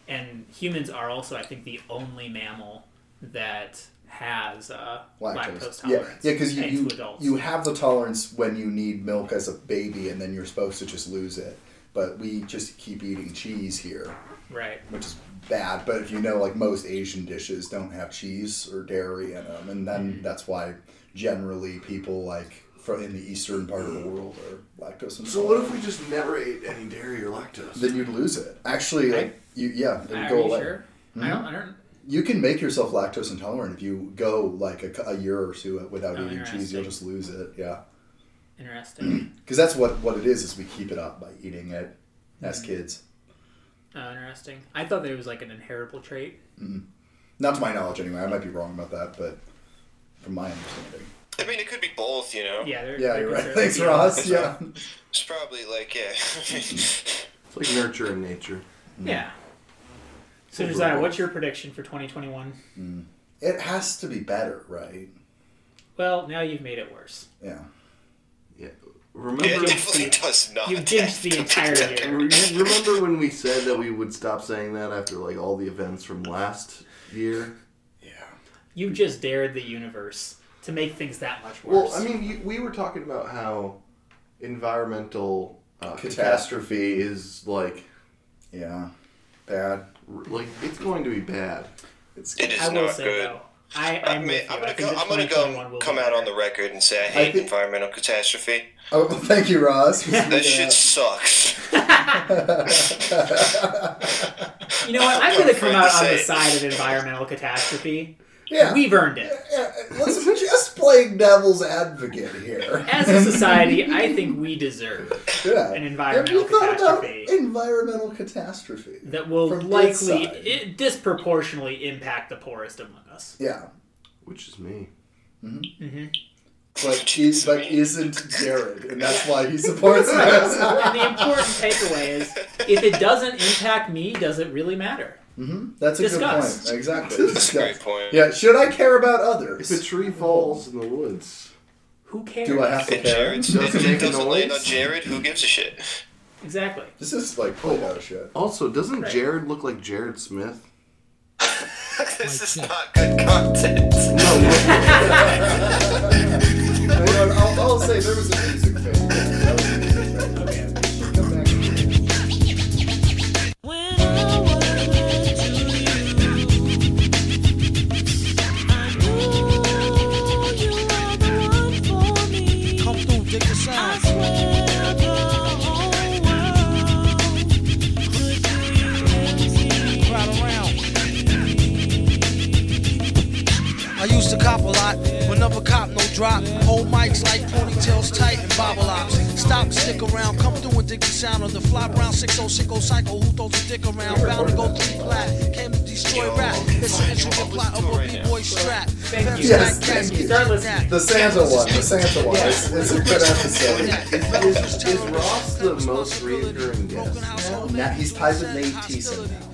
[SPEAKER 1] and humans are also, I think, the only mammal that has uh, lactose.
[SPEAKER 4] Lactose. yeah,
[SPEAKER 1] tolerance.
[SPEAKER 4] yeah, because you
[SPEAKER 1] and
[SPEAKER 4] you,
[SPEAKER 1] to adults.
[SPEAKER 4] you have the tolerance when you need milk as a baby, and then you're supposed to just lose it. But we just keep eating cheese here,
[SPEAKER 1] right.
[SPEAKER 4] which is bad. But if you know, like most Asian dishes don't have cheese or dairy in them,
[SPEAKER 1] Mm-hmm.
[SPEAKER 4] and then that's why generally people like from in the eastern part
[SPEAKER 1] Mm.
[SPEAKER 4] of the world are lactose intolerant.
[SPEAKER 3] So what if we just never ate any dairy or lactose?
[SPEAKER 4] then you'd lose it. Actually,
[SPEAKER 1] I-
[SPEAKER 4] like you, yeah, it would
[SPEAKER 1] Are
[SPEAKER 4] go
[SPEAKER 1] you
[SPEAKER 4] away. Hmm?
[SPEAKER 1] sure? I don't. I don't.
[SPEAKER 4] You can make yourself lactose intolerant if you go like a, a year or two without
[SPEAKER 1] Oh,
[SPEAKER 4] eating cheese. You'll
[SPEAKER 1] interesting.
[SPEAKER 4] just lose it. Yeah,
[SPEAKER 1] Interesting.
[SPEAKER 4] because that's what what it is. Is we keep it up by eating it as
[SPEAKER 1] Mm-hmm.
[SPEAKER 4] kids.
[SPEAKER 1] oh, interesting. I thought that it was like an inheritable trait.
[SPEAKER 4] Not to my knowledge, anyway. I might be wrong about that, but from my understanding,
[SPEAKER 2] I mean, it could be both, you know.
[SPEAKER 1] Yeah. They're,
[SPEAKER 4] yeah,
[SPEAKER 1] they're
[SPEAKER 4] you're right.
[SPEAKER 1] considered-
[SPEAKER 4] Thanks, Ross. Yeah,
[SPEAKER 2] Yeah. It's probably like yeah.
[SPEAKER 1] Mm-hmm.
[SPEAKER 3] It's like nurture and nature.
[SPEAKER 1] Yeah. So, Josiah, what's your prediction for 2021?
[SPEAKER 4] it has to be better, right?
[SPEAKER 1] Well, now you've made it worse.
[SPEAKER 4] Yeah.
[SPEAKER 3] Yeah.
[SPEAKER 2] Yeah,
[SPEAKER 3] Remember
[SPEAKER 2] it definitely does not.
[SPEAKER 1] You've jinxed the entire year.
[SPEAKER 3] remember when we said that we would stop saying that after like all the events from last year?
[SPEAKER 1] You just dared the universe to make things that much worse.
[SPEAKER 3] Well, I mean, you, we were talking about how environmental uh,
[SPEAKER 4] Catastrophe.
[SPEAKER 3] catastrophe is like
[SPEAKER 4] Yeah, bad.
[SPEAKER 3] r- like it's going to be bad.
[SPEAKER 7] It's
[SPEAKER 2] It is
[SPEAKER 1] I will
[SPEAKER 2] not
[SPEAKER 1] say
[SPEAKER 2] good.
[SPEAKER 1] though, I,
[SPEAKER 2] I
[SPEAKER 1] I'm,
[SPEAKER 2] mean,
[SPEAKER 1] with you.
[SPEAKER 2] I'm
[SPEAKER 1] I
[SPEAKER 2] gonna
[SPEAKER 1] think
[SPEAKER 2] go.
[SPEAKER 1] that
[SPEAKER 2] I'm gonna go
[SPEAKER 1] 2021
[SPEAKER 2] come
[SPEAKER 1] will be
[SPEAKER 2] out on
[SPEAKER 1] better.
[SPEAKER 2] the record and say I hate
[SPEAKER 4] think-
[SPEAKER 2] environmental catastrophe.
[SPEAKER 4] Oh, thank you, Ross. for
[SPEAKER 2] That
[SPEAKER 4] speaking
[SPEAKER 2] shit
[SPEAKER 4] up.
[SPEAKER 2] sucks.
[SPEAKER 1] You know what? I'm gonna come
[SPEAKER 2] afraid
[SPEAKER 1] out
[SPEAKER 2] to
[SPEAKER 1] on
[SPEAKER 2] say.
[SPEAKER 1] the side of environmental catastrophe.
[SPEAKER 4] Yeah.
[SPEAKER 1] We've earned it.
[SPEAKER 4] Yeah, Let's just play devil's advocate here.
[SPEAKER 1] As a society, I think we deserve
[SPEAKER 4] Yeah.
[SPEAKER 1] an environmental
[SPEAKER 4] Have you thought
[SPEAKER 1] catastrophe.
[SPEAKER 4] about environmental catastrophe?
[SPEAKER 1] that will
[SPEAKER 4] From this
[SPEAKER 1] likely
[SPEAKER 4] side.
[SPEAKER 1] it, disproportionately impact the poorest among us.
[SPEAKER 4] Yeah.
[SPEAKER 3] Which is me.
[SPEAKER 4] But, he's, but isn't Jared, and that's why he supports us.
[SPEAKER 1] and the important takeaway is, if it doesn't impact me, does it really matter?
[SPEAKER 4] That's a
[SPEAKER 1] Discuss.
[SPEAKER 4] good point. Exactly.
[SPEAKER 2] That's a great point.
[SPEAKER 4] Yeah, should I care
[SPEAKER 3] If
[SPEAKER 4] about
[SPEAKER 3] a
[SPEAKER 4] others?
[SPEAKER 3] tree falls in the woods,
[SPEAKER 1] Who cares?
[SPEAKER 4] Do I have to
[SPEAKER 2] And
[SPEAKER 4] care?
[SPEAKER 2] Jared's, if
[SPEAKER 3] Doesn't make
[SPEAKER 2] it
[SPEAKER 3] a
[SPEAKER 2] doesn't land on
[SPEAKER 3] noise.
[SPEAKER 2] Jared, who gives a shit?
[SPEAKER 1] Exactly.
[SPEAKER 4] This is like played
[SPEAKER 1] Oh.
[SPEAKER 4] out shit.
[SPEAKER 3] also doesn't
[SPEAKER 1] Right.
[SPEAKER 3] Jared look like Jared Smith?
[SPEAKER 2] this is not good content.
[SPEAKER 4] Well, I'll, I'll say there was a music thing. That was a music thing. Come back.
[SPEAKER 9] When I went to you, I knew you were the one for me.
[SPEAKER 5] Come through, dig the
[SPEAKER 9] I
[SPEAKER 5] sound.
[SPEAKER 9] swear the whole world could do you empty.
[SPEAKER 5] crowd around. I used to cop a lot, but never cop no drop. Hold mics like ponytails tight and bobble ops. Stop, stick around, come through and dig the sound of the flop round oh, 6060 cycle. Who throws a dick around? Bound to go three flat, came to destroy rap. It's an intricate plot of a b-boy strap. Fence
[SPEAKER 1] you.
[SPEAKER 4] Yes,
[SPEAKER 5] back,
[SPEAKER 4] thank
[SPEAKER 5] casket,
[SPEAKER 4] you.
[SPEAKER 1] Start
[SPEAKER 5] kid
[SPEAKER 1] listening.
[SPEAKER 5] knack.
[SPEAKER 4] The Santa one. The Santa one. It's, it's a good
[SPEAKER 5] Yeah.
[SPEAKER 4] episode.
[SPEAKER 3] Is, is Ross the most reoccurring
[SPEAKER 5] Broken
[SPEAKER 3] guest?
[SPEAKER 5] household
[SPEAKER 4] Now he's tied with Nate
[SPEAKER 5] management,
[SPEAKER 4] Thiessen now.
[SPEAKER 5] hostility.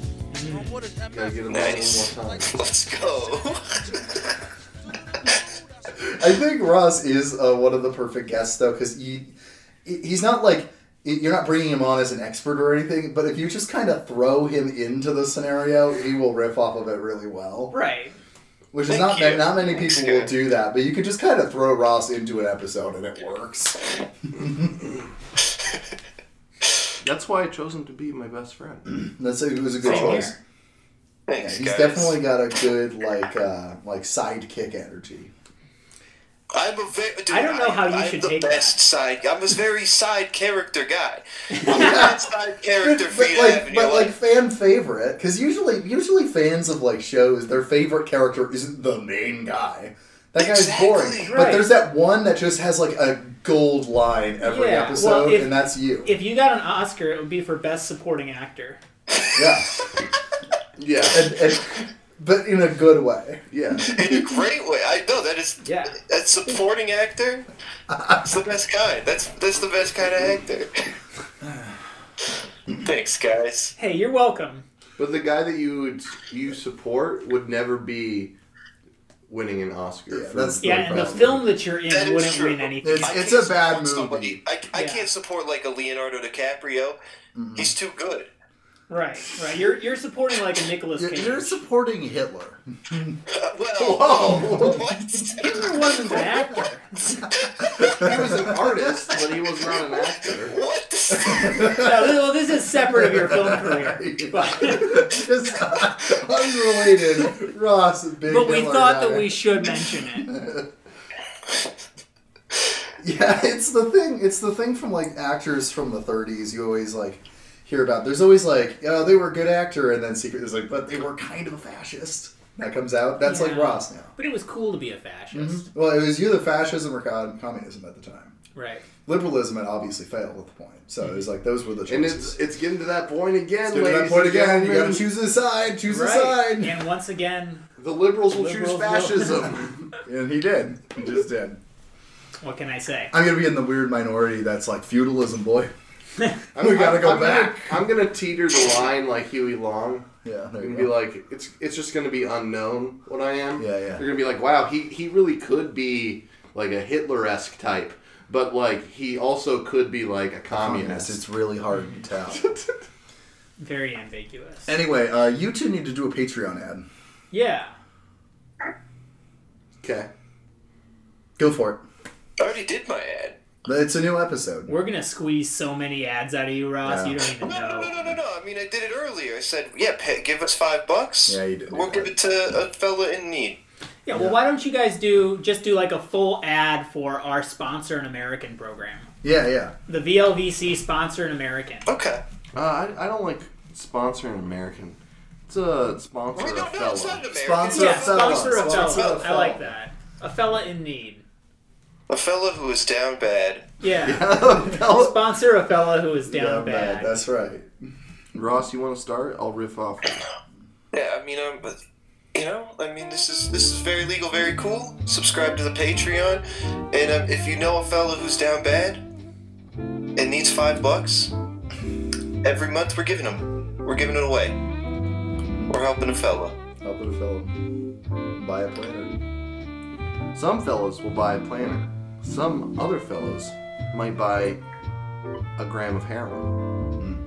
[SPEAKER 5] What is
[SPEAKER 3] Gotta get him
[SPEAKER 2] Nice.
[SPEAKER 3] one more time.
[SPEAKER 2] Let's go.
[SPEAKER 4] I think Ross is uh, one of the perfect guests though, because he he- he's not like you're not bringing him on as an expert or anything, but if you just kind of throw him into the scenario, he will riff off of it really well.
[SPEAKER 1] Right.
[SPEAKER 4] Which is
[SPEAKER 2] Thank
[SPEAKER 4] not
[SPEAKER 2] you.
[SPEAKER 4] not many people
[SPEAKER 2] Yeah.
[SPEAKER 4] will do that, but you can just kind of throw Ross into an episode and it works.
[SPEAKER 3] That's why I chose him to be my best friend.
[SPEAKER 4] That's a, it was a good
[SPEAKER 1] Same
[SPEAKER 4] choice.
[SPEAKER 1] here.
[SPEAKER 2] Thanks,
[SPEAKER 4] He's
[SPEAKER 2] guys.
[SPEAKER 4] definitely got a good like uh, like sidekick energy.
[SPEAKER 2] I'm a very, dude,
[SPEAKER 1] I don't know how you
[SPEAKER 2] I'm
[SPEAKER 1] should
[SPEAKER 2] the
[SPEAKER 1] take
[SPEAKER 2] best side. I'm a very side character guy. I'm that side character for
[SPEAKER 4] but
[SPEAKER 2] you to have
[SPEAKER 4] like,
[SPEAKER 2] in your
[SPEAKER 4] but like
[SPEAKER 2] life.
[SPEAKER 4] fan favorite, because usually, usually fans of like shows, their favorite character isn't the main guy. That guy's
[SPEAKER 2] Exactly,
[SPEAKER 4] boring. But
[SPEAKER 1] right.
[SPEAKER 4] there's that one that just has like a gold line every
[SPEAKER 1] Yeah,
[SPEAKER 4] episode,
[SPEAKER 1] well, if-
[SPEAKER 4] and that's you.
[SPEAKER 1] If you got an Oscar, it would be for best supporting actor.
[SPEAKER 4] yeah,
[SPEAKER 3] Yeah.
[SPEAKER 4] and, and, but in a good way.
[SPEAKER 3] Yeah.
[SPEAKER 2] in a great way. I know that is
[SPEAKER 1] Yeah.
[SPEAKER 2] that supporting actor. It's the best kind. That's that's the best kind of actor. Thanks, guys.
[SPEAKER 1] Hey, you're welcome.
[SPEAKER 3] But the guy that you would you support would never be winning an Oscar.
[SPEAKER 4] Yeah,
[SPEAKER 3] for
[SPEAKER 4] that's-
[SPEAKER 1] Yeah, and the
[SPEAKER 3] Brown.
[SPEAKER 1] film that you're in
[SPEAKER 2] That is
[SPEAKER 1] wouldn't
[SPEAKER 2] true.
[SPEAKER 1] win anything.
[SPEAKER 4] It's,
[SPEAKER 2] I
[SPEAKER 4] it's
[SPEAKER 2] can't
[SPEAKER 4] a bad
[SPEAKER 2] support
[SPEAKER 4] movie.
[SPEAKER 2] somebody- I, I
[SPEAKER 1] Yeah.
[SPEAKER 2] can't support like a Leonardo DiCaprio.
[SPEAKER 4] Mm-hmm.
[SPEAKER 2] He's too good.
[SPEAKER 1] Right, right. You're you're supporting like a Nicolas
[SPEAKER 4] You're,
[SPEAKER 1] Cage.
[SPEAKER 4] you're supporting Hitler.
[SPEAKER 2] Uh, well,
[SPEAKER 3] Oh,
[SPEAKER 4] Whoa.
[SPEAKER 2] what?
[SPEAKER 1] Hitler wasn't an actor.
[SPEAKER 3] he was an artist, but he was not an actor.
[SPEAKER 2] What?
[SPEAKER 1] No, th- well, this is separate of your film career. But,
[SPEAKER 4] just unrelated. Ross, big
[SPEAKER 1] but we
[SPEAKER 4] Hitler
[SPEAKER 1] thought that
[SPEAKER 4] guy.
[SPEAKER 1] we should mention it.
[SPEAKER 4] Yeah, it's the thing. It's the thing from like actors from the 30s. You always like hear about. There's always like, oh, they were a good actor, and then secret is like, but they were kind of a fascist. That comes out. That's like
[SPEAKER 1] Yeah.
[SPEAKER 4] Ross now.
[SPEAKER 1] But it was cool to be a fascist.
[SPEAKER 4] Well, it was either fascism or com- communism at the time.
[SPEAKER 1] Right.
[SPEAKER 4] Liberalism had obviously failed at the point, so it was like those were the choices.
[SPEAKER 3] Mm-hmm. And it's it's getting to that point again,
[SPEAKER 4] Let's go to that
[SPEAKER 3] ladies
[SPEAKER 4] point
[SPEAKER 3] and
[SPEAKER 4] again. You
[SPEAKER 3] gentlemen.
[SPEAKER 4] gotta choose a side. Choose
[SPEAKER 1] Right.
[SPEAKER 4] a side.
[SPEAKER 1] And once again,
[SPEAKER 3] the liberals will
[SPEAKER 1] Liberals will.
[SPEAKER 3] choose fascism.
[SPEAKER 4] And he did. He just did.
[SPEAKER 1] what can I say?
[SPEAKER 4] I'm gonna be in the weird minority that's like feudalism, boy.
[SPEAKER 3] I'm,
[SPEAKER 4] We gotta go
[SPEAKER 3] I'm
[SPEAKER 4] back.
[SPEAKER 3] Gonna, I'm gonna teeter the line like Huey Long.
[SPEAKER 4] Yeah. There
[SPEAKER 3] I'm
[SPEAKER 4] you
[SPEAKER 3] gonna
[SPEAKER 4] go.
[SPEAKER 3] be like, it's it's just gonna be unknown what I am.
[SPEAKER 4] Yeah, yeah.
[SPEAKER 3] They're gonna be like, wow, he he really could be like a Hitler esque type, but like he also could be like a
[SPEAKER 4] communist.
[SPEAKER 3] communist.
[SPEAKER 4] It's really hard to tell.
[SPEAKER 1] Very ambiguous.
[SPEAKER 4] Anyway, uh, you two need to do a Patreon ad.
[SPEAKER 1] Yeah.
[SPEAKER 3] Okay.
[SPEAKER 4] Go for it.
[SPEAKER 2] I already did my ad.
[SPEAKER 4] It's a new episode.
[SPEAKER 1] We're gonna squeeze so many ads out of you, Ross. You don't even
[SPEAKER 2] No, no, no,
[SPEAKER 1] know.
[SPEAKER 2] no, no, no. I mean, I did it earlier. I said, yeah, pay, give us five bucks.
[SPEAKER 4] Yeah, you did.
[SPEAKER 2] We'll give it to a fella in need.
[SPEAKER 1] Yeah. Well, why don't you guys do just do like a full ad for our sponsor an American program?
[SPEAKER 4] Yeah, yeah.
[SPEAKER 1] The VLVC sponsor an American.
[SPEAKER 4] Oh,
[SPEAKER 2] Okay.
[SPEAKER 3] Uh, I, I don't like sponsoring American. It's a sponsor
[SPEAKER 2] Wait,
[SPEAKER 3] a
[SPEAKER 2] no, no, it's not
[SPEAKER 3] fellow.
[SPEAKER 2] an American.
[SPEAKER 4] Sponsor
[SPEAKER 1] Yeah,
[SPEAKER 4] a fella.
[SPEAKER 1] sponsor a
[SPEAKER 4] Sponsor
[SPEAKER 1] fella.
[SPEAKER 4] a
[SPEAKER 1] I like
[SPEAKER 4] fella.
[SPEAKER 1] that. A fella in need.
[SPEAKER 2] A fella who is down bad.
[SPEAKER 1] Yeah.
[SPEAKER 3] Fellow-
[SPEAKER 1] Sponsor a fella who is down
[SPEAKER 4] Yeah,
[SPEAKER 1] bad.
[SPEAKER 4] That's right.
[SPEAKER 3] Ross, you want to start? I'll riff off.
[SPEAKER 2] Yeah, I mean, um, but you know, I mean, this is this is very legal, very cool. Subscribe to the Patreon, and um, if you know a fella who's down bad and needs five bucks, every month we're giving him, we're giving it away. We're helping a fella.
[SPEAKER 4] Help it a fellow. Buy a planner.
[SPEAKER 3] Some fellows will buy a planner. Some other fellows might buy a gram of heroin.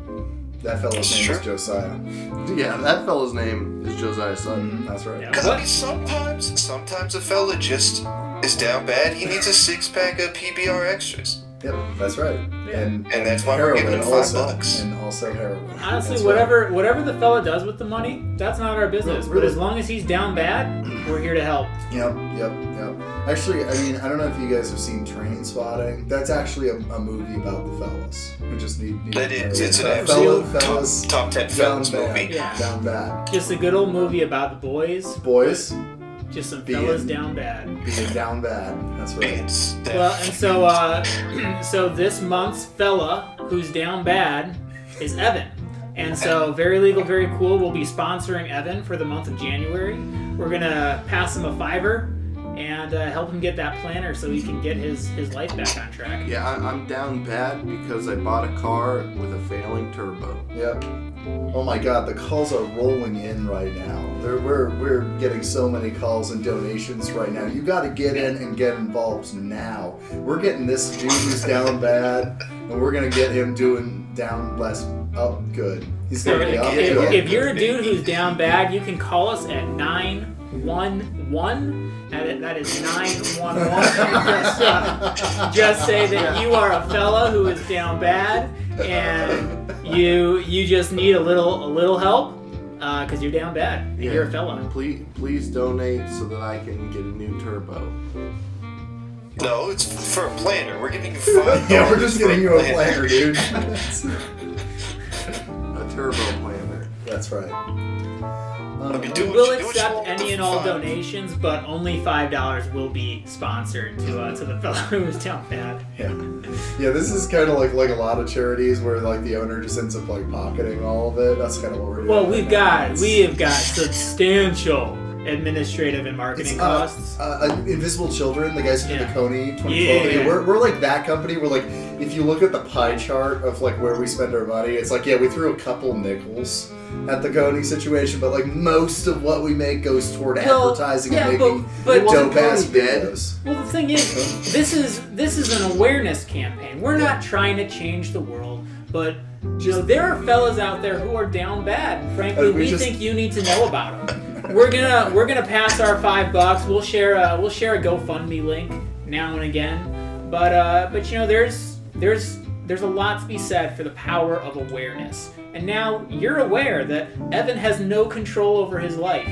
[SPEAKER 4] That fellow's
[SPEAKER 2] That's
[SPEAKER 4] name is
[SPEAKER 2] true.
[SPEAKER 4] Josiah. Mm-hmm,
[SPEAKER 3] Yeah, that fellow's name is Josiah Sutton.
[SPEAKER 4] That's right.
[SPEAKER 1] Yeah.
[SPEAKER 2] Cause I mean, sometimes, sometimes a fella just is down bad. He needs a six pack of PBR extras.
[SPEAKER 4] Yep, that's right. And
[SPEAKER 2] And that's why we're giving
[SPEAKER 4] heroin
[SPEAKER 2] him five
[SPEAKER 4] also,
[SPEAKER 2] bucks.
[SPEAKER 4] and also heroin.
[SPEAKER 1] Honestly,
[SPEAKER 4] That's right.
[SPEAKER 1] whatever whatever the fella does with the money, that's not our business.
[SPEAKER 4] No, really.
[SPEAKER 1] But as long as he's down bad, we're here to help.
[SPEAKER 4] Yep, yep, yep. Actually, I mean, I don't know if you guys have seen Train Spotting. That's actually a, a movie about the fellas. We just need. need
[SPEAKER 2] That is, it's an
[SPEAKER 4] fellas-
[SPEAKER 2] absolute
[SPEAKER 4] fellas,
[SPEAKER 2] top, top ten
[SPEAKER 4] down
[SPEAKER 2] fellas
[SPEAKER 4] bad,
[SPEAKER 2] movie.
[SPEAKER 1] Yeah.
[SPEAKER 4] down bad.
[SPEAKER 1] Just a good old movie about the boys,
[SPEAKER 4] Boys,
[SPEAKER 1] just some
[SPEAKER 4] Being-
[SPEAKER 1] fellas down bad.
[SPEAKER 4] being down bad. That's right.
[SPEAKER 2] Beats that.
[SPEAKER 1] Well, and so uh, so this month's fella who's down bad is Evan. And so Very Legal, Very Cool will be sponsoring Evan for the month of January. We're gonna pass him a fiver and uh, help him get that planner so he can get his his life back on track.
[SPEAKER 3] Yeah, I, I'm down bad because I bought a car with a failing turbo.
[SPEAKER 4] Yep. Oh my God, the calls are rolling in right now. They're, we're we're getting so many calls and donations right now. You got to get in and get involved now. We're getting this dude who's down bad, and we're gonna get him doing down less up good. He's
[SPEAKER 1] So
[SPEAKER 4] gonna be up
[SPEAKER 1] if,
[SPEAKER 4] good.
[SPEAKER 1] if you're a dude who's down bad, you can call us at 911. That is, that is 911. just, uh, just say that you are a fella who is down bad and you you just need a little a little help because you're down bad. and You're a fella.
[SPEAKER 3] Please, please donate so that I can get a new turbo.
[SPEAKER 2] No, it's for a planner. We're giving you five.
[SPEAKER 4] Yeah, we're just
[SPEAKER 2] for
[SPEAKER 4] giving you a planner, dude.
[SPEAKER 3] A turbo planner.
[SPEAKER 4] That's right.
[SPEAKER 2] Okay, do what
[SPEAKER 1] We'll
[SPEAKER 2] you- do what you
[SPEAKER 1] accept
[SPEAKER 2] want
[SPEAKER 1] any
[SPEAKER 2] for
[SPEAKER 1] and all
[SPEAKER 2] five.
[SPEAKER 1] donations, but only five dollars will be sponsored to uh, to the fella who is down bad.
[SPEAKER 4] Yeah. Yeah, this is kind of like like a lot of charities where like the owner just ends up like pocketing all of it. That's kind of what we're doing.
[SPEAKER 1] Well,
[SPEAKER 4] right
[SPEAKER 1] we've
[SPEAKER 4] now.
[SPEAKER 1] got
[SPEAKER 4] It's-
[SPEAKER 1] we have got substantial administrative and
[SPEAKER 4] It's
[SPEAKER 1] marketing
[SPEAKER 4] uh,
[SPEAKER 1] costs.
[SPEAKER 4] uh, uh, Invisible Children, the guys who did
[SPEAKER 1] Yeah.
[SPEAKER 4] the Coney 2012.
[SPEAKER 1] Yeah.
[SPEAKER 4] We're, we're like that company. We're like, if you look at the pie chart of like where we spend our money, it's like, yeah, we threw a couple nickels at the Coney situation, but like most of what we make goes toward
[SPEAKER 1] Well,
[SPEAKER 4] advertising
[SPEAKER 1] yeah,
[SPEAKER 4] and
[SPEAKER 1] but-
[SPEAKER 4] making
[SPEAKER 1] but-
[SPEAKER 4] dope ass
[SPEAKER 3] Wasn't Coney dead?
[SPEAKER 4] videos.
[SPEAKER 1] Well, the thing is, this is this is an awareness campaign. We're not trying to change the world, but you know, there are fellas out there who are down bad. and Frankly,
[SPEAKER 4] Uh, we
[SPEAKER 1] we
[SPEAKER 4] just-
[SPEAKER 1] think you need to know about them. We're gonna we're gonna pass our five bucks. We'll share a we'll share a GoFundMe link now and again. But uh, but you know, there's there's there's a lot to be said for the power of awareness. And now you're aware that Evan has no control over his life,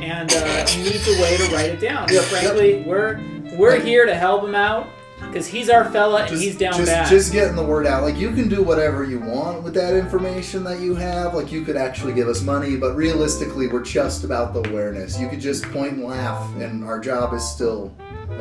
[SPEAKER 1] and uh, he needs a way to write it down.
[SPEAKER 4] Yep,
[SPEAKER 1] frankly, we're we're here to help him out because he's our fella and he's down
[SPEAKER 4] just,
[SPEAKER 1] bad.
[SPEAKER 4] just getting the word out. Like you can do whatever you want with that information that you have. Like you could actually give us money, but realistically, we're just about the awareness. You could just point and laugh, and our job is still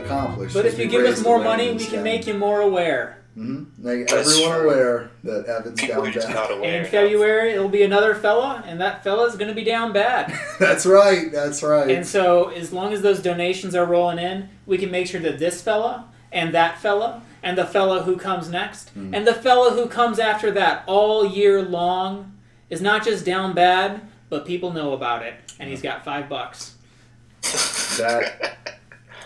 [SPEAKER 4] accomplished.
[SPEAKER 1] but if you give us more money, we can make you more aware.
[SPEAKER 4] hmm Make
[SPEAKER 2] That's
[SPEAKER 4] everyone
[SPEAKER 2] true.
[SPEAKER 4] aware that Evan's
[SPEAKER 2] People
[SPEAKER 4] down
[SPEAKER 2] are just
[SPEAKER 4] bad.
[SPEAKER 2] not aware.
[SPEAKER 1] And in
[SPEAKER 2] enough.
[SPEAKER 1] February, it'll be another fella, and that fella's gonna be down bad.
[SPEAKER 4] That's right. That's right.
[SPEAKER 1] and so, as long as those donations are rolling in, we can make sure that this fella and that fella and the fella who comes next
[SPEAKER 4] Hmm.
[SPEAKER 1] and the fella who comes after that all year long is not just down bad, but people know about it. And he's got five bucks.
[SPEAKER 4] that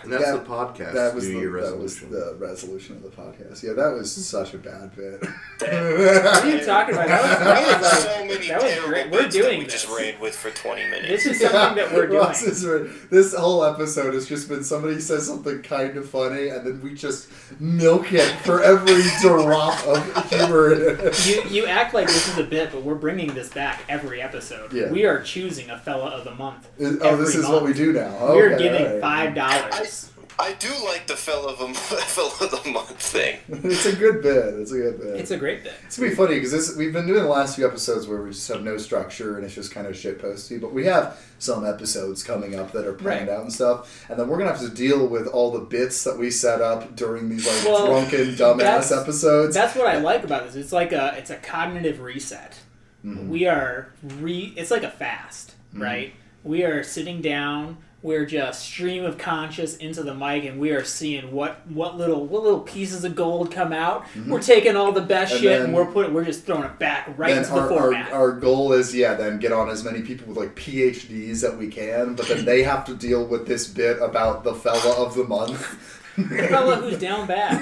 [SPEAKER 3] And that's
[SPEAKER 4] That-
[SPEAKER 3] the podcast.
[SPEAKER 4] that was
[SPEAKER 3] New
[SPEAKER 4] the,
[SPEAKER 3] Year
[SPEAKER 4] that was
[SPEAKER 3] resolution.
[SPEAKER 4] the resolution of the podcast. Yeah, that was such a bad bit.
[SPEAKER 1] What are you talking about? That was- that was like-
[SPEAKER 2] so many
[SPEAKER 1] That was
[SPEAKER 2] terrible
[SPEAKER 1] great. We're
[SPEAKER 2] bits that
[SPEAKER 1] doing
[SPEAKER 2] we just
[SPEAKER 1] this.
[SPEAKER 2] ran with for 20 minutes.
[SPEAKER 1] This is something that we're doing.
[SPEAKER 4] Ross is right. This whole episode has just been somebody says something kind of funny, and then we just milk it for every drop of humor in it.
[SPEAKER 1] You, you act like this is a bit, but we're bringing this back every episode.
[SPEAKER 4] Yeah.
[SPEAKER 1] We are choosing a fella of the month.
[SPEAKER 4] Is- Oh, this
[SPEAKER 1] every
[SPEAKER 4] is what we
[SPEAKER 1] month.
[SPEAKER 4] do now.
[SPEAKER 1] We're
[SPEAKER 4] Okay,
[SPEAKER 1] giving
[SPEAKER 4] all right.
[SPEAKER 1] five dollars.
[SPEAKER 2] I do like the fell of a fell of the month thing.
[SPEAKER 4] It's a good bit. It's a good bit.
[SPEAKER 1] It's a great thing.
[SPEAKER 4] It's gonna be funny because this we've been doing the last few episodes where we just have no structure and it's just kind of shit posty. But we have some episodes coming up that are planned
[SPEAKER 1] Right.
[SPEAKER 4] out and stuff, and then we're gonna have to deal with all the bits that we set up during these like
[SPEAKER 1] Well,
[SPEAKER 4] drunken dumbass
[SPEAKER 1] that's-
[SPEAKER 4] episodes.
[SPEAKER 1] That's what I like about this. It's like a it's a cognitive reset.
[SPEAKER 4] Mm-hmm.
[SPEAKER 1] We are re it's like a fast, right? We are sitting down, we're just stream of conscious into the mic and we are seeing what what little what little pieces of gold come out. We're taking all the best
[SPEAKER 4] Mm-hmm. And
[SPEAKER 1] shit
[SPEAKER 4] then-
[SPEAKER 1] and we're putting we're just throwing it back right
[SPEAKER 4] Then
[SPEAKER 1] into the
[SPEAKER 4] our, our,
[SPEAKER 1] format.
[SPEAKER 4] our goal is yeah, then get on as many people with like PhDs that we can, but then they have to deal with this bit about the fella of the month.
[SPEAKER 1] the fella who's down bad.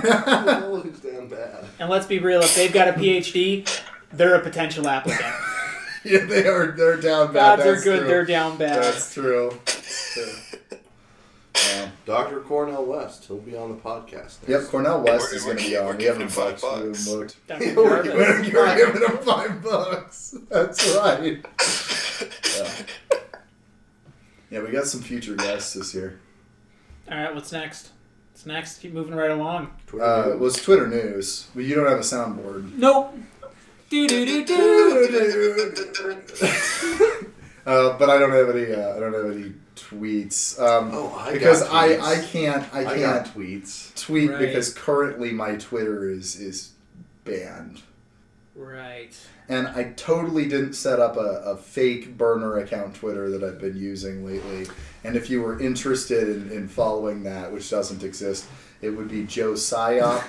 [SPEAKER 3] Who's damn bad?
[SPEAKER 1] And let's be real, if they've got a PhD, they're a potential applicant.
[SPEAKER 4] yeah, they are they're down bad.
[SPEAKER 1] God, they're
[SPEAKER 4] That's
[SPEAKER 1] good,
[SPEAKER 4] true.
[SPEAKER 1] they're down bad.
[SPEAKER 4] That's true. That's true. Yeah.
[SPEAKER 3] Dr. Cornell West. He'll be on the podcast. next.
[SPEAKER 4] Yep, Cornell West
[SPEAKER 2] We're-
[SPEAKER 4] is going to be
[SPEAKER 2] we're-
[SPEAKER 4] on.
[SPEAKER 2] we're
[SPEAKER 4] We
[SPEAKER 2] giving
[SPEAKER 4] haven't
[SPEAKER 2] him
[SPEAKER 4] booked.
[SPEAKER 2] five
[SPEAKER 4] We haven't
[SPEAKER 2] bucks.
[SPEAKER 4] booked.
[SPEAKER 1] Dr.
[SPEAKER 4] We're
[SPEAKER 1] Jarvis.
[SPEAKER 4] giving him five bucks. That's right. Yeah. yeah, we got some future guests this year.
[SPEAKER 1] All right, what's next? What's next? Keep moving right along.
[SPEAKER 3] Twitter
[SPEAKER 4] Uh,
[SPEAKER 3] dude.
[SPEAKER 4] it was Twitter news. Well, you don't have a soundboard.
[SPEAKER 1] Nope. Do do do do.
[SPEAKER 4] Uh, but I don't have any. Uh, I don't have any tweets. Um,
[SPEAKER 3] Oh, I got
[SPEAKER 4] because I,
[SPEAKER 3] tweets.
[SPEAKER 4] I can't I
[SPEAKER 3] I
[SPEAKER 4] can't
[SPEAKER 3] got tweets.
[SPEAKER 4] tweet
[SPEAKER 1] Right.
[SPEAKER 4] because currently my Twitter is is banned.
[SPEAKER 1] Right.
[SPEAKER 4] and I totally didn't set up a, a fake burner account Twitter that I've been using lately. And if you were interested in, in following that, which doesn't exist, it would be Joe Psyop,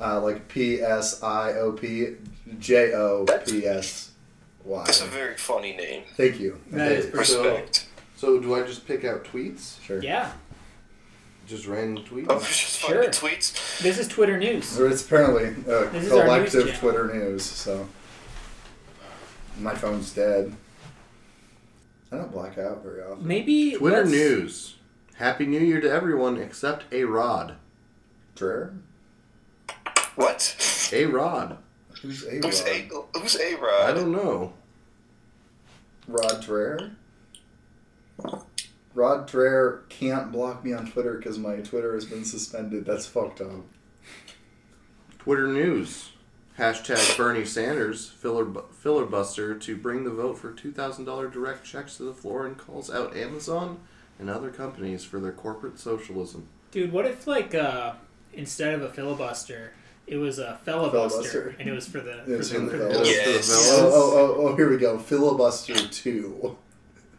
[SPEAKER 4] uh, like P S I O P J O P S Y.
[SPEAKER 2] That's a very funny name.
[SPEAKER 4] Thank you.
[SPEAKER 1] That is pretty cool.
[SPEAKER 2] Respect.
[SPEAKER 3] So do I just pick out tweets?
[SPEAKER 4] Sure.
[SPEAKER 1] Yeah.
[SPEAKER 3] Just random tweets?
[SPEAKER 2] Oh, we're just
[SPEAKER 1] Sure.
[SPEAKER 2] finding tweets.
[SPEAKER 1] This is Twitter news.
[SPEAKER 4] So it's apparently a
[SPEAKER 1] This is our news
[SPEAKER 4] collective
[SPEAKER 1] channel.
[SPEAKER 4] Twitter news. So my phone's dead. I don't black out very often.
[SPEAKER 1] Maybe
[SPEAKER 3] Twitter
[SPEAKER 1] let's-
[SPEAKER 3] news. Happy New Year to everyone except A Rod.
[SPEAKER 4] Dreher?
[SPEAKER 2] What?
[SPEAKER 3] A Rod.
[SPEAKER 4] Who's
[SPEAKER 2] Who's
[SPEAKER 4] A-Rod?
[SPEAKER 2] a Who's a
[SPEAKER 3] I
[SPEAKER 2] Rod?
[SPEAKER 3] don't know.
[SPEAKER 4] Rod Dreher. Rod Dreher can't block me on Twitter because my Twitter has been suspended. That's fucked up.
[SPEAKER 3] Twitter news. Hashtag Bernie Sanders filib- filibuster to bring the vote for $2,000 direct checks to the floor and calls out Amazon and other companies for their corporate socialism.
[SPEAKER 1] Dude, what if like uh, instead of a filibuster, it was a filibuster,
[SPEAKER 4] Filibuster.
[SPEAKER 1] and it was for the.
[SPEAKER 4] It was
[SPEAKER 1] for
[SPEAKER 4] in the
[SPEAKER 1] the-
[SPEAKER 4] filibuster.
[SPEAKER 2] Yes.
[SPEAKER 4] Oh, oh, oh, oh, here we go. Filibuster 2.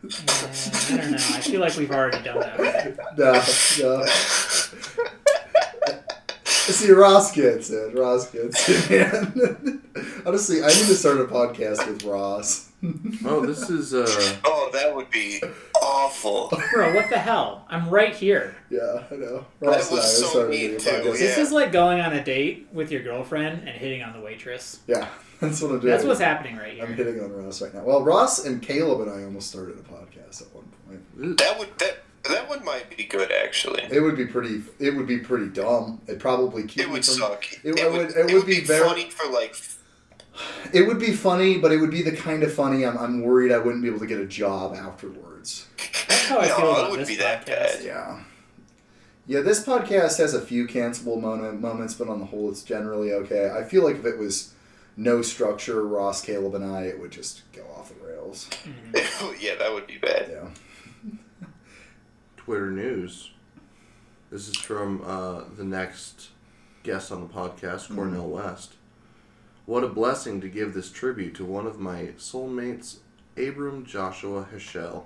[SPEAKER 1] I don't know. I feel like we've already done that.
[SPEAKER 4] No, no. See, Ross gets it. Ross gets it, man. Honestly, I need to start a podcast with Ross.
[SPEAKER 3] Oh, this is uh,
[SPEAKER 2] Oh, that would be awful.
[SPEAKER 1] Bro, what the hell? I'm right here.
[SPEAKER 4] Yeah, I know. Ross
[SPEAKER 2] That was so
[SPEAKER 4] doing
[SPEAKER 2] neat, too,
[SPEAKER 1] This
[SPEAKER 2] Yeah.
[SPEAKER 1] is like going on a date with your girlfriend and hitting on the waitress.
[SPEAKER 4] Yeah, that's what I'm doing.
[SPEAKER 1] That's what's happening right
[SPEAKER 4] I'm
[SPEAKER 1] here.
[SPEAKER 4] hitting on Ross right now. Well, Ross and Caleb and I almost started a podcast at one point.
[SPEAKER 2] That would that that one might be good actually.
[SPEAKER 4] It would be pretty. It would be pretty dumb. It probably keep
[SPEAKER 2] It
[SPEAKER 4] me
[SPEAKER 2] would
[SPEAKER 4] from-
[SPEAKER 2] suck.
[SPEAKER 4] It, it would. It would be very.
[SPEAKER 2] funny for like.
[SPEAKER 4] It would be funny, but it would be the kind of funny I'm, I'm worried I wouldn't be able to get a job afterwards.
[SPEAKER 1] That's how I
[SPEAKER 2] No,
[SPEAKER 1] feel
[SPEAKER 2] it
[SPEAKER 1] about
[SPEAKER 2] wouldn't
[SPEAKER 1] this
[SPEAKER 2] be that
[SPEAKER 1] podcast.
[SPEAKER 2] bad.
[SPEAKER 4] Yeah. Yeah, this podcast has a few cancelable moment, moments, but on the whole, it's generally okay. I feel like if it was no structure, Ross, Caleb, and I, it would just go off the rails.
[SPEAKER 2] yeah, that would be bad.
[SPEAKER 4] Yeah.
[SPEAKER 3] Twitter news. This is from uh, the next guest on the podcast, Cornell West. What a blessing to give this tribute to one of my soulmates, Abram Joshua Heschel.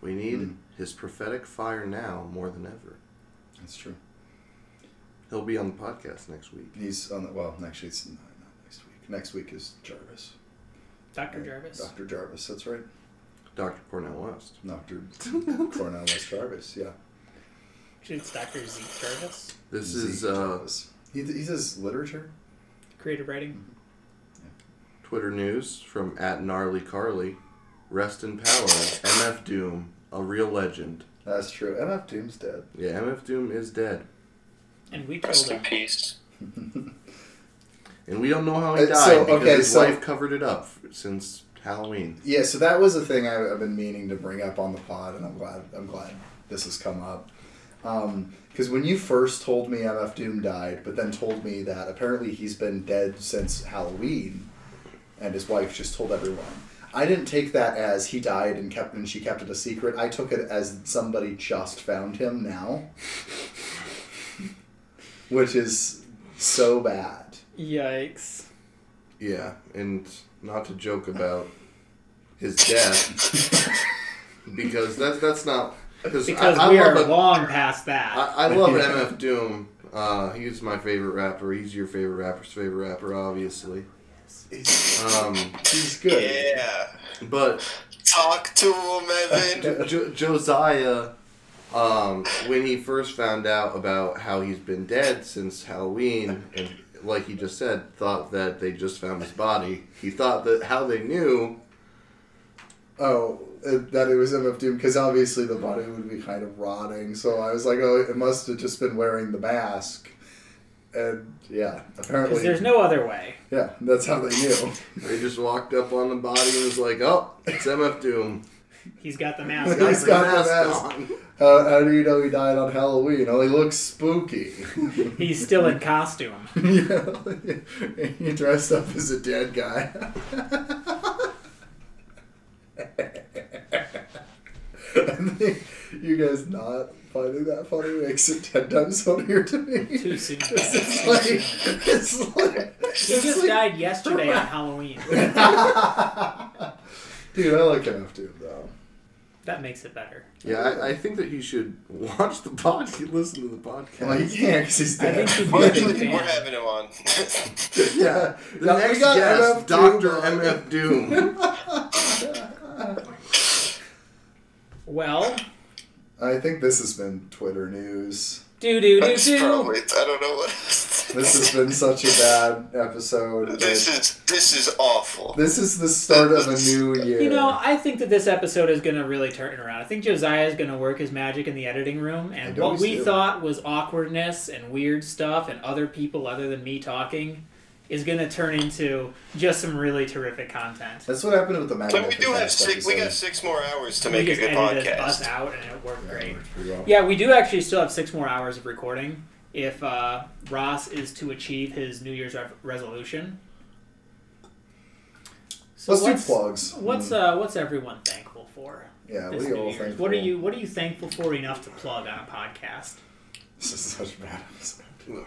[SPEAKER 3] We need his prophetic fire now more than ever.
[SPEAKER 4] That's true.
[SPEAKER 3] He'll be on the podcast next week.
[SPEAKER 4] He's on the. Well, actually, it's not, not next week. Next week is Jarvis.
[SPEAKER 1] Dr. Jarvis.
[SPEAKER 4] Dr. Jarvis, that's right.
[SPEAKER 3] Dr. Cornell West.
[SPEAKER 4] Dr. Cornell West Jarvis, yeah.
[SPEAKER 1] Actually, it's Dr. Zeke Jarvis.
[SPEAKER 3] This
[SPEAKER 4] Zeke
[SPEAKER 3] is uh,
[SPEAKER 4] Jarvis. He, he does literature?
[SPEAKER 1] Creative writing.
[SPEAKER 3] Twitter news from at gnarly carly. Rest in power, MF Doom, a real legend.
[SPEAKER 4] That's true. MF Doom's dead.
[SPEAKER 3] Yeah, MF Doom is dead,
[SPEAKER 1] And we killed
[SPEAKER 2] Rest in
[SPEAKER 1] him.
[SPEAKER 2] peace.
[SPEAKER 3] and we don't know how he
[SPEAKER 4] Uh,
[SPEAKER 3] died
[SPEAKER 4] so,
[SPEAKER 3] because
[SPEAKER 4] okay,
[SPEAKER 3] his
[SPEAKER 4] so-
[SPEAKER 3] wife covered it up f- since Halloween.
[SPEAKER 4] Yeah, so that was a thing I, I've been meaning to bring up on the pod, and I'm glad I'm glad this has come up. Because when you first told me MF Doom died, but then told me that apparently he's been dead since Halloween, and his wife just told everyone, I didn't take that as he died and kept and she kept it a secret. I took it as somebody just found him now, which is so bad.
[SPEAKER 1] Yikes.
[SPEAKER 3] Yeah, and not to joke about his death because that's that's not
[SPEAKER 1] Because
[SPEAKER 3] I, I
[SPEAKER 1] we are
[SPEAKER 3] love a-
[SPEAKER 1] long past that.
[SPEAKER 3] I, I love MF Doom. Uh, he's my favorite rapper. He's your favorite rapper's favorite rapper, obviously. Um,
[SPEAKER 4] He's good.
[SPEAKER 2] Yeah.
[SPEAKER 3] but
[SPEAKER 2] Talk to him, Evan.
[SPEAKER 3] Jo- Josiah, um, when he first found out about how he's been dead since Halloween, and like he just said, thought that they just found his body. He thought that how they knew
[SPEAKER 4] Oh, uh, that it was MF Doom because obviously the body would be kind of rotting. So I was like, oh, it must have just been wearing the mask. And yeah,
[SPEAKER 1] Because
[SPEAKER 4] apparently,
[SPEAKER 1] there's no other way.
[SPEAKER 4] yeah, that's how they knew.
[SPEAKER 3] They just walked up on the body and was like, "Oh, it's MF Doom."
[SPEAKER 1] He's got the mask.
[SPEAKER 4] He's
[SPEAKER 1] on.
[SPEAKER 3] The
[SPEAKER 4] got the
[SPEAKER 3] mask
[SPEAKER 4] mask. Uh,
[SPEAKER 3] on.
[SPEAKER 4] how, how do you know he died on Halloween? Oh, he looks spooky.
[SPEAKER 1] He's still in costume.
[SPEAKER 4] yeah, he dressed up as a dead guy. I think you guys not finding that funny makes it ten times funnier to me.
[SPEAKER 1] Too soon.
[SPEAKER 4] This is like it's like
[SPEAKER 1] He
[SPEAKER 4] it's
[SPEAKER 1] just
[SPEAKER 4] like-
[SPEAKER 1] died yesterday on Halloween.
[SPEAKER 4] Dude, I like MF Doom though.
[SPEAKER 1] That makes it better.
[SPEAKER 3] Yeah, I, I think that you should watch the podcast, listen to the podcast.
[SPEAKER 4] Well, he can't because he's
[SPEAKER 1] I
[SPEAKER 4] dead.
[SPEAKER 1] think he'd be
[SPEAKER 2] We're
[SPEAKER 1] a good
[SPEAKER 2] we're
[SPEAKER 1] fan.
[SPEAKER 2] having him on.
[SPEAKER 4] yeah,
[SPEAKER 3] the
[SPEAKER 4] Now, we
[SPEAKER 3] next
[SPEAKER 4] got
[SPEAKER 3] guest,
[SPEAKER 4] MF Doom
[SPEAKER 3] Doctor
[SPEAKER 4] on.
[SPEAKER 3] MF Doom.
[SPEAKER 1] Well,
[SPEAKER 4] I think this has been Twitter news.
[SPEAKER 1] do do do
[SPEAKER 2] That's
[SPEAKER 1] do.
[SPEAKER 2] probably. I don't know what. else to-
[SPEAKER 4] This has been such a bad episode.
[SPEAKER 2] This is this is awful.
[SPEAKER 4] This is the start of a new year.
[SPEAKER 1] You know, I think that this episode is going to really turn it around. I think Josiah is going to work his magic in the editing room, and
[SPEAKER 4] I
[SPEAKER 1] what
[SPEAKER 4] always
[SPEAKER 1] we
[SPEAKER 4] do.
[SPEAKER 1] thought was awkwardness and weird stuff and other people other than me talking is going to turn into just some really terrific content.
[SPEAKER 4] that's what happened with the Magnificast
[SPEAKER 2] But we do have six. We
[SPEAKER 4] episode.
[SPEAKER 2] got six more hours to
[SPEAKER 1] We
[SPEAKER 2] make a
[SPEAKER 1] just
[SPEAKER 2] good
[SPEAKER 1] edited us
[SPEAKER 2] podcast.
[SPEAKER 1] out, and it worked great.
[SPEAKER 4] Pretty well.
[SPEAKER 1] Yeah, we do actually still have six more hours of recording if uh, Ross is to achieve his New Year's re- resolution. So
[SPEAKER 4] Let's
[SPEAKER 1] what's,
[SPEAKER 4] do plugs. Mm.
[SPEAKER 1] What's uh, what's everyone thankful for?
[SPEAKER 4] Hmm. yeah,
[SPEAKER 1] this
[SPEAKER 4] we
[SPEAKER 1] New
[SPEAKER 4] all
[SPEAKER 1] Year's?
[SPEAKER 4] think.
[SPEAKER 1] What are you What are you thankful for enough to plug on a podcast?
[SPEAKER 4] This is such a bad episode.
[SPEAKER 2] Oh,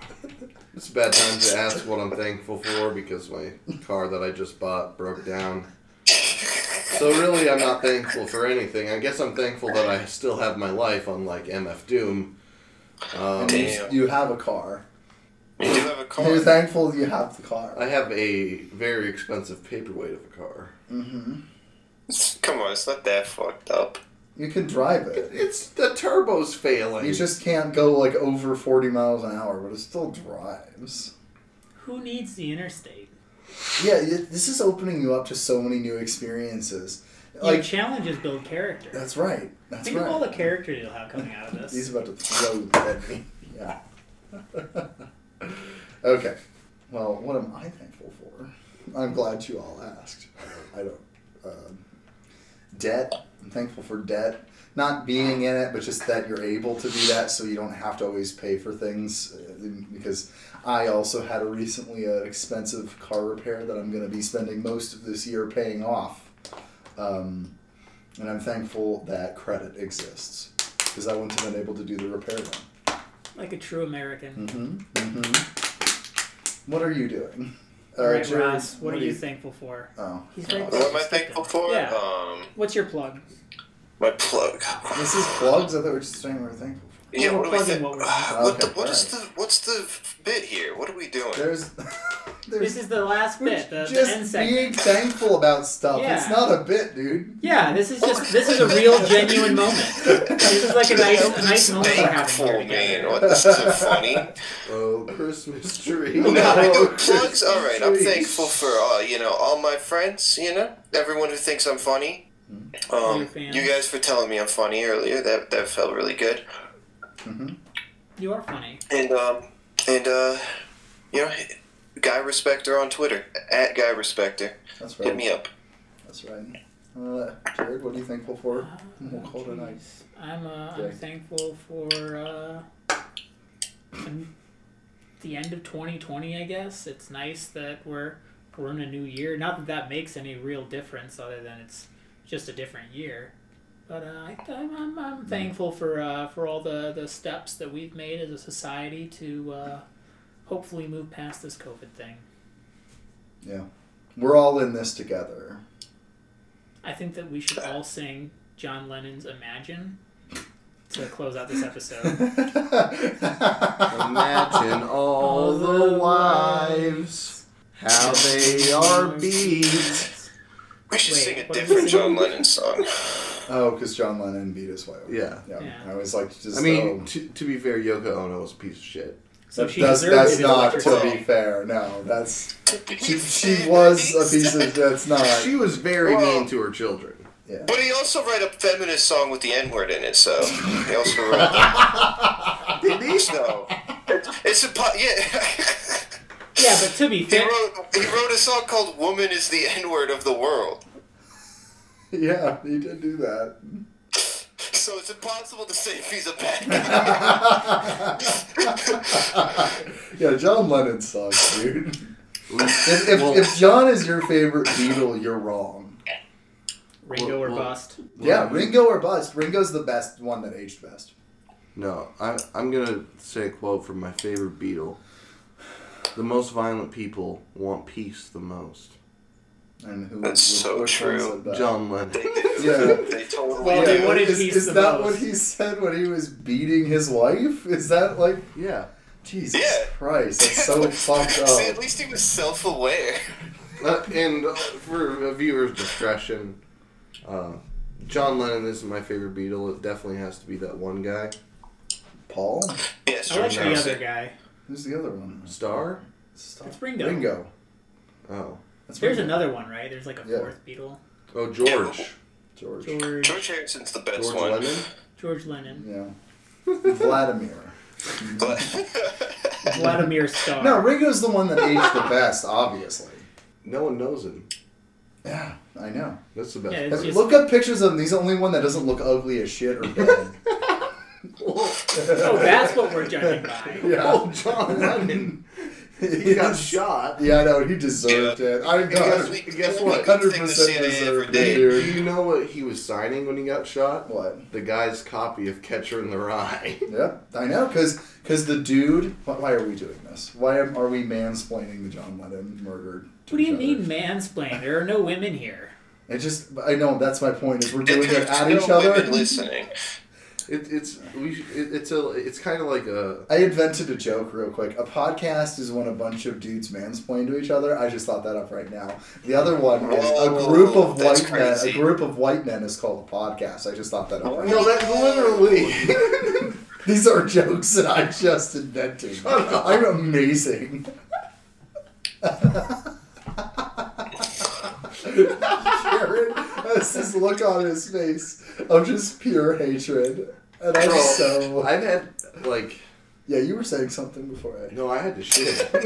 [SPEAKER 3] it's a bad time to ask what I'm thankful for because my car that I just bought broke down. So really, I'm not thankful for anything. I guess I'm thankful that I still have my life, unlike MF Doom. Um,
[SPEAKER 2] Damn.
[SPEAKER 4] You have a car.
[SPEAKER 2] You do have a car.
[SPEAKER 4] You're thankful you have the car.
[SPEAKER 3] I have a very expensive paperweight of a car.
[SPEAKER 2] Come on, it's not that fucked up.
[SPEAKER 4] You can drive it.
[SPEAKER 3] It's the turbo's failing.
[SPEAKER 4] You just can't go like over 40 miles an hour, but it still drives.
[SPEAKER 1] Who needs the interstate?
[SPEAKER 4] Yeah, y- this is opening you up to so many new experiences.
[SPEAKER 1] Like
[SPEAKER 4] Like,
[SPEAKER 1] challenges build character.
[SPEAKER 4] that's right. That's
[SPEAKER 1] Think
[SPEAKER 4] right.
[SPEAKER 1] of all the character you'll have coming out of
[SPEAKER 4] He's
[SPEAKER 1] this.
[SPEAKER 4] about to throw it at me. Yeah. okay. Well, what am I thankful for? I'm glad you all asked. I don't. um debt. I'm thankful for debt. Not being in it, but just that you're able to do that, so you don't have to always pay for things. uh, Because I also had a recently an expensive car repair that I'm going to be spending most of this year paying off. Um, and I'm thankful that credit exists because I wouldn't have been able to do the repair then.
[SPEAKER 1] Like a true American.
[SPEAKER 4] Mm-hmm. Mm-hmm. What are you doing? Uh,
[SPEAKER 1] all right,
[SPEAKER 4] Jerry,
[SPEAKER 1] Ross. What, are you
[SPEAKER 4] do
[SPEAKER 1] thankful for?
[SPEAKER 4] Oh,
[SPEAKER 1] He's right
[SPEAKER 2] What
[SPEAKER 1] there.
[SPEAKER 2] am I thankful for?
[SPEAKER 1] Yeah.
[SPEAKER 2] Um,
[SPEAKER 1] What's your plug?
[SPEAKER 2] my plug.
[SPEAKER 4] this is plugs. I thought we were just saying we were thankful. for.
[SPEAKER 2] Yeah,
[SPEAKER 1] We're
[SPEAKER 2] what do we
[SPEAKER 1] plugging
[SPEAKER 2] think?
[SPEAKER 1] what we're
[SPEAKER 2] What, the,
[SPEAKER 4] Okay,
[SPEAKER 2] what is
[SPEAKER 4] alright.
[SPEAKER 2] the what's the bit here? What are we doing?
[SPEAKER 4] There's
[SPEAKER 1] This is the last bit, the, the end
[SPEAKER 7] just
[SPEAKER 1] segment.
[SPEAKER 7] being thankful about stuff.
[SPEAKER 1] Yeah.
[SPEAKER 7] It's not a bit, dude.
[SPEAKER 1] Yeah, this is just this is a real genuine moment. This is like a nice a nice moment we're having here
[SPEAKER 2] Thankful
[SPEAKER 1] together.
[SPEAKER 2] man, what this isn't funny.
[SPEAKER 3] Oh, Christmas tree.
[SPEAKER 2] No, I
[SPEAKER 3] Oh,
[SPEAKER 2] do plugs.
[SPEAKER 3] Christmas
[SPEAKER 2] All right, I'm
[SPEAKER 3] tree.
[SPEAKER 2] thankful for uh, you know all my friends. You know everyone who thinks I'm funny.
[SPEAKER 1] Mm-hmm. Your
[SPEAKER 2] Um,
[SPEAKER 1] fans.
[SPEAKER 2] you guys for telling me I'm funny earlier. That that felt really good.
[SPEAKER 1] You are funny.
[SPEAKER 2] And um, and uh, you know, Guy Respector on Twitter at Guy Respector.
[SPEAKER 4] That's
[SPEAKER 2] Hit
[SPEAKER 4] right.
[SPEAKER 2] me up.
[SPEAKER 4] That's right. Uh, Jared, what are you thankful for?
[SPEAKER 1] Uh,
[SPEAKER 4] And we'll call it a night.
[SPEAKER 1] I'm uh,
[SPEAKER 4] Oh, Yeah.
[SPEAKER 1] I'm thankful for uh, um, the end of 2020. I guess it's nice that we're we're in a new year. Not that that makes any real difference, other than it's just a different year. But uh, I, I'm, I'm, I'm thankful for uh, for all the, the steps that we've made as a society to uh, hopefully move past this COVID thing.
[SPEAKER 4] We're all in this together.
[SPEAKER 1] I think that we should all sing John Lennon's "Imagine" to close out this episode.
[SPEAKER 3] Imagine all the wives, how they are beat.
[SPEAKER 2] We should
[SPEAKER 1] Wait,
[SPEAKER 2] sing a
[SPEAKER 1] what is
[SPEAKER 2] different
[SPEAKER 1] it?
[SPEAKER 2] John Lennon song.
[SPEAKER 4] Oh, because John Lennon beat his wife.
[SPEAKER 3] Yeah.
[SPEAKER 4] Yeah.
[SPEAKER 1] Yeah.
[SPEAKER 4] I was like, just.
[SPEAKER 3] I
[SPEAKER 4] oh,
[SPEAKER 3] mean, to, to be fair, Yoko Ono was a piece of shit.
[SPEAKER 1] So
[SPEAKER 4] that-
[SPEAKER 1] she
[SPEAKER 4] that's,
[SPEAKER 1] deserved
[SPEAKER 4] that's
[SPEAKER 1] it. is what
[SPEAKER 4] not
[SPEAKER 1] you're
[SPEAKER 4] to
[SPEAKER 1] saying.
[SPEAKER 4] be fair. No, that's she, she was a piece of. That's not.
[SPEAKER 3] She was very
[SPEAKER 2] Well-
[SPEAKER 3] mean to her children.
[SPEAKER 4] Yeah.
[SPEAKER 2] But he also wrote a feminist song with the N word in it, so he also wrote that. Did he? So it's a po- yeah.
[SPEAKER 1] Yeah, but to be
[SPEAKER 2] He
[SPEAKER 1] fair,
[SPEAKER 2] wrote, he wrote a song called Woman is the N Word of the World.
[SPEAKER 4] Yeah, he did do that.
[SPEAKER 2] So it's impossible to say if he's a bad guy.
[SPEAKER 4] Yeah, John Lennon sucks, dude. If, if, if John is your favorite Beatle, you're wrong.
[SPEAKER 1] Ringo or
[SPEAKER 3] Well-
[SPEAKER 1] bust.
[SPEAKER 4] Yeah, Ringo or bust. Ringo's the best one that aged best.
[SPEAKER 3] No, I, I'm gonna say a quote from my favorite Beatle. The most violent people want peace the most.
[SPEAKER 4] And who?
[SPEAKER 2] That's
[SPEAKER 4] which-
[SPEAKER 2] so
[SPEAKER 4] which one
[SPEAKER 2] true.
[SPEAKER 4] said that?
[SPEAKER 3] John Lennon.
[SPEAKER 4] Yeah.
[SPEAKER 2] They totally do.
[SPEAKER 1] Well, they wanted
[SPEAKER 4] is,
[SPEAKER 1] peace
[SPEAKER 4] is
[SPEAKER 1] the
[SPEAKER 4] that
[SPEAKER 1] most.
[SPEAKER 4] what he said when he was beating his wife? Is that like
[SPEAKER 3] Yeah,
[SPEAKER 4] Jesus
[SPEAKER 2] Yeah.
[SPEAKER 4] Christ? That's so fucked
[SPEAKER 2] See, at
[SPEAKER 4] up.
[SPEAKER 2] least he was self aware.
[SPEAKER 3] uh, and uh, for a viewer's discretion, uh, John Lennon is my favorite Beatle. It definitely has to be that one guy,
[SPEAKER 4] Paul,
[SPEAKER 2] Yes,
[SPEAKER 1] I like
[SPEAKER 2] George
[SPEAKER 1] the
[SPEAKER 2] Harrison.
[SPEAKER 1] other guy.
[SPEAKER 4] who's the other one?
[SPEAKER 3] Star.
[SPEAKER 4] Stop.
[SPEAKER 1] It's Ringo.
[SPEAKER 4] Ringo.
[SPEAKER 3] Oh,
[SPEAKER 4] That's
[SPEAKER 1] There's
[SPEAKER 4] Ringo.
[SPEAKER 1] another one, right? There's like a
[SPEAKER 4] Yeah.
[SPEAKER 1] fourth Beatle.
[SPEAKER 3] oh George.
[SPEAKER 4] George.
[SPEAKER 1] George
[SPEAKER 2] George Harrison's the best
[SPEAKER 3] George
[SPEAKER 2] one.
[SPEAKER 3] Lennon.
[SPEAKER 1] George Lennon.
[SPEAKER 4] Yeah. Vladimir.
[SPEAKER 2] But
[SPEAKER 1] Vladimir Starr.
[SPEAKER 4] No, Ringo's the one that aged the best, obviously.
[SPEAKER 3] No one knows him.
[SPEAKER 4] Yeah, I know.
[SPEAKER 3] That's the best.
[SPEAKER 1] Yeah,
[SPEAKER 3] part.
[SPEAKER 1] it's-
[SPEAKER 4] Look up pictures of him. He's the only one that doesn't look ugly as shit or dead.
[SPEAKER 1] Oh, that's what we're judging by.
[SPEAKER 4] Yeah.
[SPEAKER 3] Oh, John Lennon. He got shot.
[SPEAKER 4] Yeah, I know. He deserved
[SPEAKER 2] Yeah.
[SPEAKER 4] it. I
[SPEAKER 2] Guess-
[SPEAKER 4] God,
[SPEAKER 2] guess
[SPEAKER 4] he
[SPEAKER 2] what?
[SPEAKER 4] 100%
[SPEAKER 2] Thing to say every
[SPEAKER 4] deserved
[SPEAKER 2] day.
[SPEAKER 4] it,
[SPEAKER 3] Do
[SPEAKER 4] dude.
[SPEAKER 3] you know what he was signing when he got shot?
[SPEAKER 4] What?
[SPEAKER 3] The guy's copy of Catcher in the Rye.
[SPEAKER 4] Yep, I know, because the dude. Why, why are we doing this? Why am, are we mansplaining the John Lennon murder? to
[SPEAKER 1] What do you
[SPEAKER 4] each other?
[SPEAKER 1] mean mansplain? There are no women here.
[SPEAKER 4] It just. I know that's my point. Is we're doing it
[SPEAKER 2] there's
[SPEAKER 4] at
[SPEAKER 2] no
[SPEAKER 4] each other.
[SPEAKER 2] women listening.
[SPEAKER 3] It, it's we, sh- it, it's a it's kind of like a
[SPEAKER 4] I invented a joke real quick. A podcast is when a bunch of dudes mansplain to each other. I just thought that up right now. The other one is a
[SPEAKER 2] Whoa,
[SPEAKER 4] group of
[SPEAKER 2] that's
[SPEAKER 4] white men. A
[SPEAKER 2] crazy.
[SPEAKER 4] group of white men is called a podcast. I just thought that up. Right
[SPEAKER 3] no
[SPEAKER 4] now.
[SPEAKER 3] that literally.
[SPEAKER 4] These are jokes that I just invented. I'm amazing. Jared has this look on his face of just pure hatred. And I'm so.
[SPEAKER 3] I've had like
[SPEAKER 4] Yeah, you were saying something before I.
[SPEAKER 3] no, I had to shit.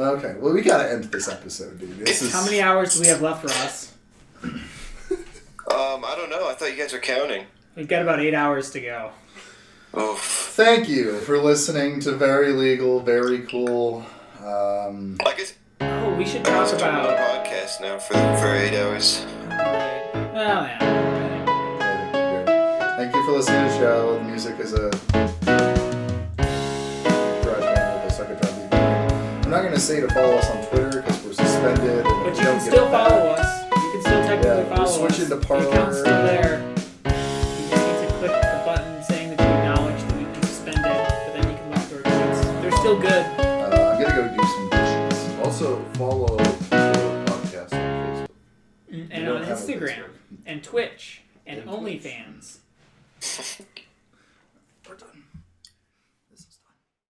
[SPEAKER 4] Okay, well, we gotta end this episode, dude. This is.
[SPEAKER 1] How many hours do we have left for us?
[SPEAKER 2] Um, I don't know. I thought you guys were counting.
[SPEAKER 1] We've got about eight hours to go.
[SPEAKER 2] Oof.
[SPEAKER 4] Thank you for listening to Very Legal, Very Cool. Um,
[SPEAKER 2] I guess
[SPEAKER 1] Oh, we should talk
[SPEAKER 2] it's time on a
[SPEAKER 1] about. uh,
[SPEAKER 2] podcast now for, for eight hours.
[SPEAKER 1] Well, yeah.
[SPEAKER 4] thank you for listening to the show. The music is a. Garage band with a sucker drum beat. I'm not gonna say to follow us on Twitter because we're suspended. And
[SPEAKER 1] But
[SPEAKER 4] we
[SPEAKER 1] you
[SPEAKER 4] don't
[SPEAKER 1] can
[SPEAKER 4] get
[SPEAKER 1] still
[SPEAKER 4] it back.
[SPEAKER 1] follow us. You can still technically
[SPEAKER 4] Yeah, we're
[SPEAKER 1] follow us.
[SPEAKER 4] switching to
[SPEAKER 1] Your account's
[SPEAKER 4] Parler.
[SPEAKER 1] still there. You just need to click the button saying that you acknowledge that we've been suspended, but then you can look for receipts. They're still good.
[SPEAKER 4] Uh, I'm gonna go do some dishes.
[SPEAKER 3] Also,
[SPEAKER 4] follow the podcast on Facebook.
[SPEAKER 1] and
[SPEAKER 4] We
[SPEAKER 1] and
[SPEAKER 4] don't
[SPEAKER 1] on
[SPEAKER 4] have a
[SPEAKER 1] Instagram
[SPEAKER 4] Facebook.
[SPEAKER 1] and Twitch and
[SPEAKER 4] And Twitch.
[SPEAKER 1] OnlyFans.